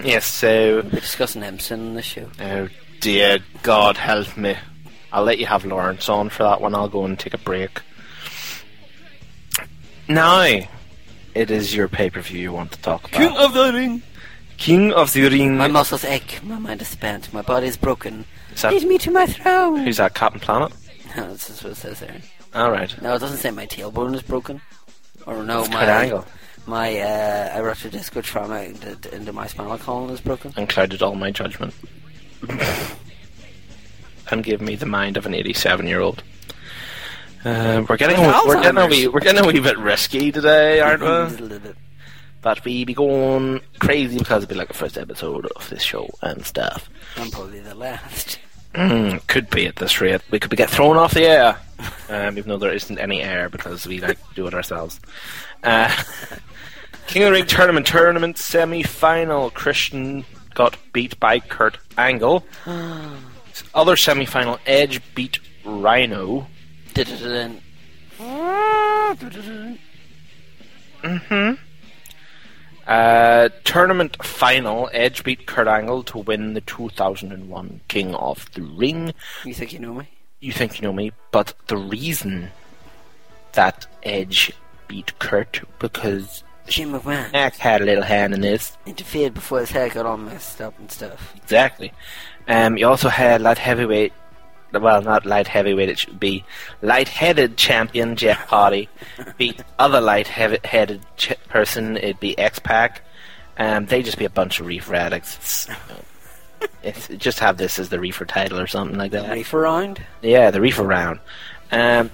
Speaker 2: Yes. So,
Speaker 3: We're discussing him soon on the show.
Speaker 2: oh dear God, help me. I'll let you have Lawrence on for that one. I'll go and take a break. Now, it is your pay per view you want to talk about.
Speaker 3: of the Ring.
Speaker 2: King of the Ring.
Speaker 3: My muscles ache. My mind is spent. My body is broken.
Speaker 2: Is that-
Speaker 3: Lead me to my throne.
Speaker 2: Who's that, Captain Planet?
Speaker 3: (laughs) No, this is what it says there.
Speaker 2: All right.
Speaker 3: No, it doesn't say my tailbone is broken. Or no,
Speaker 2: It's
Speaker 3: my
Speaker 2: Kurt Angle.
Speaker 3: my uh, I ruptured disco trauma d- d- into my spinal column is broken.
Speaker 2: And clouded all my judgment. (laughs) and gave me the mind of an 87 year old. Uh, we're getting we're getting a wee,
Speaker 3: Alzheimer's.
Speaker 2: we're getting a wee bit risky today, aren't we?
Speaker 3: Just a little bit.
Speaker 2: But we be going crazy because it'll be like the first episode of this show and stuff.
Speaker 3: And probably the last. (laughs)
Speaker 2: Mm, could be at this rate. We could be get thrown off the air, um, even though there isn't any air because we like to do it ourselves. Uh, (laughs) King of the Ring tournament, tournament semi-final. Christian got beat by Kurt Angle. Other semi-final, Edge beat Rhino.
Speaker 5: Dun-dun-dun.
Speaker 2: Mm-hmm. Uh, tournament final, Edge beat Kurt Angle to win the 2001 King of the Ring.
Speaker 3: You think you know me?
Speaker 2: You think you know me, but the reason that Edge beat Kurt because
Speaker 3: Jim McMahon
Speaker 2: Mac had a little hand in this.
Speaker 3: interfered before his hair got all messed up and stuff.
Speaker 2: Exactly. Um, you also had light heavyweight, well, not light heavyweight, it should be light-headed champion Jeff Hardy beat other light-headed ch- person. It'd be X-Pac. Um, they just be a bunch of reefer addicts. It's, it's, just have this as the reefer title or something like that.
Speaker 3: Reefer round?
Speaker 2: Yeah, the reefer round. Um,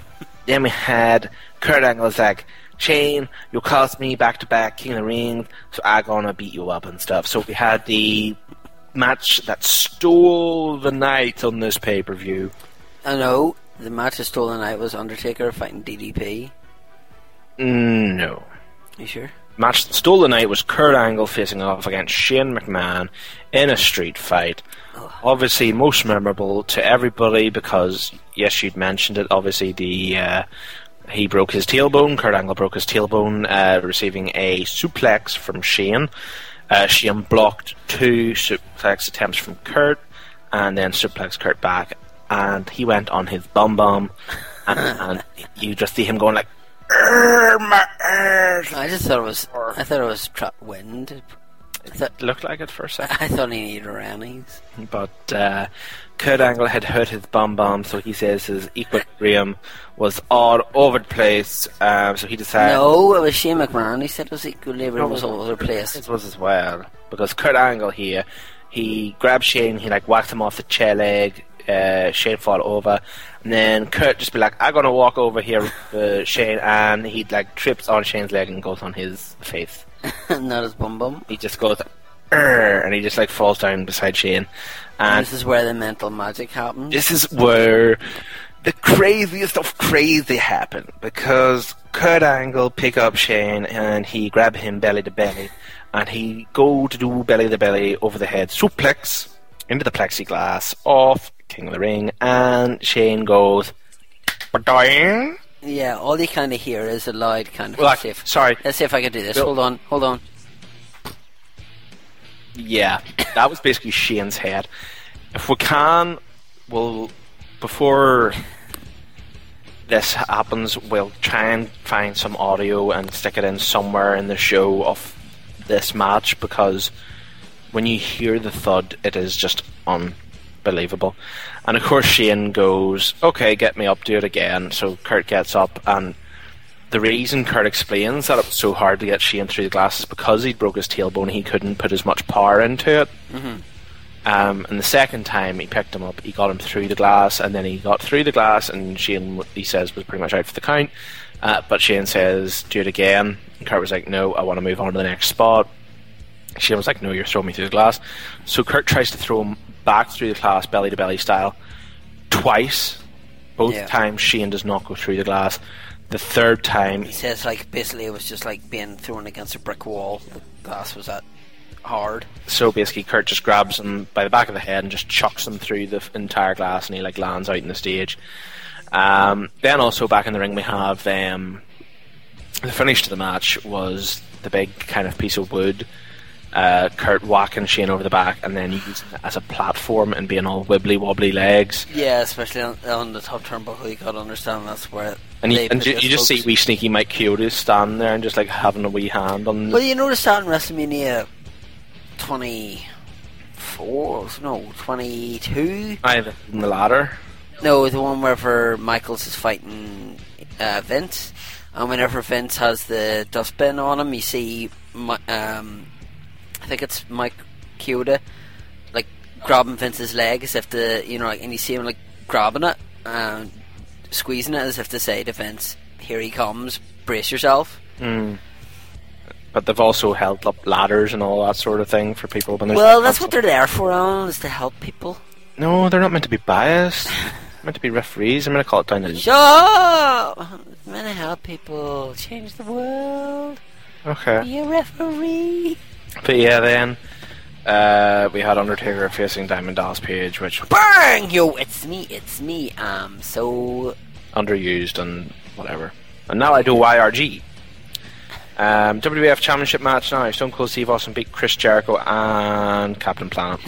Speaker 2: then we had Kurt Angle was like, Shane, you cost me back to back King of the Ring, so i gonna beat you up and stuff. So we had the match that stole the night on this pay per view.
Speaker 3: I know the match that stole the night was Undertaker fighting DDP.
Speaker 2: Mm, No.
Speaker 3: You sure?
Speaker 2: Match that stole the night was Kurt Angle facing off against Shane McMahon in a street fight. Obviously, most memorable to everybody because, yes, you'd mentioned it. Obviously, the uh, he broke his tailbone. Kurt Angle broke his tailbone, uh, receiving a suplex from Shane. Uh, Shane blocked two suplex attempts from Kurt, and then suplex Kurt back, and he went on his bum bum, and, and you just see him going like,
Speaker 3: I just thought it was. I thought it was trap wind. I thought,
Speaker 2: looked like it for a second.
Speaker 3: I thought he needed Rennies.
Speaker 2: but uh, Kurt Angle had hurt his bum bum, so he says his equilibrium was all over the place. Um, so he decided
Speaker 3: no, it was Shane McMahon. He said it was equilibrium was all over the place.
Speaker 2: It was as well because Kurt Angle here, he grabbed Shane, he like whacked him off the chair leg. Uh, Shane fall over, and then Kurt just be like, "I'm gonna walk over here, uh, Shane," and he like trips on Shane's leg and goes on his face.
Speaker 3: (laughs) Not his bum bum.
Speaker 2: He just goes, "Arr," and he just like falls down beside Shane. And
Speaker 3: this is where the mental magic happened.
Speaker 2: this is where the craziest of crazy happened because Kurt Angle pick up Shane and he grab him belly to belly and he go to do belly to belly over the head suplex into the plexiglass off King of the Ring and Shane goes "Ba-doing."
Speaker 3: Yeah, all you kind of hear is a loud kind of.
Speaker 2: Well,
Speaker 3: let's
Speaker 2: I-
Speaker 3: see if,
Speaker 2: sorry.
Speaker 3: Let's see if I can do this.
Speaker 2: No.
Speaker 3: Hold on, hold on.
Speaker 2: Yeah, that was basically Shane's head. If we can, we'll before this happens, we'll try and find some audio and stick it in somewhere in the show of this match because when you hear the thud, it is just unbelievable. And of course, Shane goes, "Okay, get me up, do it again." So Kurt gets up and the reason Kurt explains that it was so hard to get Shane through the glass is because he'd broke his tailbone, he couldn't put as much power into it.
Speaker 8: Mm-hmm.
Speaker 2: Um, and the second time he picked him up, he got him through the glass, and then he got through the glass, and Shane, he says, was pretty much out for the count. Uh, but Shane says, do it again. And Kurt was like, no, I want to move on to the next spot. Shane was like, no, you're throwing me through the glass. So Kurt tries to throw him back through the glass, belly to belly style, twice. Both
Speaker 3: Yeah.
Speaker 2: times Shane does not go through the glass. The third time,
Speaker 3: He says like basically it was just like being thrown against a brick wall. The glass was that hard.
Speaker 2: so basically Kurt just grabs him by the back of the head and just chucks him through the f- entire glass and he like lands out in the stage. Um, then also back in the ring we have um, the finish to the match was the big kind of piece of wood. Uh, Kurt whacking Shane over the back and then using it as a platform and being all wibbly wobbly legs.
Speaker 3: Yeah, especially on, on the top turnbuckle. You got to understand that's where.
Speaker 2: And,
Speaker 3: they
Speaker 2: you, and
Speaker 3: put
Speaker 2: ju-
Speaker 3: their
Speaker 2: you just see
Speaker 3: spokes.
Speaker 2: wee sneaky Mike Kyoto standing there and just like having a wee hand on.
Speaker 3: Well, you notice that in WrestleMania 24, no, 22.
Speaker 2: I in the ladder.
Speaker 3: No, the one wherever Michaels is fighting uh, Vince, and whenever Vince has the dustbin on him, you see, Mi- um, I think it's Mike Kyoda, like grabbing Vince's leg as if to, you know, like, and you see him like grabbing it and squeezing it as if to say to Vince, "Here he comes, brace yourself."
Speaker 2: Mm. But they've also held up ladders and all that sort of thing for people. When there's
Speaker 3: Well, that's what they're there for, Alan, is to help people.
Speaker 2: No, they're not meant to be
Speaker 3: (laughs)
Speaker 2: biased. They're meant to be referees. I'm going to call it down to.
Speaker 3: Shut up! I'm gonna help people change the world.
Speaker 2: Okay.
Speaker 3: Be a referee.
Speaker 2: But yeah, then uh, we had Undertaker facing Diamond Dallas Page, which
Speaker 3: Bang! Yo, it's me, it's me. Um, so
Speaker 2: underused and whatever. And now I do YRG. Um, WWF Championship match now. Stone Cold Steve Austin beat Chris Jericho and Captain
Speaker 3: (laughs)
Speaker 2: Planet.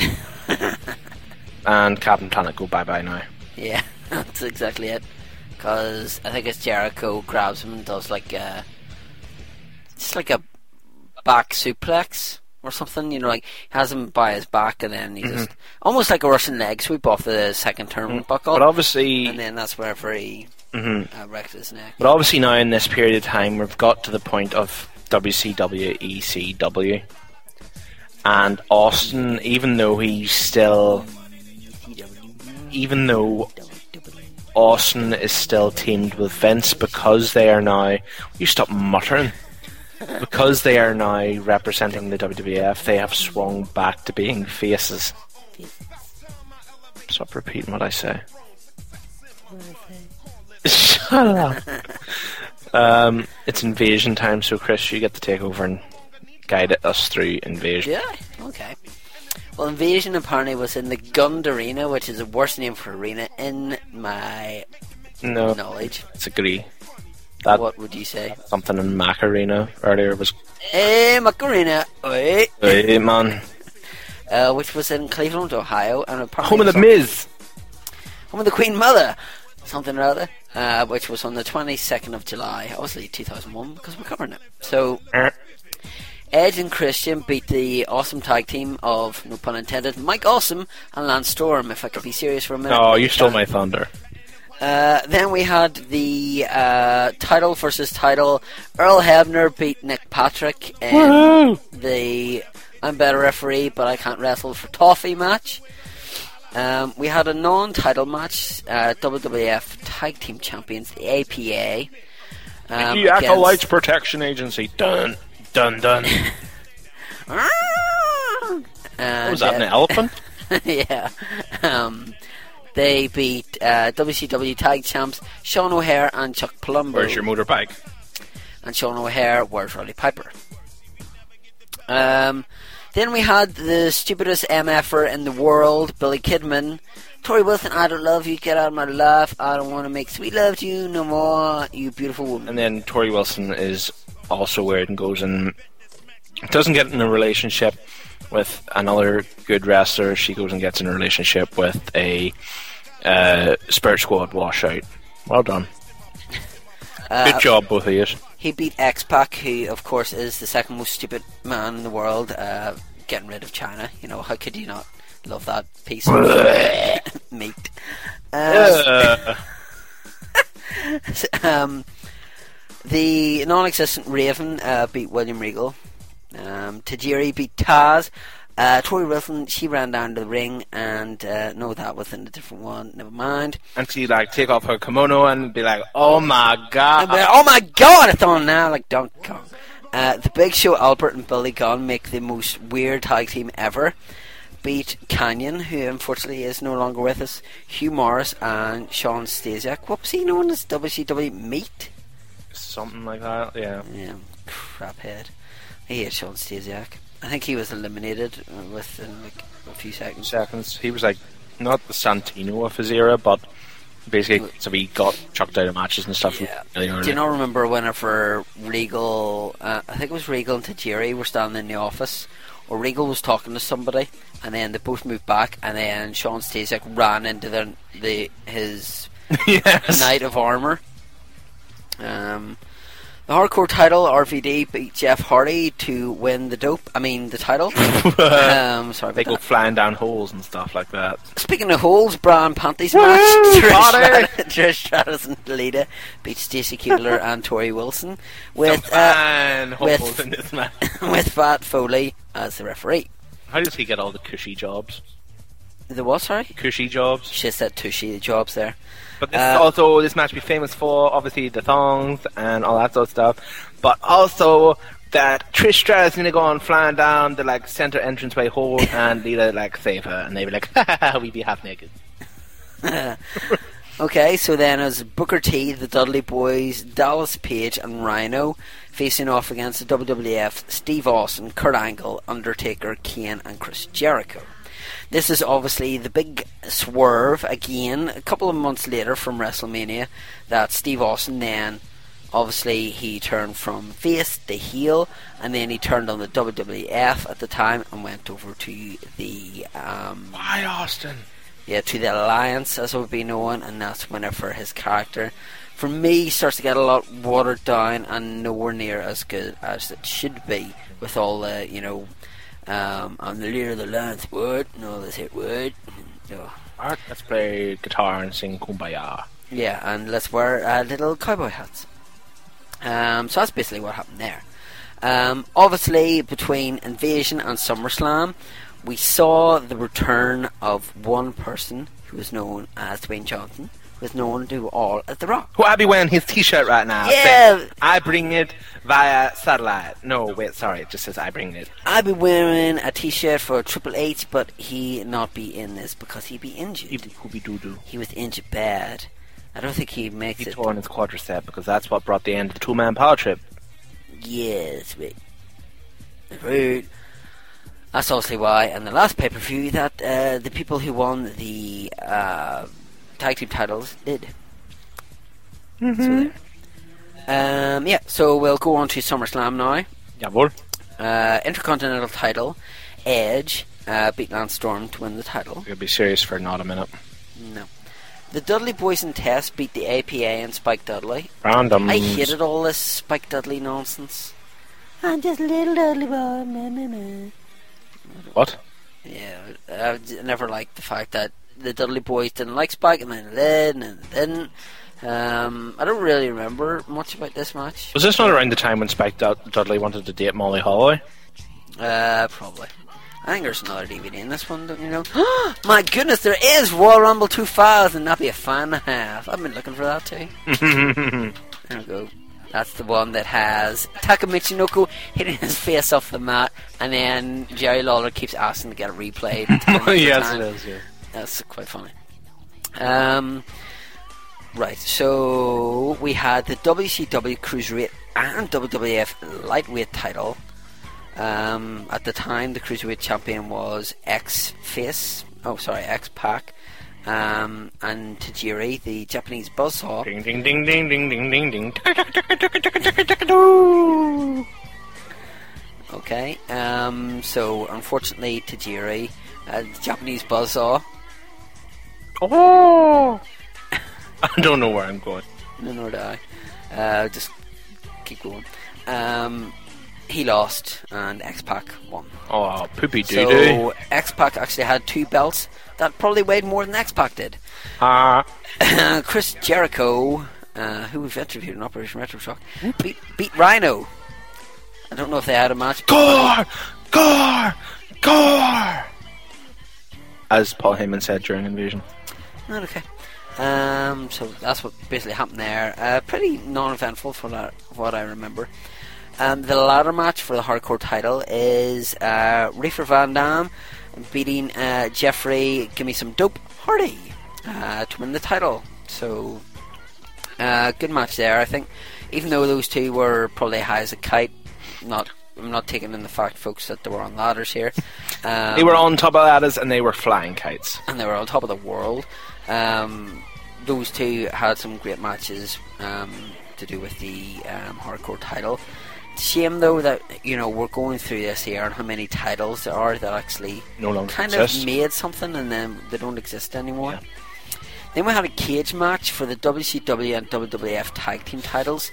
Speaker 2: and Captain Planet go bye bye now.
Speaker 3: yeah, (laughs) that's exactly it. Cause I think it's Jericho grabs him and does like a, just like a back suplex or something. You know, like has him by his back and then he
Speaker 2: Mhm.
Speaker 3: just almost like a Russian leg sweep off the second turnbuckle.
Speaker 2: But obviously-
Speaker 3: Oh. and then that's whenever he
Speaker 2: Mhm.
Speaker 3: uh, wrecks his neck.
Speaker 2: But obviously now in this period of time, we've got to the point of WCW ECW, E and Austin, even though he's still, even though Austin is still teamed with Vince because they are now. You stop muttering. Because they are now representing the WWF, they have swung back to being faces. Stop repeating what I say. Shut up. Um, it's invasion time, so Chris, you get to take over and guide us through invasion.
Speaker 3: Yeah. Okay. Well, Invasion apparently was in the Gund Arena, which is the worst name for arena in my
Speaker 2: No.
Speaker 3: knowledge.
Speaker 2: It's agree. That
Speaker 3: what would you say?
Speaker 2: something in Macarena earlier was
Speaker 3: Eh, Macarena, oi.
Speaker 2: Hey, man.
Speaker 3: Uh, which was in Cleveland, Ohio, and apparently
Speaker 2: Home of the
Speaker 3: was on-
Speaker 2: Miz.
Speaker 3: Home of the Queen Mother, something or other, uh, which was on the 22nd of July, obviously 2001, because we're covering it. So, Edge and Christian beat the awesome tag team of, no pun intended, Mike Awesome and Lance Storm, if I could be serious for a minute.
Speaker 2: Oh, you stole my thunder.
Speaker 3: Uh, then we had the uh, title versus title. Earl Hebner beat Nick Patrick in
Speaker 10: Woohoo!
Speaker 3: the I'm better referee, but I can't wrestle for toffee match. Um, we had a non-title match, uh, WWF Tag Team Champions, the APA. Um,
Speaker 2: the
Speaker 3: against-
Speaker 2: Acolytes Protection Agency. Dun, dun, dun.
Speaker 3: Ah! And,
Speaker 2: was that,
Speaker 3: uh,
Speaker 2: an (laughs) elephant?
Speaker 3: (laughs) yeah. Um, they beat uh, WCW Tag Champs Sean O'Hare and Chuck Palumbo.
Speaker 2: Where's your motorbike?
Speaker 3: and Sean O'Hare were Roddy Piper. Um, then we had the stupidest MFer in the world, Billy Kidman. Tori Wilson, I don't love you, get out of my life. I don't want to make sweet love to you no more, you beautiful woman.
Speaker 2: And then Tori Wilson is also weird and goes and doesn't get in a relationship with another good wrestler. She goes and gets in a relationship with a uh, Spirit Squad washout. Well done.
Speaker 3: Uh,
Speaker 2: good job, both of you.
Speaker 3: He beat X Pac, who, of course, is the second most stupid man in the world, uh, getting rid of China. You know, how could you not love that piece of (laughs) meat? Uh,
Speaker 2: Uh,
Speaker 3: um, the non-existent Raven uh, beat William Regal. Um, Tajiri beat Taz. Uh, Tori Wilson, she ran down to the ring, and uh, no, that was in a different one. Never mind.
Speaker 2: and she like take off her kimono and be like, "Oh my god!"
Speaker 3: And we're, oh my god, it's on now, like Donkey Kong. Uh, the Big Show, Albert and Billy Gunn make the most weird tag team ever. Beat Canyon, who unfortunately is no longer with us, Hugh Morris and Sean Stasiak. What was he known as? WCW Meat?
Speaker 2: Something like that. Yeah.
Speaker 3: Yeah. Craphead. He hates Sean Stasiak. I think he was eliminated uh, within like a few seconds.
Speaker 2: Seconds. He was like not the Santino of his era, but basically, so he got chucked out of matches and stuff. Yeah.
Speaker 3: Do
Speaker 2: (laughs)
Speaker 3: you not remember whenever Regal, uh, I think it was Regal and Tajiri were standing in the office, or Regal was talking to somebody, and then they both moved back, and then Sean Stasiak ran into their, the his knight of armor. Um, the hardcore title RVD beat Jeff Hardy to win the dope. I mean the title. um, sorry.
Speaker 2: They
Speaker 3: About
Speaker 2: go
Speaker 3: that.
Speaker 2: flying down holes and stuff like that.
Speaker 3: Speaking of holes, Brian Panties
Speaker 2: Woo,
Speaker 3: match. Trish
Speaker 2: Hardy!
Speaker 3: (laughs) Stratus, Trish Stratus and Lita beat Stacy Keebler and Tori Wilson with uh,
Speaker 2: holes in this
Speaker 3: with,
Speaker 2: match.
Speaker 3: (laughs) with Fat Foley as the referee.
Speaker 2: How does he get all the cushy jobs?
Speaker 3: The what? Sorry.
Speaker 2: Cushy jobs.
Speaker 3: She said tushy the jobs there.
Speaker 2: But this
Speaker 3: Uh,
Speaker 2: also this match be famous for obviously the thongs and all that sort of stuff. But also that Trish Stratus gonna go on flying down the like center entranceway
Speaker 3: (laughs)
Speaker 2: hall and Lita like save her and they be like, (laughs) ha ha ha, we be half naked.
Speaker 3: okay, so then as Booker T, the Dudley Boys, Dallas Page, and Rhino facing off against the WWF, Steve Austin, Kurt Angle, Undertaker, Kane, and Chris Jericho. This is obviously the big swerve again, a couple of months later from WrestleMania, that Steve Austin then obviously he turned from face to heel and then he turned on the WWF at the time and went over to the um
Speaker 2: Why Austin?
Speaker 3: yeah, to the Alliance, as it would be known, and that's whenever his character, for me, starts to get a lot watered down and nowhere near as good as it should be with all the, you know, um, I'm the leader of the Alliance, word, and all this hit word. and, oh,
Speaker 2: Alright, let's play guitar and sing Kumbaya.
Speaker 3: yeah, and let's wear uh, little cowboy hats. Um, so that's basically what happened there. Um, obviously, between Invasion and SummerSlam, we saw the return of one person who was known as Dwayne Johnson, who was known to all as The Rock.
Speaker 2: Who I be wearing his T-shirt right now?
Speaker 3: Yeah.
Speaker 2: saying, I bring it via satellite. No, wait, sorry, it just says I bring it.
Speaker 3: I'd be wearing a T-shirt for Triple H, but he not be in this because he'd be injured. He
Speaker 2: be doo-doo.
Speaker 3: He was injured bad. I don't think he makes
Speaker 2: He
Speaker 3: it.
Speaker 2: tore on his quadricep because that's what brought the end of the two-man power trip.
Speaker 3: Yes, wait. Rude. That's obviously why. And the last pay per view that uh, the people who won the uh, tag team titles did. Um, yeah, so we'll go on to SummerSlam now.
Speaker 2: Jawohl.
Speaker 3: Uh, Intercontinental title, Edge uh, beat Lance Storm to win the title.
Speaker 2: You'll be serious for not a minute.
Speaker 3: No. The Dudley Boys and Test beat the APA and Spike Dudley.
Speaker 2: Random.
Speaker 3: I hated all this Spike Dudley nonsense.
Speaker 4: I'm just a little ugly boy. meh, meh, meh.
Speaker 2: What?
Speaker 3: Yeah, I d- never liked the fact that the Dudley Boys didn't like Spike and then did and then didn't. Um, I don't really remember much about this match.
Speaker 2: Was this not around the time when Spike Dud- Dudley wanted to date Molly Holloway?
Speaker 3: Uh, probably. I think there's another DVD in this one, don't you know? (gasps) My goodness, there is Royal Rumble 2000. That'd be a fine to have. I've been looking for
Speaker 2: (laughs)
Speaker 3: that too. There we go. That's the one that has Taka Michinoku hitting his face off the mat, and then Jerry Lawler keeps asking to get
Speaker 2: (laughs)
Speaker 3: it replayed.
Speaker 2: yes, it is. Yeah.
Speaker 3: That's quite funny. Um, right, so we had the WCW Cruiserweight and WWF Lightweight title. Um, at the time, the Cruiserweight champion was X Face. Oh, sorry, X Pac. Um, and Tajiri, the Japanese buzzsaw.
Speaker 2: Ding ding ding ding ding ding ding
Speaker 3: (laughs)
Speaker 2: ding.
Speaker 3: Okay, um, so unfortunately, Tajiri, uh, the Japanese buzzsaw.
Speaker 2: Oh! (laughs) I don't know where I'm going.
Speaker 3: No, nor do I. Uh, just keep going. Um, he lost, and X Pac won.
Speaker 2: Oh, poopy doo
Speaker 3: So
Speaker 2: doo.
Speaker 3: X Pac actually had two belts that probably weighed more than X Pac did. Uh,
Speaker 2: Ah.
Speaker 3: Chris Jericho, uh, who we've interviewed in Operation Retro Shock, beat, beat Rhino. I don't know if they had a match.
Speaker 2: Gore! Gore! Gore! As Paul Heyman said during Invasion.
Speaker 3: Not okay. Um, so that's what basically happened there. Uh, pretty non-eventful for that, what I remember. Um, the latter match for the hardcore title is uh, Reefer Van Dam beating uh, Jeffrey. Give me some dope, Hardy, uh, to win the title. So uh, good match there, I think. Even though those two were probably high as a kite, not I'm not taking in the fact, folks, that they were on ladders here.
Speaker 2: (laughs)
Speaker 3: Um,
Speaker 2: they were on top of ladders and they were flying kites.
Speaker 3: and they were on top of the world. Um, those two had some great matches um, to do with the um, hardcore title. Shame though that you know we're going through this here and how many titles there are that actually
Speaker 2: No longer
Speaker 3: kind
Speaker 2: exist.
Speaker 3: of made something and then they don't exist anymore. Then we had a cage match for the WCW and WWF tag team titles.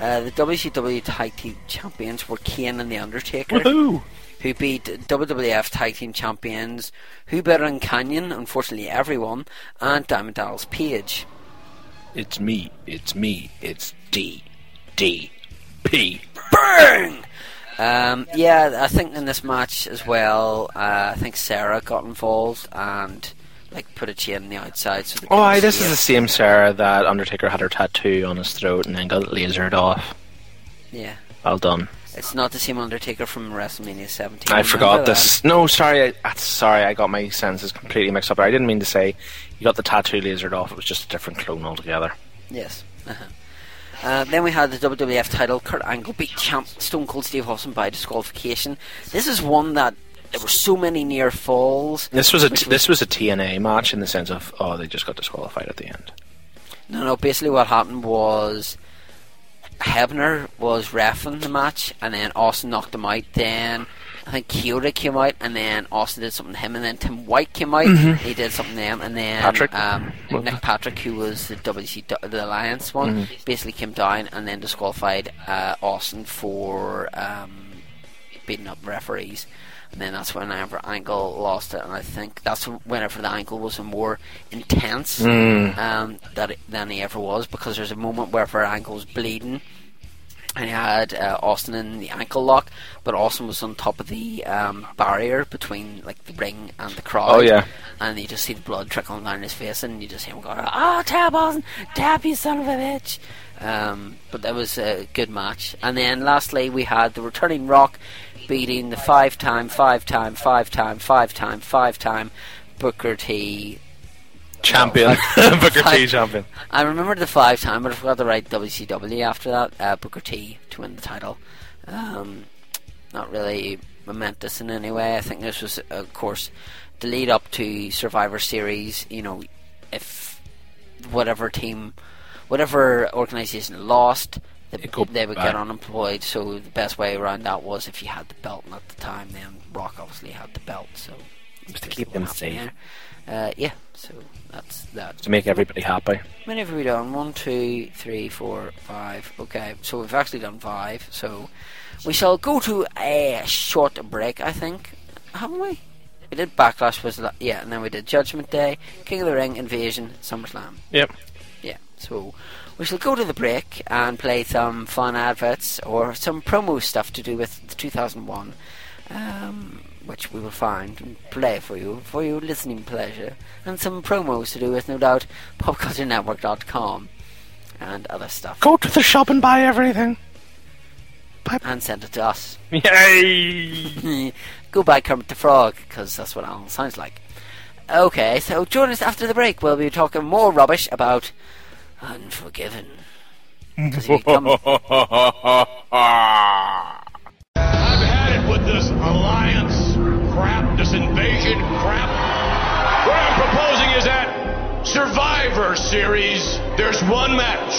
Speaker 3: Uh, the WCW tag team champions were Kane and The Undertaker,
Speaker 2: Woohoo!
Speaker 3: who beat WWF tag team champions Who Better Than Canyon, unfortunately everyone, and Diamond Dallas Page.
Speaker 2: It's me. It's me. It's D. D. P.
Speaker 3: Burn! Um, yeah, I think in this match as well, uh, I think Sarah got involved and like put a chain on the outside. So they
Speaker 2: Oh,
Speaker 3: couldn't
Speaker 2: aye, this
Speaker 3: see
Speaker 2: is
Speaker 3: it.
Speaker 2: the same Sarah that Undertaker had her tattoo on his throat and then got it lasered off.
Speaker 3: yeah.
Speaker 2: Well done.
Speaker 3: It's not the same Undertaker from WrestleMania 17.
Speaker 2: I
Speaker 3: remember
Speaker 2: forgot
Speaker 3: that?
Speaker 2: this. No, sorry. I, ah, sorry, I got my sentences completely mixed up. I didn't mean to say you got the tattoo lasered off. It was just a different clone altogether.
Speaker 3: Yes. Uh-huh. Uh, then we had the WWF title. Kurt Angle beat champ Stone Cold Steve Austin by disqualification. This is one that there were so many near falls.
Speaker 2: This was a
Speaker 3: which
Speaker 2: t- this was a TNA match in the sense of oh they just got disqualified at the end.
Speaker 3: No, no. Basically, what happened was Hebner was refing the match, and then Austin knocked him out. Then I think Kyoto came out, and then Austin did something to him, and then Tim White came out.
Speaker 2: Mhm.
Speaker 3: He did something to him, and then
Speaker 2: Patrick?
Speaker 3: um,
Speaker 2: What?
Speaker 3: Nick Patrick, who was the WC the Alliance one,
Speaker 2: Mhm.
Speaker 3: basically came down and then disqualified uh, Austin for um, beating up referees. And then that's when Angle lost it, and I think that's whenever the angle was more intense
Speaker 2: Mm.
Speaker 3: um, that than he ever was because there's a moment where her ankle's bleeding and he had uh, Austin in the ankle lock, but Austin was on top of the um, barrier between like the ring and the crowd.
Speaker 2: Oh, yeah.
Speaker 3: and you just see the blood trickling down his face, and you just hear him go, "Ah!"
Speaker 4: Oh, tab Austin, tab you son of a bitch.
Speaker 3: Um, but that was a good match. And then lastly, we had the returning Rock beating the five time, five time, five time, five time, five time Booker T.
Speaker 2: Champion (laughs) Booker T
Speaker 3: Five-
Speaker 2: champion.
Speaker 3: I remember the five time, but I forgot to write WCW after that. Uh, Booker T to win the title. Um, not really momentous in any way. I think this was, uh, of course, the lead up to Survivor Series. You know, if whatever team, whatever organization lost, they, they would
Speaker 2: back.
Speaker 3: get unemployed. So the best way around that was if you had the belt, and at the time, then Rock obviously had the belt. So
Speaker 2: to keep them safe.
Speaker 3: Uh, yeah, so that's that.
Speaker 2: To make everybody happy.
Speaker 3: How many have we done? One, two, three, four, five. Okay, so we've actually done five. So we shall go to a short break, I think, haven't we? We did Backlash was la- yeah, and then we did Judgment Day, King of the Ring, Invasion, SummerSlam.
Speaker 2: Yep.
Speaker 3: Yeah, so we shall go to the break and play some fun adverts or some promo stuff to do with the 2001, um, which we will find and play for you, for your listening pleasure, and some promos to do with, no doubt, popculturenetwork.com and other stuff.
Speaker 2: Go to the shop and buy everything.
Speaker 3: And send it to us.
Speaker 2: Yay!
Speaker 3: (laughs) Goodbye, Kermit the Frog, because that's what Alan sounds like. Okay, so join us after the break. We'll be talking more rubbish about Unforgiven. 'Cause he comes-
Speaker 8: I've had it with this alliance crap, this invasion crap. What I'm proposing is that Survivor Series, there's one match.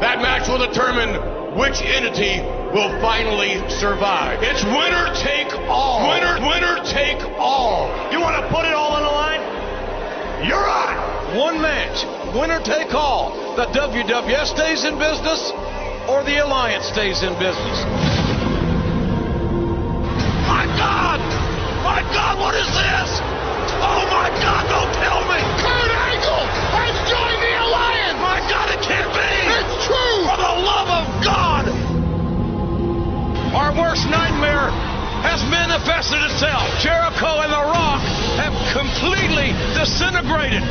Speaker 8: That match will determine which entity will finally survive. It's winner take all. Winner, winner take all. You want to put it all on the line? You're on. One match, winner take all. The WWF stays in business, or the Alliance stays in business. My God! My God, what is this? Oh my God, don't tell me! Kurt Angle has joined the Alliance! My God, it can't be! It's true! For the love of God! Our worst nightmare has manifested itself. Jericho and The Rock have completely disintegrated.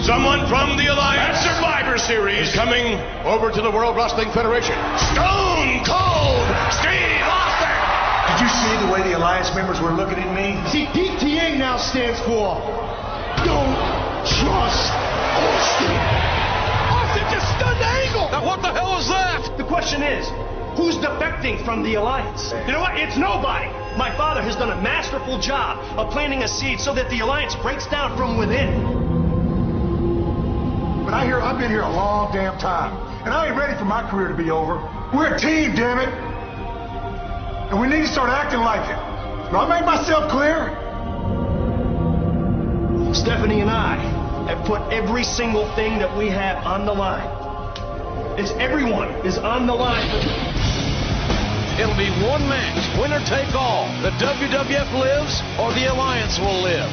Speaker 8: Someone from the Alliance Survivor Series is coming over to the World Wrestling Federation. Stone Cold Steve Austin!
Speaker 12: Did you see the way the Alliance members were looking at me?
Speaker 8: See, DTA now stands for Don't Trust Austin. Austin just stunned Angle. Now, what the hell is that? The question is, who's defecting from the Alliance? You know what? It's nobody. My father has done a masterful job of planting a seed so that the Alliance breaks down from within.
Speaker 12: But I hear I've been here a long damn time, and I ain't ready for my career to be over. We're a team, damn it, and we need to start acting like it. Do I make myself clear?
Speaker 8: Stephanie and I have put every single thing that we have on the line. It's everyone is on the line. It'll be one match, winner take all. The WWF lives or the Alliance will live.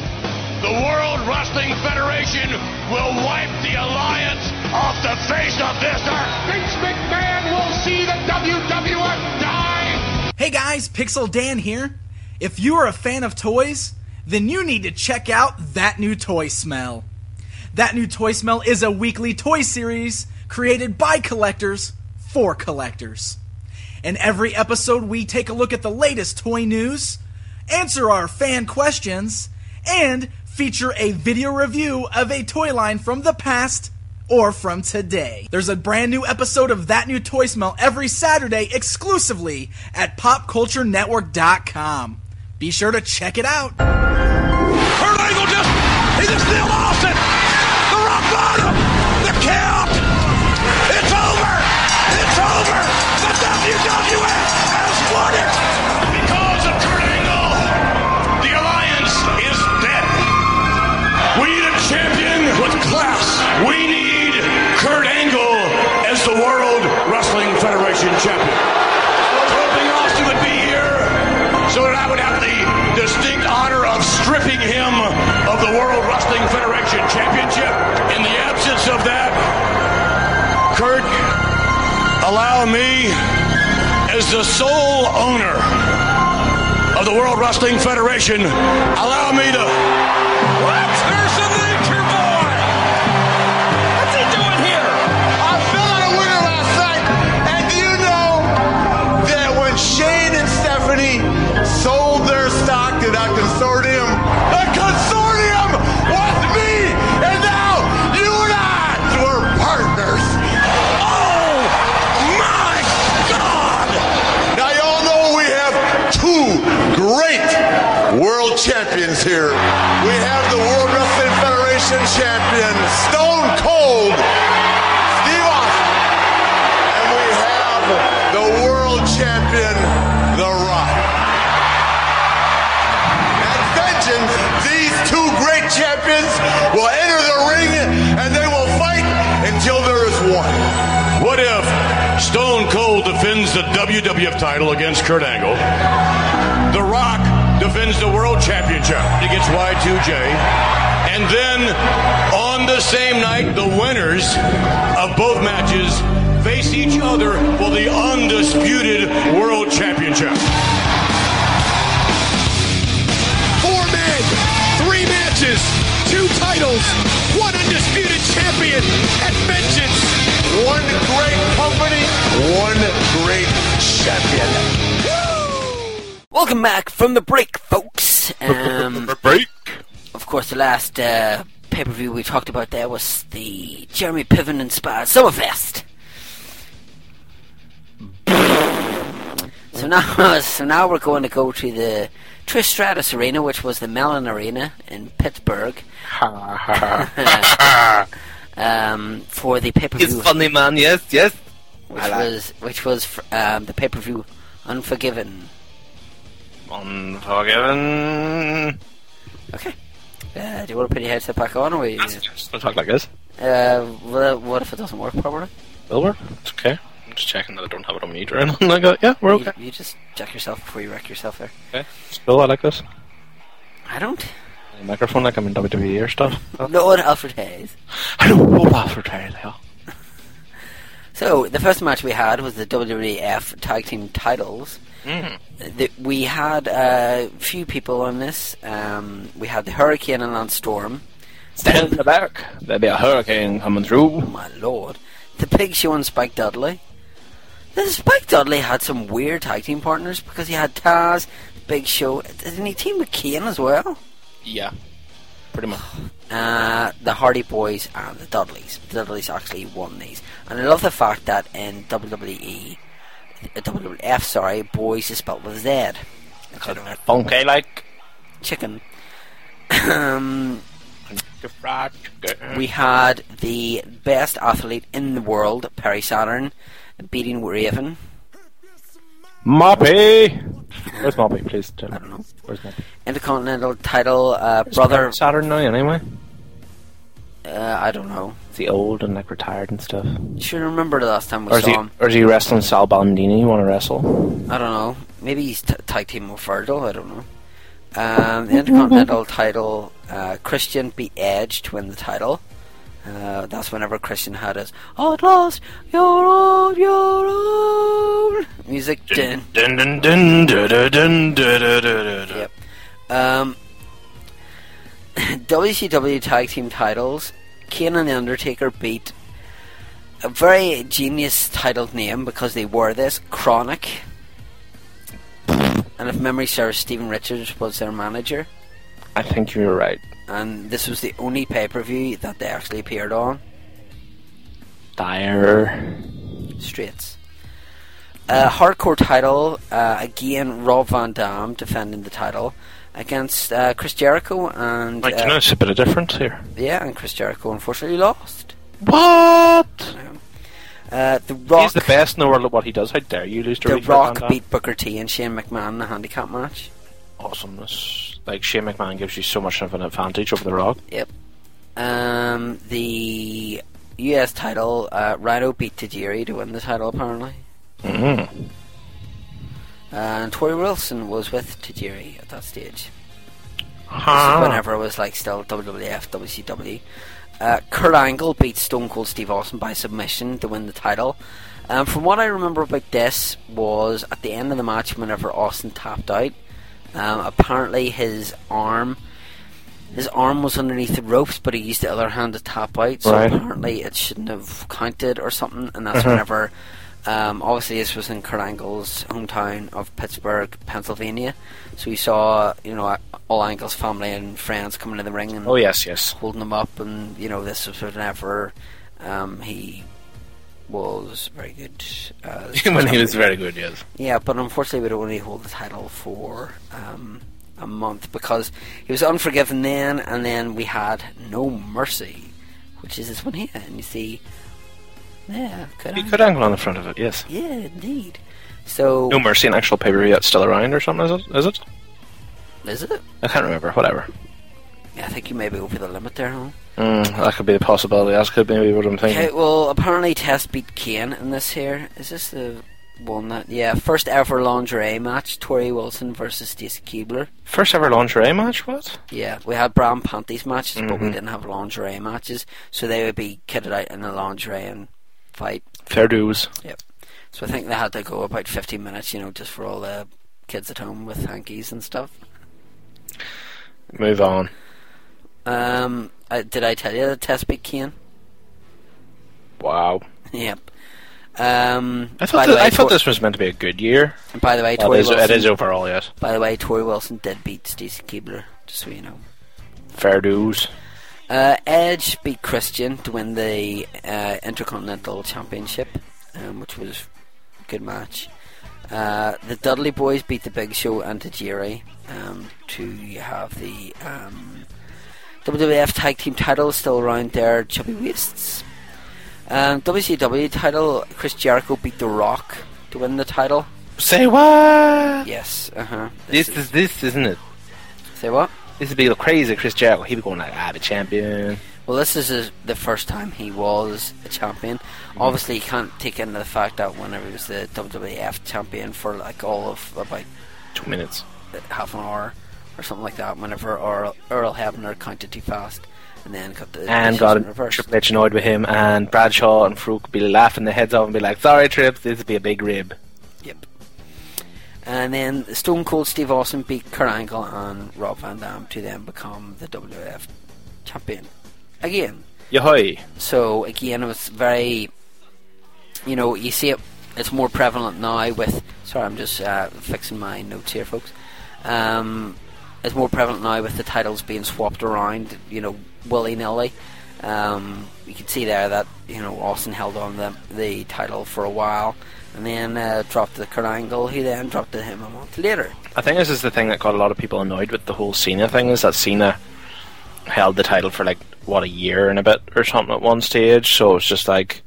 Speaker 8: The World Wrestling Federation will wipe the Alliance off the face of this earth. Vince McMahon will see the WWF die.
Speaker 14: Hey guys, Pixel Dan here. If you are a fan of toys, then you need to check out That New Toy Smell. That New Toy Smell is a weekly toy series created by collectors for collectors. In every episode, we take a look at the latest toy news, answer our fan questions, and feature a video review of a toy line from the past or from today. There's a brand new episode of That New Toy Smell every Saturday exclusively at popculturenetwork.com. Be sure to check it out.
Speaker 10: Kurt Angle just, he just nailed Austin. The rock bottom. The count. It's over. It's over. The WWF has won it. Because of Kurt Angle, the alliance is dead. We need a champion with class. We need Kurt Angle as the World Wrestling Federation champion. I was hoping Austin would be here so that I would have the distinct honor of stripping him of the World Wrestling Federation Championship. In the absence of that, Kurt, allow me, as the sole owner of the World Wrestling Federation, allow me to. What? There's the nature boy! What's he doing here? I fell out a winner last night, and you know that when Shane and Stephanie sold their stock to that consortium, the consortium was me, and now you and I were partners. Oh my God! Now y'all know we have two great world champions here. We have the World Wrestling Federation champion, Stone Cold Steve Austin, and we have the world champion, The Rock. At Vengeance, these two great champions will enter the ring and they will fight until there is one.
Speaker 15: What if Stone Cold defends the WWF title against Kurt Angle? The Rock defends the World Championship against Y2J. And then on the same night, the winners of both matches face each other for the undisputed World Championship.
Speaker 10: Four men, three matches, two titles, one undisputed champion at Vengeance. One great company, one great champion.
Speaker 3: Welcome back from the break, folks. Um,
Speaker 2: break.
Speaker 3: Of course, the last uh, pay per view we talked about there was the Jeremy Piven inspired Summerfest. So now, (laughs) so now we're going to go to the Trish Stratus Arena, which was the Mellon Arena in Pittsburgh, (laughs) um, for the pay per view.
Speaker 2: He's funny man. Yes, yes.
Speaker 3: which
Speaker 2: I like-
Speaker 3: was which was fr- um, the pay per view Unforgiven.
Speaker 2: Unforgiven.
Speaker 3: Okay. Uh, do you want to put your headset back on, or we?
Speaker 2: Just don't talk like this.
Speaker 3: Uh, well, what if it doesn't work properly?
Speaker 2: Will work. It's okay. I'm just checking that I don't have it on mute or anything like that. Yeah, we're
Speaker 3: You-
Speaker 2: okay.
Speaker 3: You, just check yourself before you wreck yourself there.
Speaker 2: Okay. Still, I like this.
Speaker 3: I don't.
Speaker 2: The microphone like I'm in WWE or stuff.
Speaker 3: No one Alfred Hayes.
Speaker 2: I don't know Alfred Hayes.
Speaker 3: So the first match we had was the WWF Tag Team Titles.
Speaker 2: Mm.
Speaker 3: The, we had a uh, few people on this. Um, we had the Hurricane and Lance Storm.
Speaker 2: Stand in the back. There'll be a hurricane coming through.
Speaker 3: Oh My lord. The Big Show and Spike Dudley. Then Spike Dudley had some weird tag team partners because he had Taz, Big Show, didn't he team with Kane as well?
Speaker 2: Yeah, pretty much.
Speaker 3: Uh, the Hardy Boys and the Dudleys. The Dudleys actually won these, and I love the fact that in WWE, uh, WWF, sorry, boys is spelled with Z.
Speaker 2: Funky like
Speaker 3: Chicken. um,
Speaker 2: the fried chicken.
Speaker 3: we had the best athlete in the world, Perry Saturn, beating Raven.
Speaker 2: Moppy. Where's Moppy, please? Tell I don't
Speaker 3: know.
Speaker 2: Where's Moppy?
Speaker 3: Intercontinental title, uh, brother.
Speaker 2: Saturn now, anyway.
Speaker 3: Uh, I don't know.
Speaker 2: Is he old and like retired and stuff?
Speaker 3: Should remember the last time we
Speaker 2: Or is
Speaker 3: saw
Speaker 2: he,
Speaker 3: him.
Speaker 2: or is he wrestling Sal Bandini? You want to wrestle?
Speaker 3: I don't know. Maybe he's t- tag team with Virgil. I don't know. Um, the Intercontinental title, uh, Christian beat Edge to win the title. Uh, that's whenever Christian had his "Oh, at last, you're on your own" music. Dun.
Speaker 2: Dun dun dun dun dun dun dun dun dun. dun.
Speaker 3: Yep. Um, (clears throat) WCW tag team titles. Kane and The Undertaker beat a very genius titled name because they were this Chronic. And if memory serves, Stephen Richards was their manager.
Speaker 2: I think you're right.
Speaker 3: And this was the only pay per view that they actually appeared on.
Speaker 2: Dire.
Speaker 3: Straits. Uh, hardcore title, uh, again, Rob Van Dam defending the title against uh, Chris Jericho and.
Speaker 2: I can
Speaker 3: uh,
Speaker 2: notice a bit of difference here.
Speaker 3: Yeah, and Chris Jericho unfortunately lost.
Speaker 2: What?
Speaker 3: Uh, the Rock.
Speaker 2: He's the best in the world at what he does. How dare you lose to
Speaker 3: The
Speaker 2: Richard Van
Speaker 3: Rock
Speaker 2: Dam?
Speaker 3: beat Booker T and Shane McMahon in a handicap match.
Speaker 2: Awesomeness. Like Shane McMahon gives you so much of an advantage over the Rock.
Speaker 3: Yep. Um, the US title, uh, Rhino beat Tajiri to win the title apparently. Uh,
Speaker 2: Mm.
Speaker 3: And Tori Wilson was with Tajiri at that stage. This
Speaker 2: Huh.
Speaker 3: is whenever it was like still WWF, WCW. Uh, Kurt Angle beat Stone Cold Steve Austin by submission to win the title. Um, from what I remember about this was at the end of the match, whenever Austin tapped out, um, apparently his arm, his arm was underneath the ropes, but he used the other hand to tap out. So
Speaker 2: Right.
Speaker 3: apparently it shouldn't have counted or something. And that's
Speaker 2: Mhm.
Speaker 3: whenever, um, obviously this was in Kurt Angle's hometown of Pittsburgh, Pennsylvania. So we saw, you know, all Angle's family and friends coming to the ring and
Speaker 2: Oh, yes, yes.
Speaker 3: holding him up, and you know this was whenever um, he was very good. Uh,
Speaker 2: (laughs) (laughs) When he was very good, yes.
Speaker 3: Yeah, but unfortunately, would only hold the title for um, a month because he was unforgiven then, and then we had No Mercy, which is this one here, and you see, yeah, could
Speaker 2: He
Speaker 3: I?
Speaker 2: could angle on the front of it, yes.
Speaker 3: Yeah, indeed. So
Speaker 2: No Mercy, an actual pay per view that's still around or something, is it? Is it?
Speaker 3: is it?
Speaker 2: I can't remember, whatever.
Speaker 3: I think you may be over the limit there, huh?
Speaker 2: Mm, that could be a possibility. That could maybe be what I'm thinking.
Speaker 3: Okay, well, apparently Test beat Kane in this here. Is this the one that. Yeah, first ever lingerie match Tori Wilson versus Stacey Keebler.
Speaker 2: First ever lingerie match, what?
Speaker 3: Yeah, we had brown panties matches, but we
Speaker 2: Mhm.
Speaker 3: didn't have lingerie matches, so they would be kitted out in the lingerie and fight.
Speaker 2: Fair dues.
Speaker 3: Yep. So I think they had to go about 15 minutes, you know, just for all the kids at home with hankies and stuff.
Speaker 2: Move on.
Speaker 3: Um, uh, did I tell you that Test beat Kane?
Speaker 2: Wow.
Speaker 3: (laughs) Yep. Um,
Speaker 2: I
Speaker 3: by
Speaker 2: thought,
Speaker 3: the
Speaker 2: th-
Speaker 3: way,
Speaker 2: I thought
Speaker 3: Tor-
Speaker 2: this was meant to be a good year.
Speaker 3: And by the way,
Speaker 2: That
Speaker 3: Tori
Speaker 2: is- it
Speaker 3: Wilson-
Speaker 2: is overall, yes.
Speaker 3: By the way, Tori Wilson did beat Stacey Keebler, just so you know.
Speaker 2: Fair dues.
Speaker 3: Uh, Edge beat Christian to win the uh, Intercontinental Championship, um, which was a good match. Uh, the Dudley Boys beat the Big Show and Tajiri um, to have the um, WWF Tag Team title still around their chubby waists. Um, WCW title, Chris Jericho beat The Rock to win the title.
Speaker 2: Say what?
Speaker 3: Yes, uh huh.
Speaker 2: This is this, isn't it?
Speaker 3: Say what?
Speaker 2: This would be crazy, Chris Jericho. He'd be going like, "I'm a champion."
Speaker 3: Well, this is his, the first time he was a champion.
Speaker 2: Mm-hmm.
Speaker 3: Obviously, you can't take into the fact that whenever he was the WWF champion for like all of about
Speaker 2: two minutes,
Speaker 3: half an hour, or something like that. Whenever Earl, Earl Hebner counted too fast, and then got the
Speaker 2: and
Speaker 3: decision
Speaker 2: got
Speaker 3: reversed.
Speaker 2: Triple H annoyed with him, and Bradshaw and Fruit would be laughing their heads off and be like, "Sorry, Trips, this would be a big rib."
Speaker 3: And then Stone Cold Steve Austin beat Kurt Angle and Rob Van Dam to then become the WWF champion again.
Speaker 2: Yahoy.
Speaker 3: So again, it was very, you know, you see it. It's more prevalent now with. Sorry, I'm just uh, fixing my notes here, folks. Um, it's more prevalent now with the titles being swapped around, you know, willy nilly. Um, you can see there that you know Austin held on the the title for a while, and then uh, dropped to Kurt Angle. He then dropped to him a month later.
Speaker 2: I think this is the thing that got a lot of people annoyed with the whole Cena thing is that Cena held the title for like what a year and a bit or something at one stage, so it's just like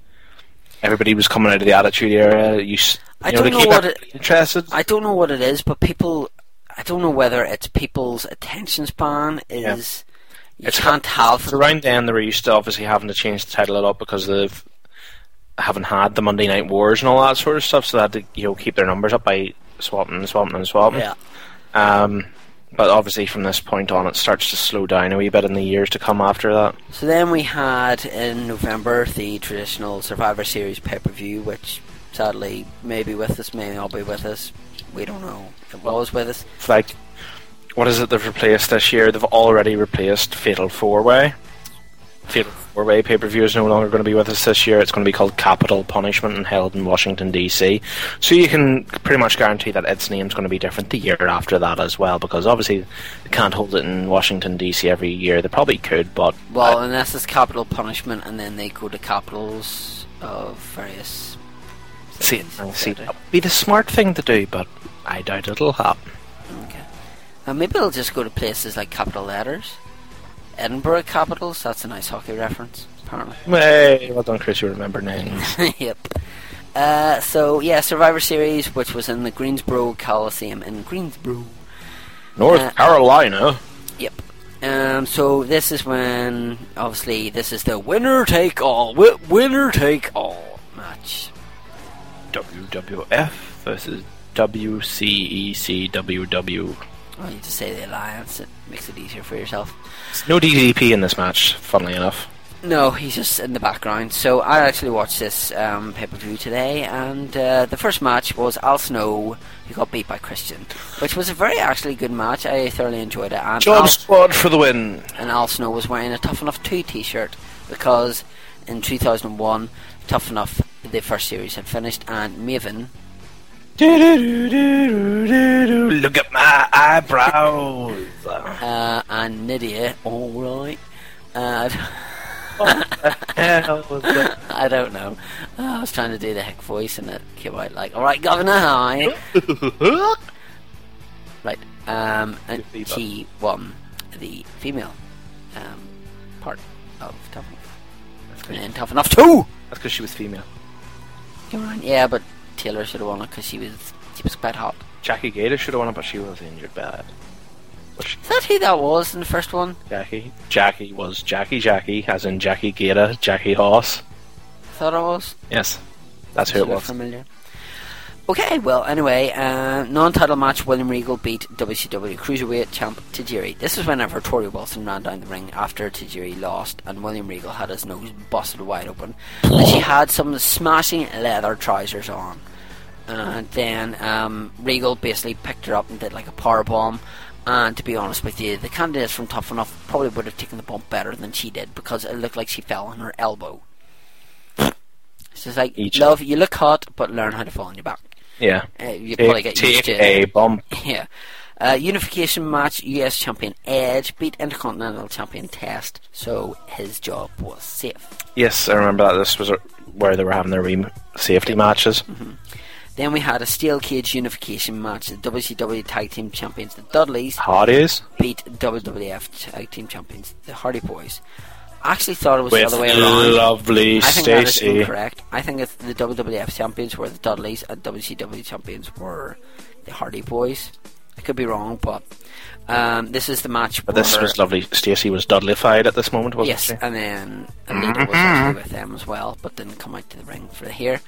Speaker 2: everybody was coming out of the Attitude Era. You, s-
Speaker 3: I
Speaker 2: you know,
Speaker 3: don't
Speaker 2: to
Speaker 3: know
Speaker 2: keep
Speaker 3: what
Speaker 2: it-
Speaker 3: it,
Speaker 2: interested.
Speaker 3: I don't know what it is, but people. I don't know whether it's people's attention span is. You
Speaker 2: It's
Speaker 3: can't have
Speaker 2: It's around then they were used to obviously having to change the title a lot because they've haven't had the Monday Night Wars and all that sort of stuff, so they had to you know keep their numbers up by swapping and swapping and swapping.
Speaker 3: Yeah.
Speaker 2: Um, but obviously from this point on, it starts to slow down a wee bit in the years to come after that.
Speaker 3: So then we had in November the traditional Survivor Series pay per view, which sadly may be with us, may not be with us. We don't know. It was with us.
Speaker 2: It's like, what is it they've replaced this year? They've already replaced Fatal Four Way. Fatal Norway pay per view is no longer going to be with us this year. It's going to be called Capital Punishment and held in Washington, D.C. So you can pretty much guarantee that its name's going to be different the year after that as well, because obviously they can't hold it in Washington, D.C. every year. They probably could, but
Speaker 3: Well, unless it's capital punishment, and then they go to capitals of various.
Speaker 2: see, see, that would be the smart thing to do, but I doubt it'll happen.
Speaker 3: And maybe they'll just go to places like capital letters. Edinburgh capitals. That's a nice hockey reference, apparently. (laughs)
Speaker 2: Hey, well done, Chris. You remember names.
Speaker 3: yep. Uh, so yeah, Survivor Series, which was in the Greensboro Coliseum in Greensboro.
Speaker 2: North
Speaker 3: Uh,
Speaker 2: Carolina.
Speaker 3: Yep. Um, so this is when, obviously, this is the winner take all, wi- winner take all match.
Speaker 2: WWF versus E WCECWW.
Speaker 3: Oh, you just say the alliance. It makes it easier for yourself.
Speaker 2: No DDP in this match, funnily enough.
Speaker 3: No, he's just in the background. So I actually watched this um, pay per view today, and uh, the first match was Al Snow, who got beat by Christian, which was a very actually good match. I thoroughly enjoyed it. And
Speaker 2: Job
Speaker 3: Al-
Speaker 2: squad for the win.
Speaker 3: and Al Snow was wearing a Tough Enough 2 t shirt because in 2001, Tough Enough, the first series had finished, and Maven.
Speaker 2: Look at my eyebrows!
Speaker 3: Uh, and Nydia, alright. Uh, (laughs) I don't know. Uh, I was trying to do the heck voice and it came out like, alright, Governor, hi. right, um, and she won the female um, part of Tough Enough. And then Tough Enough 2!
Speaker 2: That's because she was female.
Speaker 3: You're right. Yeah, but Taylor should have won it because she was she was quite hot.
Speaker 2: Jackie Gator should have won it, but she was injured bad.
Speaker 3: Is that who that was in the first one?
Speaker 2: Jackie. Jackie was Jackie Jackie, as in Jackie Gator, Jackie Horse.
Speaker 3: I thought it was.
Speaker 2: Yes, that's who it
Speaker 3: Sort of
Speaker 2: was.
Speaker 3: Familiar. Okay, well, anyway, uh, non-title match. William Regal beat WCW Cruiserweight champ Tajiri. This is whenever Tori Wilson ran down the ring after Tajiri lost, and William Regal had his nose busted wide open, and she had some smashing leather trousers on. And then um, Regal basically picked her up and did like a power bomb. And to be honest with you, the candidates from Tough Enough probably would have taken the bump better than she did because it looked like she fell on her elbow. It's just like, love, you look hot, but learn how to fall on your back.
Speaker 2: Yeah.
Speaker 3: Uh, you
Speaker 2: Take-
Speaker 3: probably get used
Speaker 2: take
Speaker 3: to
Speaker 2: a bump.
Speaker 3: (laughs) Yeah. Uh, unification match, US champion Edge beat Intercontinental champion Test, so his job was safe.
Speaker 2: Yes, I remember that. This was uh, where they were having their re- safety matches.
Speaker 3: Then we had a steel cage unification match. The WCW Tag Team Champions, the Dudleys,
Speaker 2: Hardys.
Speaker 3: beat WWF Tag Team Champions, the Hardy Boys. I actually thought it was
Speaker 2: With
Speaker 3: the other way around.
Speaker 2: lovely
Speaker 3: I think that is
Speaker 2: Stacey.
Speaker 3: incorrect. I think it's the WWF Champions were the Dudleys and WCW Champions were the Hardy Boys. I could be wrong, but um, this is the match.
Speaker 2: But this
Speaker 3: where-
Speaker 2: was lovely. Stacey was Dudleyfied at this moment, wasn't Mm-hmm.
Speaker 3: yes,
Speaker 2: she?
Speaker 3: and then Alita was actually with them as well, but didn't come out to the ring for here.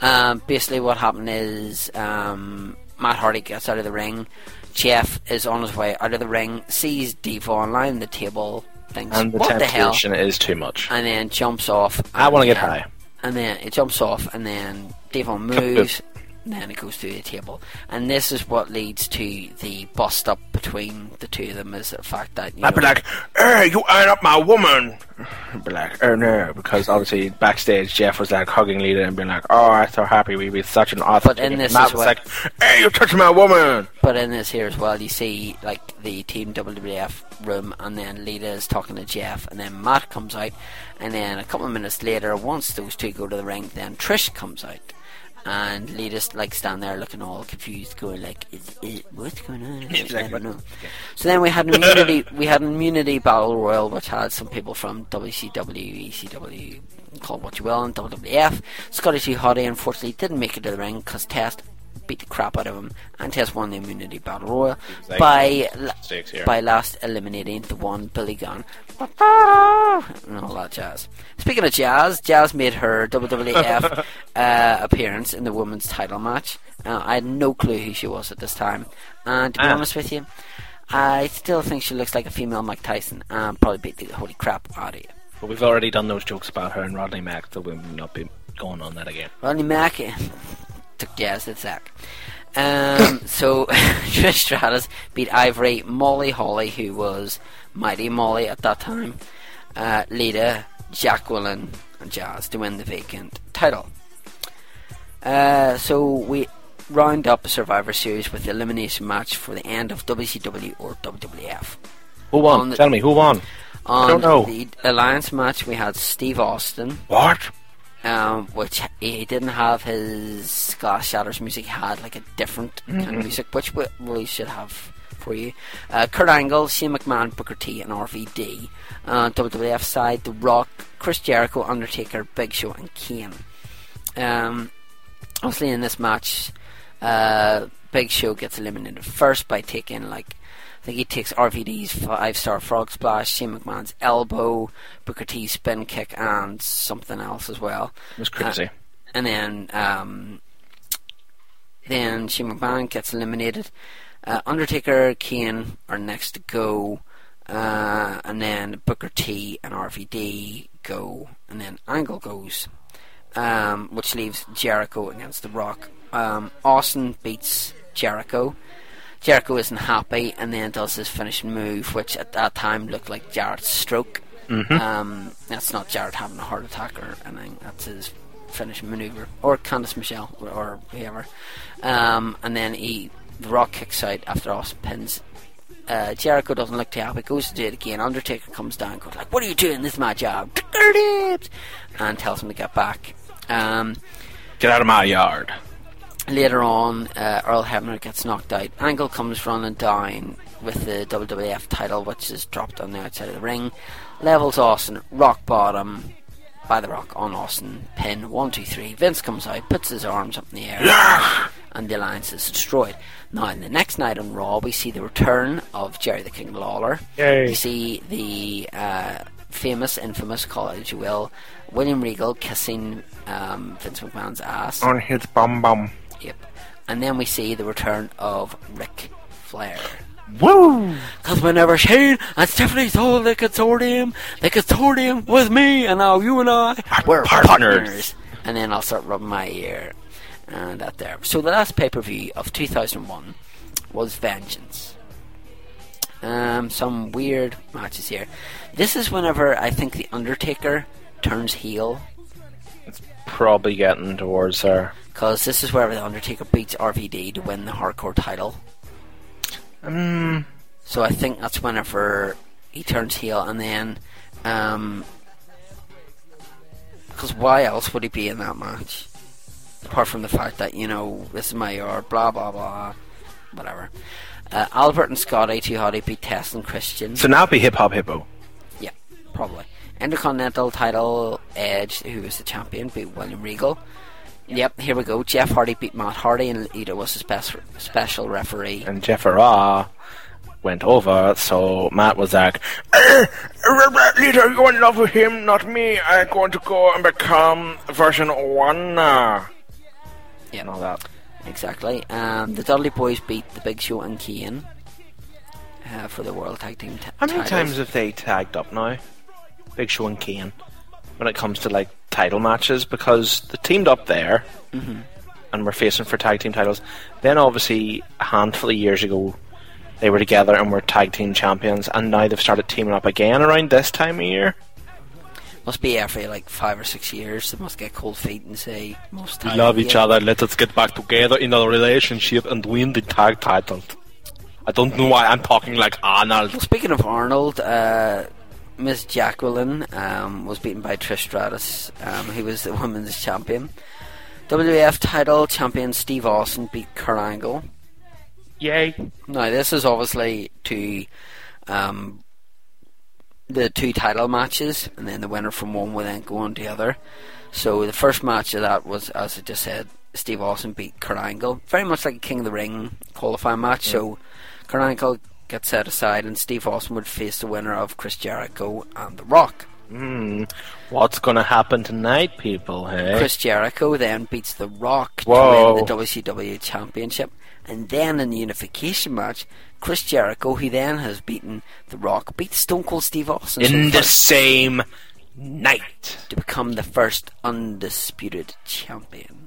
Speaker 3: Um, basically, what happened is um, Matt Hardy gets out of the ring. Jeff is on his way out of the ring, sees Devon lying on the table, thinks,
Speaker 2: And the
Speaker 3: "What the hell?"
Speaker 2: temptation is too much.
Speaker 3: and then jumps off.
Speaker 2: I want to get
Speaker 3: and-
Speaker 2: high.
Speaker 3: And then it jumps off, and then Devon moves, and then it goes through the table. And this is what leads to the bust up between the two of them is the fact that you
Speaker 2: I'd be
Speaker 3: know,
Speaker 2: like, "Hey, you ain't up my woman." I'd be like, "Oh no," because obviously backstage Jeff was like hugging Lita and being like, "Oh, I'm so happy we be such an awesome."
Speaker 3: But in
Speaker 2: team."
Speaker 3: this
Speaker 2: Matt
Speaker 3: is
Speaker 2: was
Speaker 3: what-
Speaker 2: like, "Hey, you're touching my woman."
Speaker 3: But in this here as well, you see like the team WWF room, and then Lita is talking to Jeff, and then Matt comes out, and then a couple of minutes later, once those two go to the ring, then Trish comes out, and Lita's like standing there looking all confused, going like, "Is it what's going on?"
Speaker 2: It's
Speaker 3: I
Speaker 2: like,
Speaker 3: don't know. So then we had an immunity. we had an immunity battle royal, which had some people from WCW, ECW, E call it what you will, and WWF. Scotty Too Hottie unfortunately didn't make it to the ring because Test beat the crap out of him, and Test won the immunity battle royal
Speaker 2: Exactly.
Speaker 3: by la-
Speaker 2: Stakes here.
Speaker 3: by last eliminating the one Billy Gunn. (laughs) And all that jazz. Speaking of jazz, Jazz made her
Speaker 2: (laughs)
Speaker 3: WWF uh, appearance in the women's title match. Uh, I had no clue who she was at this time, and to be
Speaker 5: Ah.
Speaker 3: honest with you, I still think she looks like a female Mike Tyson and probably beat the holy crap out of you.
Speaker 2: But we've already done those jokes about her and Rodney Mack, so we'll not be going on that again.
Speaker 3: Rodney Mack took jazz to Zach. Um, so (laughs) Trish Stratus beat Ivory, Molly Holly, who was Mighty Molly at that time, uh, Lita, Jacqueline and Jazz to win the vacant title. Uh, so we round up Survivor Series with the elimination match for the end of WCW or WWF.
Speaker 2: Who won? Tell me, who won?
Speaker 3: On
Speaker 2: I don't know.
Speaker 3: the alliance match, we had Steve Austin.
Speaker 2: What?
Speaker 3: Um, which he didn't have his Glass Shatters music. He had like a different kind
Speaker 2: Mhm.
Speaker 3: of music, which we really should have for you. Uh, Kurt Angle, Shane McMahon, Booker T, and RVD. Uh, WWF side: The Rock, Chris Jericho, Undertaker, Big Show, and Kane. Um, obviously, in this match, uh, Big Show gets eliminated first by taking like I think he takes RVD's five star frog splash, Shane McMahon's elbow, Booker T's spin kick, and something else as well.
Speaker 2: It was crazy.
Speaker 3: Uh, and then, um, then Shane McMahon gets eliminated. Uh, Undertaker, Kane are next to go, uh, and then Booker T and RVD go, and then Angle goes, um, which leaves Jericho against The Rock. Um, Austin beats Jericho. Jericho isn't happy and then does his finishing move, which at that time looked like Jarrett's stroke.
Speaker 2: Mhm.
Speaker 3: Um, that's not Jarrett having a heart attack or anything. That's his finishing maneuver, or Candice Michelle or, or whoever. Um, and then he, the Rock kicks out after Austin pins. Uh, Jericho doesn't look too happy. Goes to do it again. Undertaker comes down, goes like, "What are you doing? This is my job." And tells him to get back. Um,
Speaker 2: Get out of my yard.
Speaker 3: Later on, uh, Earl Hebner gets knocked out. Angle comes running down with the WWF title, which is dropped on the outside of the ring. Levels Austin, rock bottom by the rock on Austin. Pin one, two, three. Vince comes out, puts his arms up in the air, and the alliance is destroyed. Now, in the next night on Raw, we see the return of Jerry the King Lawler.
Speaker 2: Yay.
Speaker 3: We see the uh, famous, infamous, call it as you will, William Regal kissing um, Vince McMahon's ass.
Speaker 2: On his bum bum.
Speaker 3: Yep. And then we see the return of Ric Flair.
Speaker 2: Woo!
Speaker 3: Because whenever Shane and Stephanie sold the consortium, the consortium was me, and now you and I were partners.
Speaker 2: partners.
Speaker 3: And then I'll start rubbing my ear. And that there. So the last pay per view of 2001 was Vengeance. Um, some weird matches here. This is whenever I think The Undertaker turns heel.
Speaker 2: Probably getting towards there.
Speaker 3: Because this is wherever The Undertaker beats RVD to win the hardcore title.
Speaker 2: Um,
Speaker 3: So I think that's whenever he turns heel, and then, um, because why else would he be in that match? Apart from the fact that you know this is my yard, blah blah blah, whatever. Uh, Albert and Scotty, too hotty beat Tess and Christian.
Speaker 2: So now it'd be hip hop hippo.
Speaker 3: Yeah, probably. Intercontinental title, Edge, who was the champion, beat William Regal. Yep, here we go. Jeff Hardy beat Matt Hardy, and Lita was the spec- special referee.
Speaker 2: And Jeff Farrar went over, so Matt was like, "Eh, Leader, you're in love with him, not me. I'm going to go and become version one now.
Speaker 3: Yeah,
Speaker 2: and all that.
Speaker 3: Exactly. Um, the Dudley Boys beat the Big Show and Kane uh, for the World Tag Team. T-
Speaker 2: How many
Speaker 3: titles.
Speaker 2: times have they tagged up now? Big Show and Kane. When it comes to like title matches, because they teamed up there
Speaker 3: Mhm.
Speaker 2: and were facing for tag team titles. Then obviously a handful of years ago they were together and were tag team champions and now they've started teaming up again around this time of year.
Speaker 3: Must be every like five or six years. They must get cold feet and say most
Speaker 16: We
Speaker 3: times.
Speaker 16: love each
Speaker 3: yeah.
Speaker 16: other. Let us get back together in a relationship and win the tag title. I don't know why I'm talking like
Speaker 3: Well,
Speaker 16: Arnold.
Speaker 3: speaking of Arnold, uh, Miss Jacqueline um, was beaten by Trish Stratus, um, who was the (laughs) women's champion. WWF title champion Steve Austin beat Kurt Angle.
Speaker 2: Yay.
Speaker 3: Now, this is obviously to um, the two title matches, and then the winner from one will then go on to the other. So, the first match of that was, as I just said, Steve Austin beat Kurt Angle. Very much like a King of the Ring qualifying match. So, Kurt Angle gets set aside, and Steve Austin would face the winner of Chris Jericho and The Rock.
Speaker 2: Hmm. What's gonna happen tonight, people, hey?
Speaker 3: Chris Jericho then beats The Rock
Speaker 2: Eh? Whoa.
Speaker 3: to win the WCW Championship. And then in the unification match, Chris Jericho, who then has beaten The Rock, beats Stone Cold Steve Austin. So
Speaker 2: In the
Speaker 3: first
Speaker 2: same night.
Speaker 3: To become the first undisputed champion.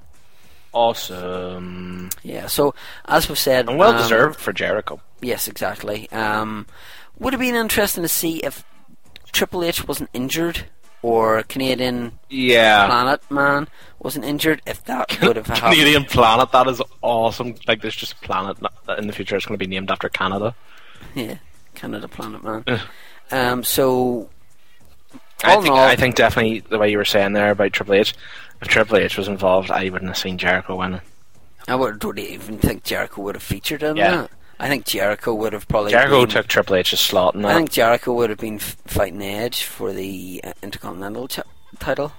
Speaker 2: Awesome.
Speaker 3: Yeah, so as we've said.
Speaker 2: And well
Speaker 3: um,
Speaker 2: deserved for Jericho.
Speaker 3: Yes, exactly. Um, would have been interesting to see if Triple H wasn't injured or Canadian
Speaker 2: Yeah.
Speaker 3: Planet Man wasn't injured, if
Speaker 2: (laughs)
Speaker 3: that would have happened.
Speaker 2: Canadian planet. That is awesome. Like, there's just a planet that in the future is going to be named after Canada.
Speaker 3: Yeah, Canada Planet Man.
Speaker 2: Yeah.
Speaker 3: um, so,
Speaker 2: I
Speaker 3: all in
Speaker 2: think,
Speaker 3: all,
Speaker 2: I think definitely the way you were saying there about Triple H, if Triple H was involved, I wouldn't have seen Jericho winning.
Speaker 3: I would, don't even think Jericho would have featured in
Speaker 2: Yeah.
Speaker 3: that. I think Jericho would have probably.
Speaker 2: Jericho
Speaker 3: been-
Speaker 2: took Triple H's slot in that.
Speaker 3: I think Jericho would have been f- fighting Edge for the uh, Intercontinental ch- title.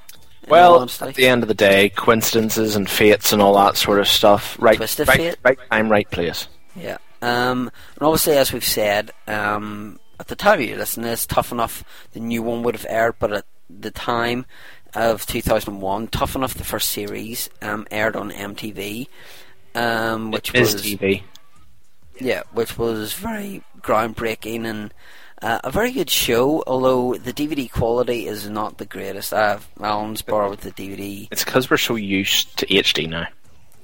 Speaker 3: in all
Speaker 2: well,
Speaker 3: honesty.
Speaker 2: at the end of the day, coincidences and fates and all that sort of stuff. Right,
Speaker 3: Twist of
Speaker 2: right,
Speaker 3: fate.
Speaker 2: right time, right place.
Speaker 3: Yeah. Um, and obviously, as we've said, um, at the time you listen, it's tough enough. The new one would have aired, but at the time of 2001, tough enough. The first series um, aired on MTV, um, which
Speaker 2: It is
Speaker 3: was
Speaker 2: TV.
Speaker 3: yeah, which was very groundbreaking and uh, a very good show. Although the DVD quality is not the greatest. I've Alan's borrowed the DVD.
Speaker 2: It's because we're so used to HD now.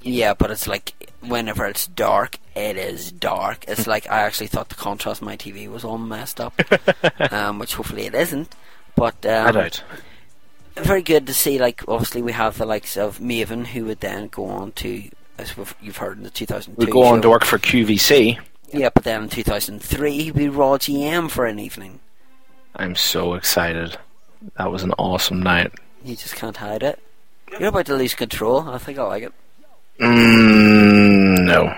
Speaker 3: Yeah, but it's like whenever it's dark, it is dark.
Speaker 2: (laughs)
Speaker 3: It's like I actually thought the contrast on my TV was all messed up, um, which hopefully it isn't. But um,
Speaker 2: I doubt.
Speaker 3: Very good to see. Like obviously we have the likes of Maven, who would then go on to, as we've, you've heard in the 2002.
Speaker 2: We go on
Speaker 3: show.
Speaker 2: to work for QVC.
Speaker 3: Yeah, but then in 2003 he'd be Raw GM for an evening.
Speaker 2: I'm so excited. That was an awesome night.
Speaker 3: You just can't hide it. You're about to lose control. I think I like it.
Speaker 2: Mm, no.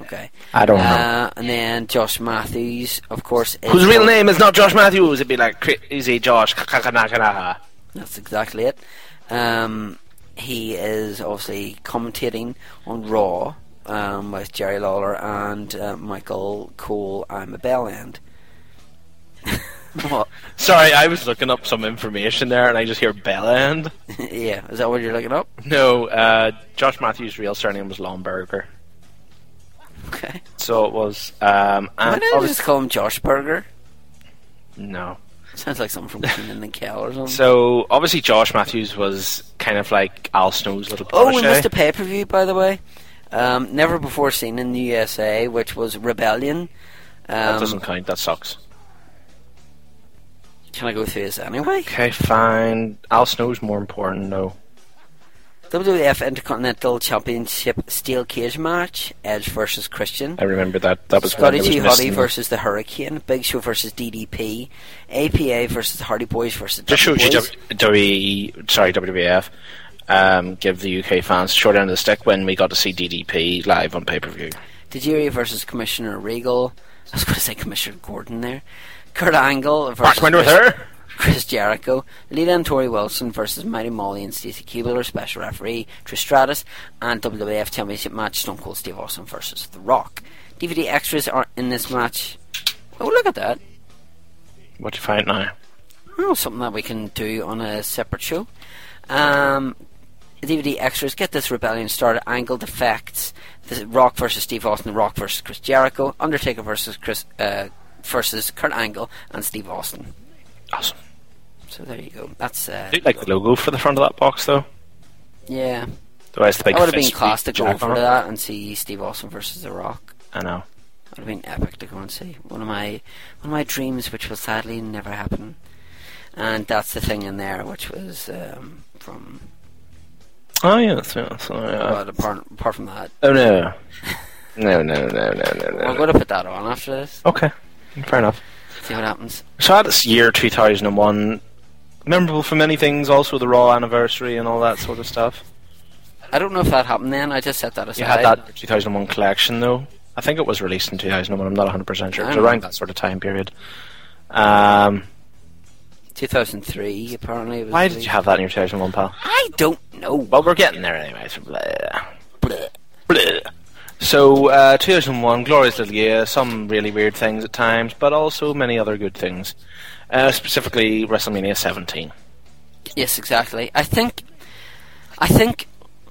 Speaker 3: Okay.
Speaker 2: I don't know.
Speaker 3: Uh, and then Josh Matthews, of course. is-
Speaker 2: Whose real name is not Josh Matthews? It'd be like Crazy Josh. Kakanakanaha.
Speaker 3: That's exactly it. Um, he is obviously commentating on Raw um, with Jerry Lawler and uh, Michael Cole. I'm a bell end. (laughs) what?
Speaker 2: Sorry, I was looking up some information there and I just hear Bell End.
Speaker 3: yeah, is that what you're looking up?
Speaker 2: No, uh, Josh Matthews' real surname was Lomberger.
Speaker 3: Okay.
Speaker 2: So it was. Um,
Speaker 3: Why
Speaker 2: and
Speaker 3: don't you just call him Josh Burger?
Speaker 2: No.
Speaker 3: Sounds like something from Keenan and Kel or something.
Speaker 2: So obviously Josh Matthews was kind of like Al Snow's little
Speaker 3: Oh,
Speaker 2: protege.
Speaker 3: we missed a pay per view, by the way. Um, never before seen in the USA, which was Rebellion. Um,
Speaker 2: that doesn't count. That sucks.
Speaker 3: Can I go through this anyway?
Speaker 2: Okay, fine. Al Snow's more important though.
Speaker 3: WWF Intercontinental Championship Steel Cage match: Edge versus Christian.
Speaker 2: I remember that. That was when
Speaker 3: Scotty
Speaker 2: I was
Speaker 3: G. Hardy
Speaker 2: missing-
Speaker 3: versus the Hurricane. Big Show versus DDP. APA versus the Hardy Boys versus the
Speaker 2: Just shows you
Speaker 3: Dudley Boys.
Speaker 2: W- WWE, sorry WWF, um, give the UK fans short end of the stick when we got to see DDP live on pay per view.
Speaker 3: Tajiri versus Commissioner Regal. I was going to say Commissioner Gordon there. Kurt Angle versus
Speaker 2: Back when with
Speaker 3: Chris-
Speaker 2: her.
Speaker 3: Chris Jericho, Lita and Tori Wilson versus Mighty Molly and Stacey Keebler, special referee Trish Stratus, and WWF Championship match Stone Cold Steve Austin versus The Rock. DVD extras are in this match. Oh, look at that.
Speaker 2: What do you find now?
Speaker 3: Oh, something that we can do on a separate show. Um, DVD extras, get this rebellion started. Angled effects, the Rock versus Steve Austin, Rock versus Chris Jericho, Undertaker versus Chris uh, versus Kurt Angle and Steve Austin.
Speaker 2: Awesome.
Speaker 3: So there you go. That's uh,
Speaker 2: I do like the logo for the front of that box though.
Speaker 3: yeah.
Speaker 2: Otherwise, the big
Speaker 3: that would have
Speaker 2: fist
Speaker 3: been class to
Speaker 2: with
Speaker 3: go
Speaker 2: Jack
Speaker 3: for
Speaker 2: on it.
Speaker 3: that and see Steve Austin versus The Rock.
Speaker 2: I know.
Speaker 3: That would have been epic to go and see. One of my one of my dreams, which will sadly never happen. And that's the thing in there, which was um, from.
Speaker 2: Oh yes, yes. Oh, yeah.
Speaker 3: But apart, apart from that,
Speaker 2: oh
Speaker 3: (laughs)
Speaker 2: no. No, no, no, no, no, no.
Speaker 3: we're going to put that on after this.
Speaker 2: Okay, fair enough.
Speaker 3: See what happens.
Speaker 2: So that's year 2001. Memorable for many things, also the Raw anniversary and all that sort of stuff.
Speaker 3: I don't know if that happened then. I just set that aside.
Speaker 2: You had that 2001 collection, though. I think it was released in 2001. I'm not 100% sure. It was around that sort of time period. Um,
Speaker 3: 2003, apparently. It was
Speaker 2: why did
Speaker 3: released.
Speaker 2: you have that in your 2001, pal?
Speaker 3: I don't know.
Speaker 2: But we're getting there anyway. So, blah, blah. So, uh, 2001, glorious little year. Some really weird things at times, but also many other good things. Uh, specifically, WrestleMania 17.
Speaker 3: Yes, exactly. I think, I think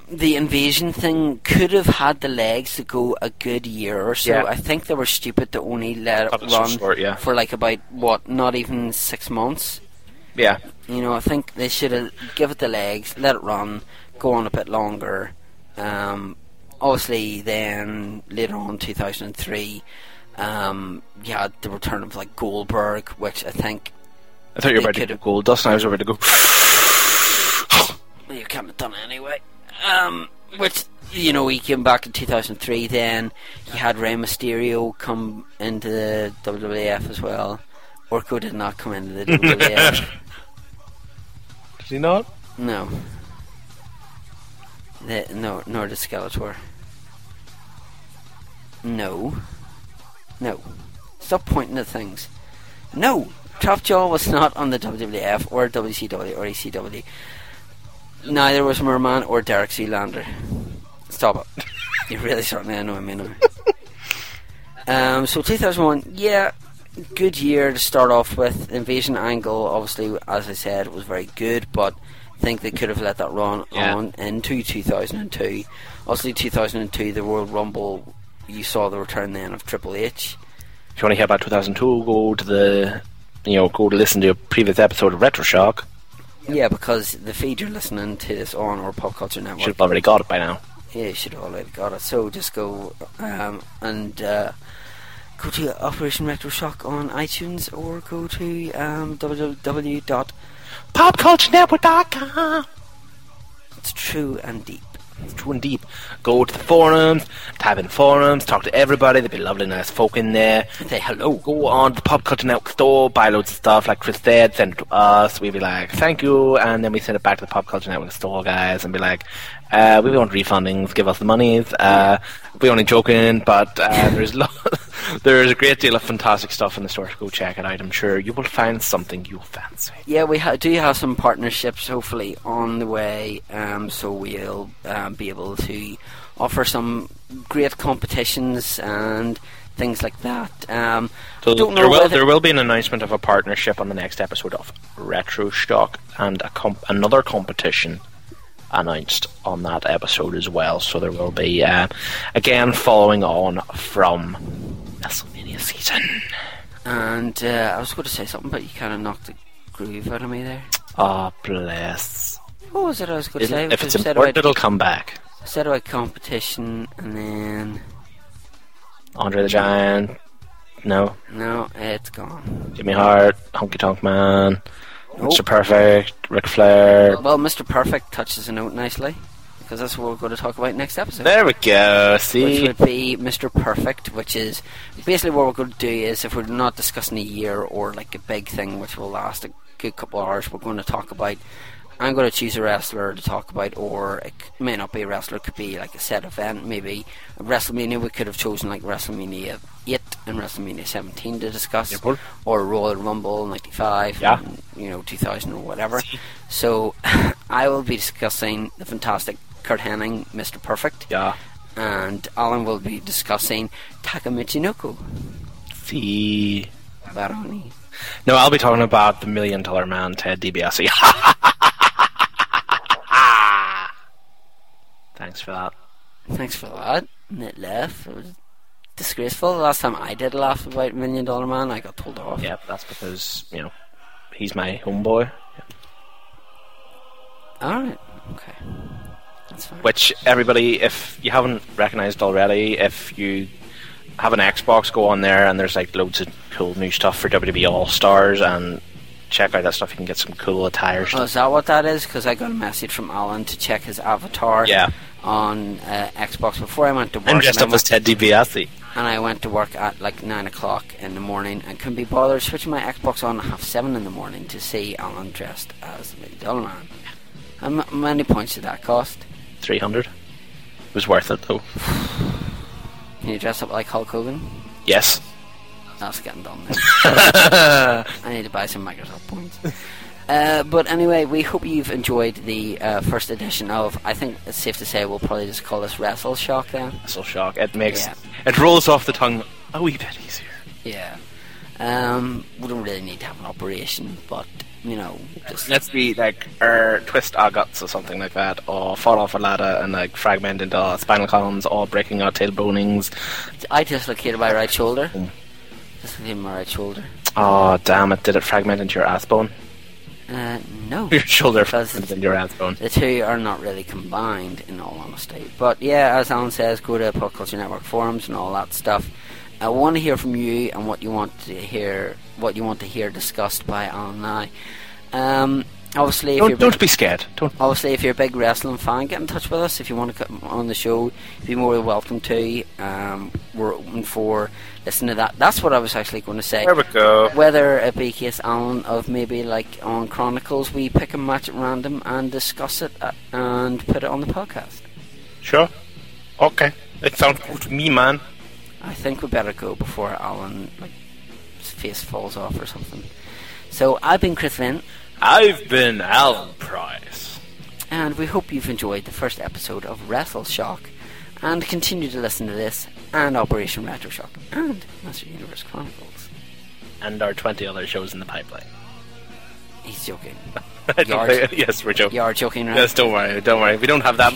Speaker 3: the invasion thing could have had the legs to go a good year or so.
Speaker 2: Yeah.
Speaker 3: I think they were stupid to only let
Speaker 2: Cut
Speaker 3: it
Speaker 2: it so
Speaker 3: run
Speaker 2: short, yeah.
Speaker 3: for like about what, not even six months.
Speaker 2: Yeah.
Speaker 3: You know, I think they should have give it the legs, let it run, go on a bit longer. Um, obviously, then later on, two thousand and three, um, you had the return of like Goldberg, which I think
Speaker 2: I thought you were about to go gold dust, and I was about to go. (laughs)
Speaker 3: you can't have done it anyway. Um, which you know, he came back in 2003. Then he had Rey Mysterio come into the WWF as well. Orko did not come into the WWF.
Speaker 2: Did he not?
Speaker 3: No. The, no, nor did Skeletor. No. No. Stop pointing at things. No! Top Jaw was not on the WWF or WCW or ECW. Neither was Merman or Derek Sealander. Stop it. (laughs) You're really starting to annoy me now. um, so 2001, yeah, good year to start off with. Invasion Angle, obviously, as I said, was very good, but I think they could have let that run
Speaker 2: Yeah.
Speaker 3: on into 2002. Obviously, 2002, the World Rumble, you saw the return then of Triple H.
Speaker 2: If you want to hear about 2002, go to the, you know, go to listen to a previous episode of Retro Shock.
Speaker 3: Yeah, because the feed you're listening to this on or Pop Culture Network.
Speaker 2: Should have already got it by now.
Speaker 3: Yeah, you should have already got it. So just go um, and uh, go to Operation Retro Shock on iTunes or go to um, www.popculturenetwork.com. It's true and deep.
Speaker 2: It's true and deep. Go to the forums, type in forums, talk to everybody. There'll be lovely, nice folk in there. Say hello. Go on to the Pop Culture Network store, buy loads of stuff. Like Chris said, send it to us. We'll be like, thank you. And then we send it back to the Pop Culture Network store, guys, and be like, uh, we want refundings, give us the monies. Uh, we're only joking, but uh, there's, lo- (laughs) there's a great deal of fantastic stuff in the store. Go check it out. I'm sure you will find something you fancy.
Speaker 3: Yeah, we ha- do have some partnerships hopefully on the way, um, so we'll um, be able to offer some great competitions and things like that. Um,
Speaker 2: So
Speaker 3: I don't know
Speaker 2: there will
Speaker 3: whether-
Speaker 2: there will be an announcement of a partnership on the next episode of Retro Shock and a comp- another competition announced on that episode as well. So there will be uh, again following on from WrestleMania season.
Speaker 3: And uh, I was going to say something, but you kind of knocked the groove out of me there.
Speaker 2: Ah, bless.
Speaker 3: What was it I was going to
Speaker 2: It'll-
Speaker 3: say?
Speaker 2: if it's
Speaker 3: I said
Speaker 2: important,
Speaker 3: about-
Speaker 2: it'll come back.
Speaker 3: I said about competition, and then
Speaker 2: Andre the Giant. No.
Speaker 3: no, it's gone.
Speaker 2: Jimmy Hart, Honky Tonk Man,
Speaker 3: Nope.
Speaker 2: Mr. Perfect, Ric Flair.
Speaker 3: Well, Mr. Perfect touches a note nicely because that's what we're going to talk about next episode.
Speaker 2: There we go. See.
Speaker 3: Which would be Mr. Perfect, which is basically what we're going to do is if we're not discussing a year or like a big thing which will last a good couple of hours, we're going to talk about. I'm going to choose a wrestler to talk about, or it c- may not be a wrestler, it could be like a set event, maybe. WrestleMania, we could have chosen like WrestleMania 8 and WrestleMania 17 to discuss, or Royal Rumble 95,
Speaker 2: Yeah.
Speaker 3: and, you know, 2000 or
Speaker 2: (laughs)
Speaker 3: whatever. So (laughs) I will be discussing the fantastic Kurt Hennig, Mr. Perfect.
Speaker 2: Yeah.
Speaker 3: And Alan will be discussing Takamichinoko.
Speaker 2: See.
Speaker 3: Baroni.
Speaker 2: No, I'll be talking about the million dollar man, Ted DiBiase. (laughs) Thanks for that.
Speaker 3: Thanks for that. And it left. It was disgraceful. The last time I did laugh about Million Dollar Man, I got told off.
Speaker 2: Yep, that's because, you know, he's my homeboy.
Speaker 3: Alright. Okay. That's fine.
Speaker 2: Which, everybody, if you haven't recognized already, if you have an Xbox, go on there and there's like loads of cool new stuff for WWE All Stars and check out that stuff. You can get some cool attire
Speaker 3: Oh,
Speaker 2: stuff.
Speaker 3: is that what that is? Because I got a message from Alan to check his avatar
Speaker 2: Yeah.
Speaker 3: on uh, Xbox before I went to work.
Speaker 2: I'm dressed
Speaker 3: and
Speaker 2: up
Speaker 3: I
Speaker 2: as Ted DiBiase.
Speaker 3: and I went to work at like nine o'clock in the morning and couldn't be bothered switching my Xbox on at half seven in the morning to see Alan dressed as the Big Dollar Man. How m- many points did that cost?
Speaker 2: 300. It was worth it, though.
Speaker 3: Can you dress up like Hulk Hogan?
Speaker 2: Yes.
Speaker 3: That's getting done. Then. I need to buy some Microsoft points. Uh, but anyway, we hope you've enjoyed the uh, first edition of. I think it's safe to say we'll probably just call this Wrestle Shock then.
Speaker 2: Wrestle Shock. It makes.
Speaker 3: Yeah.
Speaker 2: It rolls off the tongue a wee bit easier.
Speaker 3: Yeah. Um, we don't really need to have an operation, but you know, just
Speaker 2: Let's be like er, twist our guts or something like that, or fall off a ladder and like fragment into our spinal columns, or breaking our tailbonings.
Speaker 3: I dislocated my right shoulder. Dislocated my right shoulder.
Speaker 2: Oh damn it! Did it fragment into your ass bone? (laughs)
Speaker 3: Uh, no.
Speaker 2: Your shoulder fragmented into your ass bone.
Speaker 3: The two are not really combined, in all honesty. But yeah, as Alan says, go to Pop Culture Network forums and all that stuff. I want to hear from you and what you want to hear, what you want to hear discussed by Alan now. Um, obviously, if
Speaker 2: Don't-
Speaker 3: you're
Speaker 2: don't be scared. Don't.
Speaker 3: Obviously, if you're a big wrestling fan, get in touch with us. If you want to come on the show, you'd be more than welcome to. Um, we're open for listening to that. That's what I was actually going to say.
Speaker 2: There we go.
Speaker 3: Whether it be case Alan of maybe like on Chronicles, we pick a match at random and discuss it uh, and put it on the podcast.
Speaker 2: Sure. Okay. It sounds good to me, man.
Speaker 3: I think we better go before Alan like his face falls off or something. So I've been Chris Lynn.
Speaker 2: I've been Alan Price.
Speaker 3: and we hope you've enjoyed the first episode of Wrestle Shock and continue to listen to this and Operation Retro Shock and Master Universe Chronicles.
Speaker 2: And our 20 other shows in the pipeline.
Speaker 3: He's joking.
Speaker 2: (laughs) I don't
Speaker 3: Yard.
Speaker 2: think- (laughs) yes, we're joking.
Speaker 3: You are joking, right?
Speaker 2: Yes, don't worry, don't worry. We don't have that.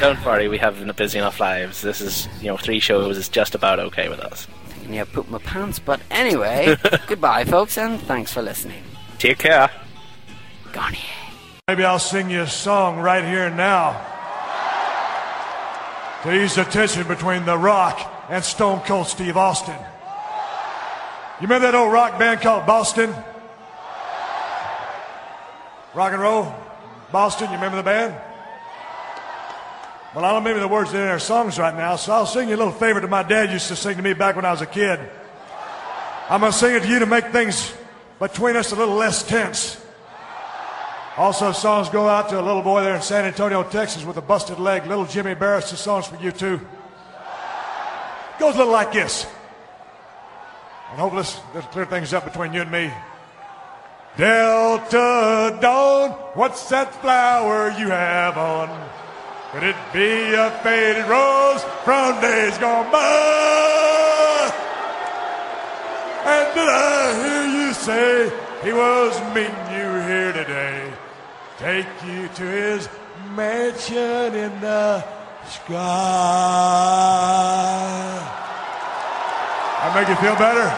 Speaker 2: don't worry, we have n- busy enough lives. This is, you know, three shows is just about okay with us.
Speaker 3: And yeah, poop my pants. But
Speaker 2: (laughs)
Speaker 3: anyway, goodbye, folks, and thanks for listening.
Speaker 2: Take care.
Speaker 12: Maybe I'll sing you a song right here and now to ease the tension between The Rock and Stone Cold Steve Austin. You remember that old rock band called Boston? Rock and roll? Boston, you remember the band? Well, I don't remember the words to their songs right now, so I'll sing you a little favorite that my dad used to sing to me back when I was a kid. I'm going to sing it to you to make things between us a little less tense. Also, songs go out to a little boy there in San Antonio, Texas, with a busted leg, little Jimmy Barris. The song's for you too. Goes a little like this, and hopefully this, this will clear things up between you and me. Delta Dawn, what's that flower you have on? Could it be a faded rose from days gone by? And did I hear you say he was meeting you here today? Take you to his mansion in the sky. I make you feel better?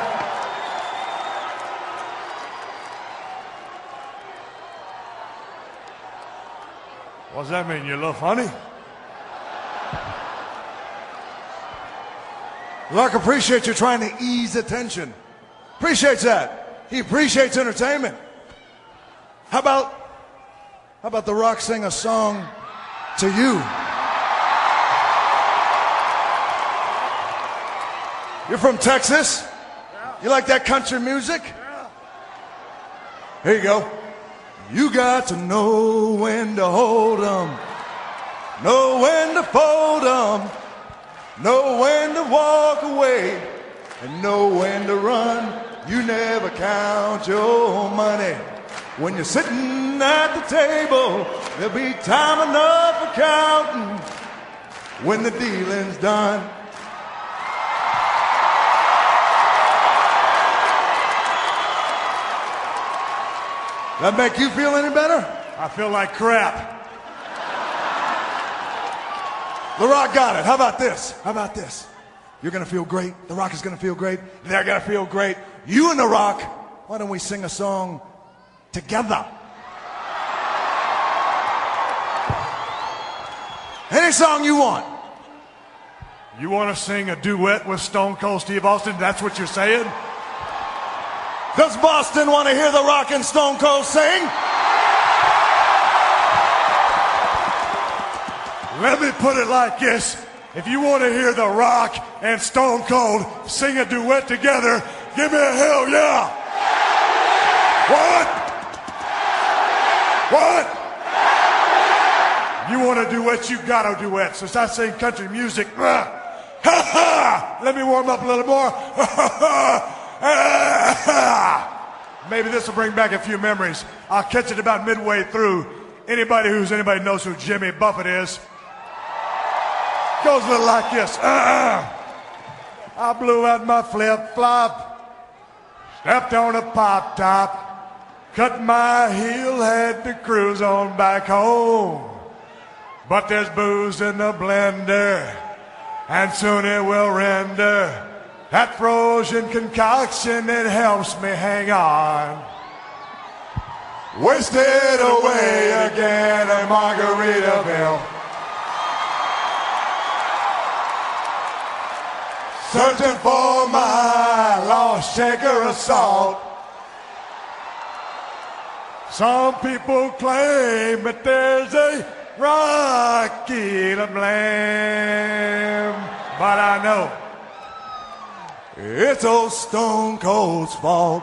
Speaker 12: What does that mean? You love honey?
Speaker 17: Look, appreciate you trying to ease the tension. Appreciates that. He appreciates entertainment. How about how about The Rock sing a song to you? You're from Texas? You like that country music? Here you go. You got to know when to hold 'em, know when to fold 'em, know when to walk away, and know when to run. You never count your money. When you're sitting at the table, there'll be time enough for counting when the dealing's done. That make you feel any better?
Speaker 12: I feel like crap.
Speaker 17: The Rock got it. How about this? How about this? You're gonna feel great. The Rock is gonna feel great. They're gonna feel great. You and The Rock. Why don't we sing a song together? Any song you want.
Speaker 12: You want to sing a duet with Stone Cold Steve Austin? That's what you're saying?
Speaker 17: Does Boston want to hear The Rock and Stone Cold sing?
Speaker 12: Let me put it like this. If you want to hear The Rock and Stone Cold sing a duet together, give me a hell yeah. What? What? You want a duet, you gotta duet. Since I sing country music, (laughs) ha ha! Let me warm up a little more. (laughs) Maybe this will bring back a few memories. I'll catch it about midway through. Anybody who's anybody knows who Jimmy Buffett is goes a little like this. Uh, I blew out my flip flop, stepped on a pop top, cut my heel, had to cruise on back home. But there's booze in the blender, and soon it will render. That frozen concoction, it helps me hang on. Wasted away again, a margarita bill. So searching for my lost shaker of salt. Some people claim that there's a rocky lamb, but I know it's old Stone Cold's fault.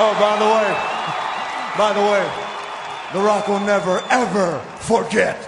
Speaker 12: Oh, by the way, by the way, The Rock will never, ever forget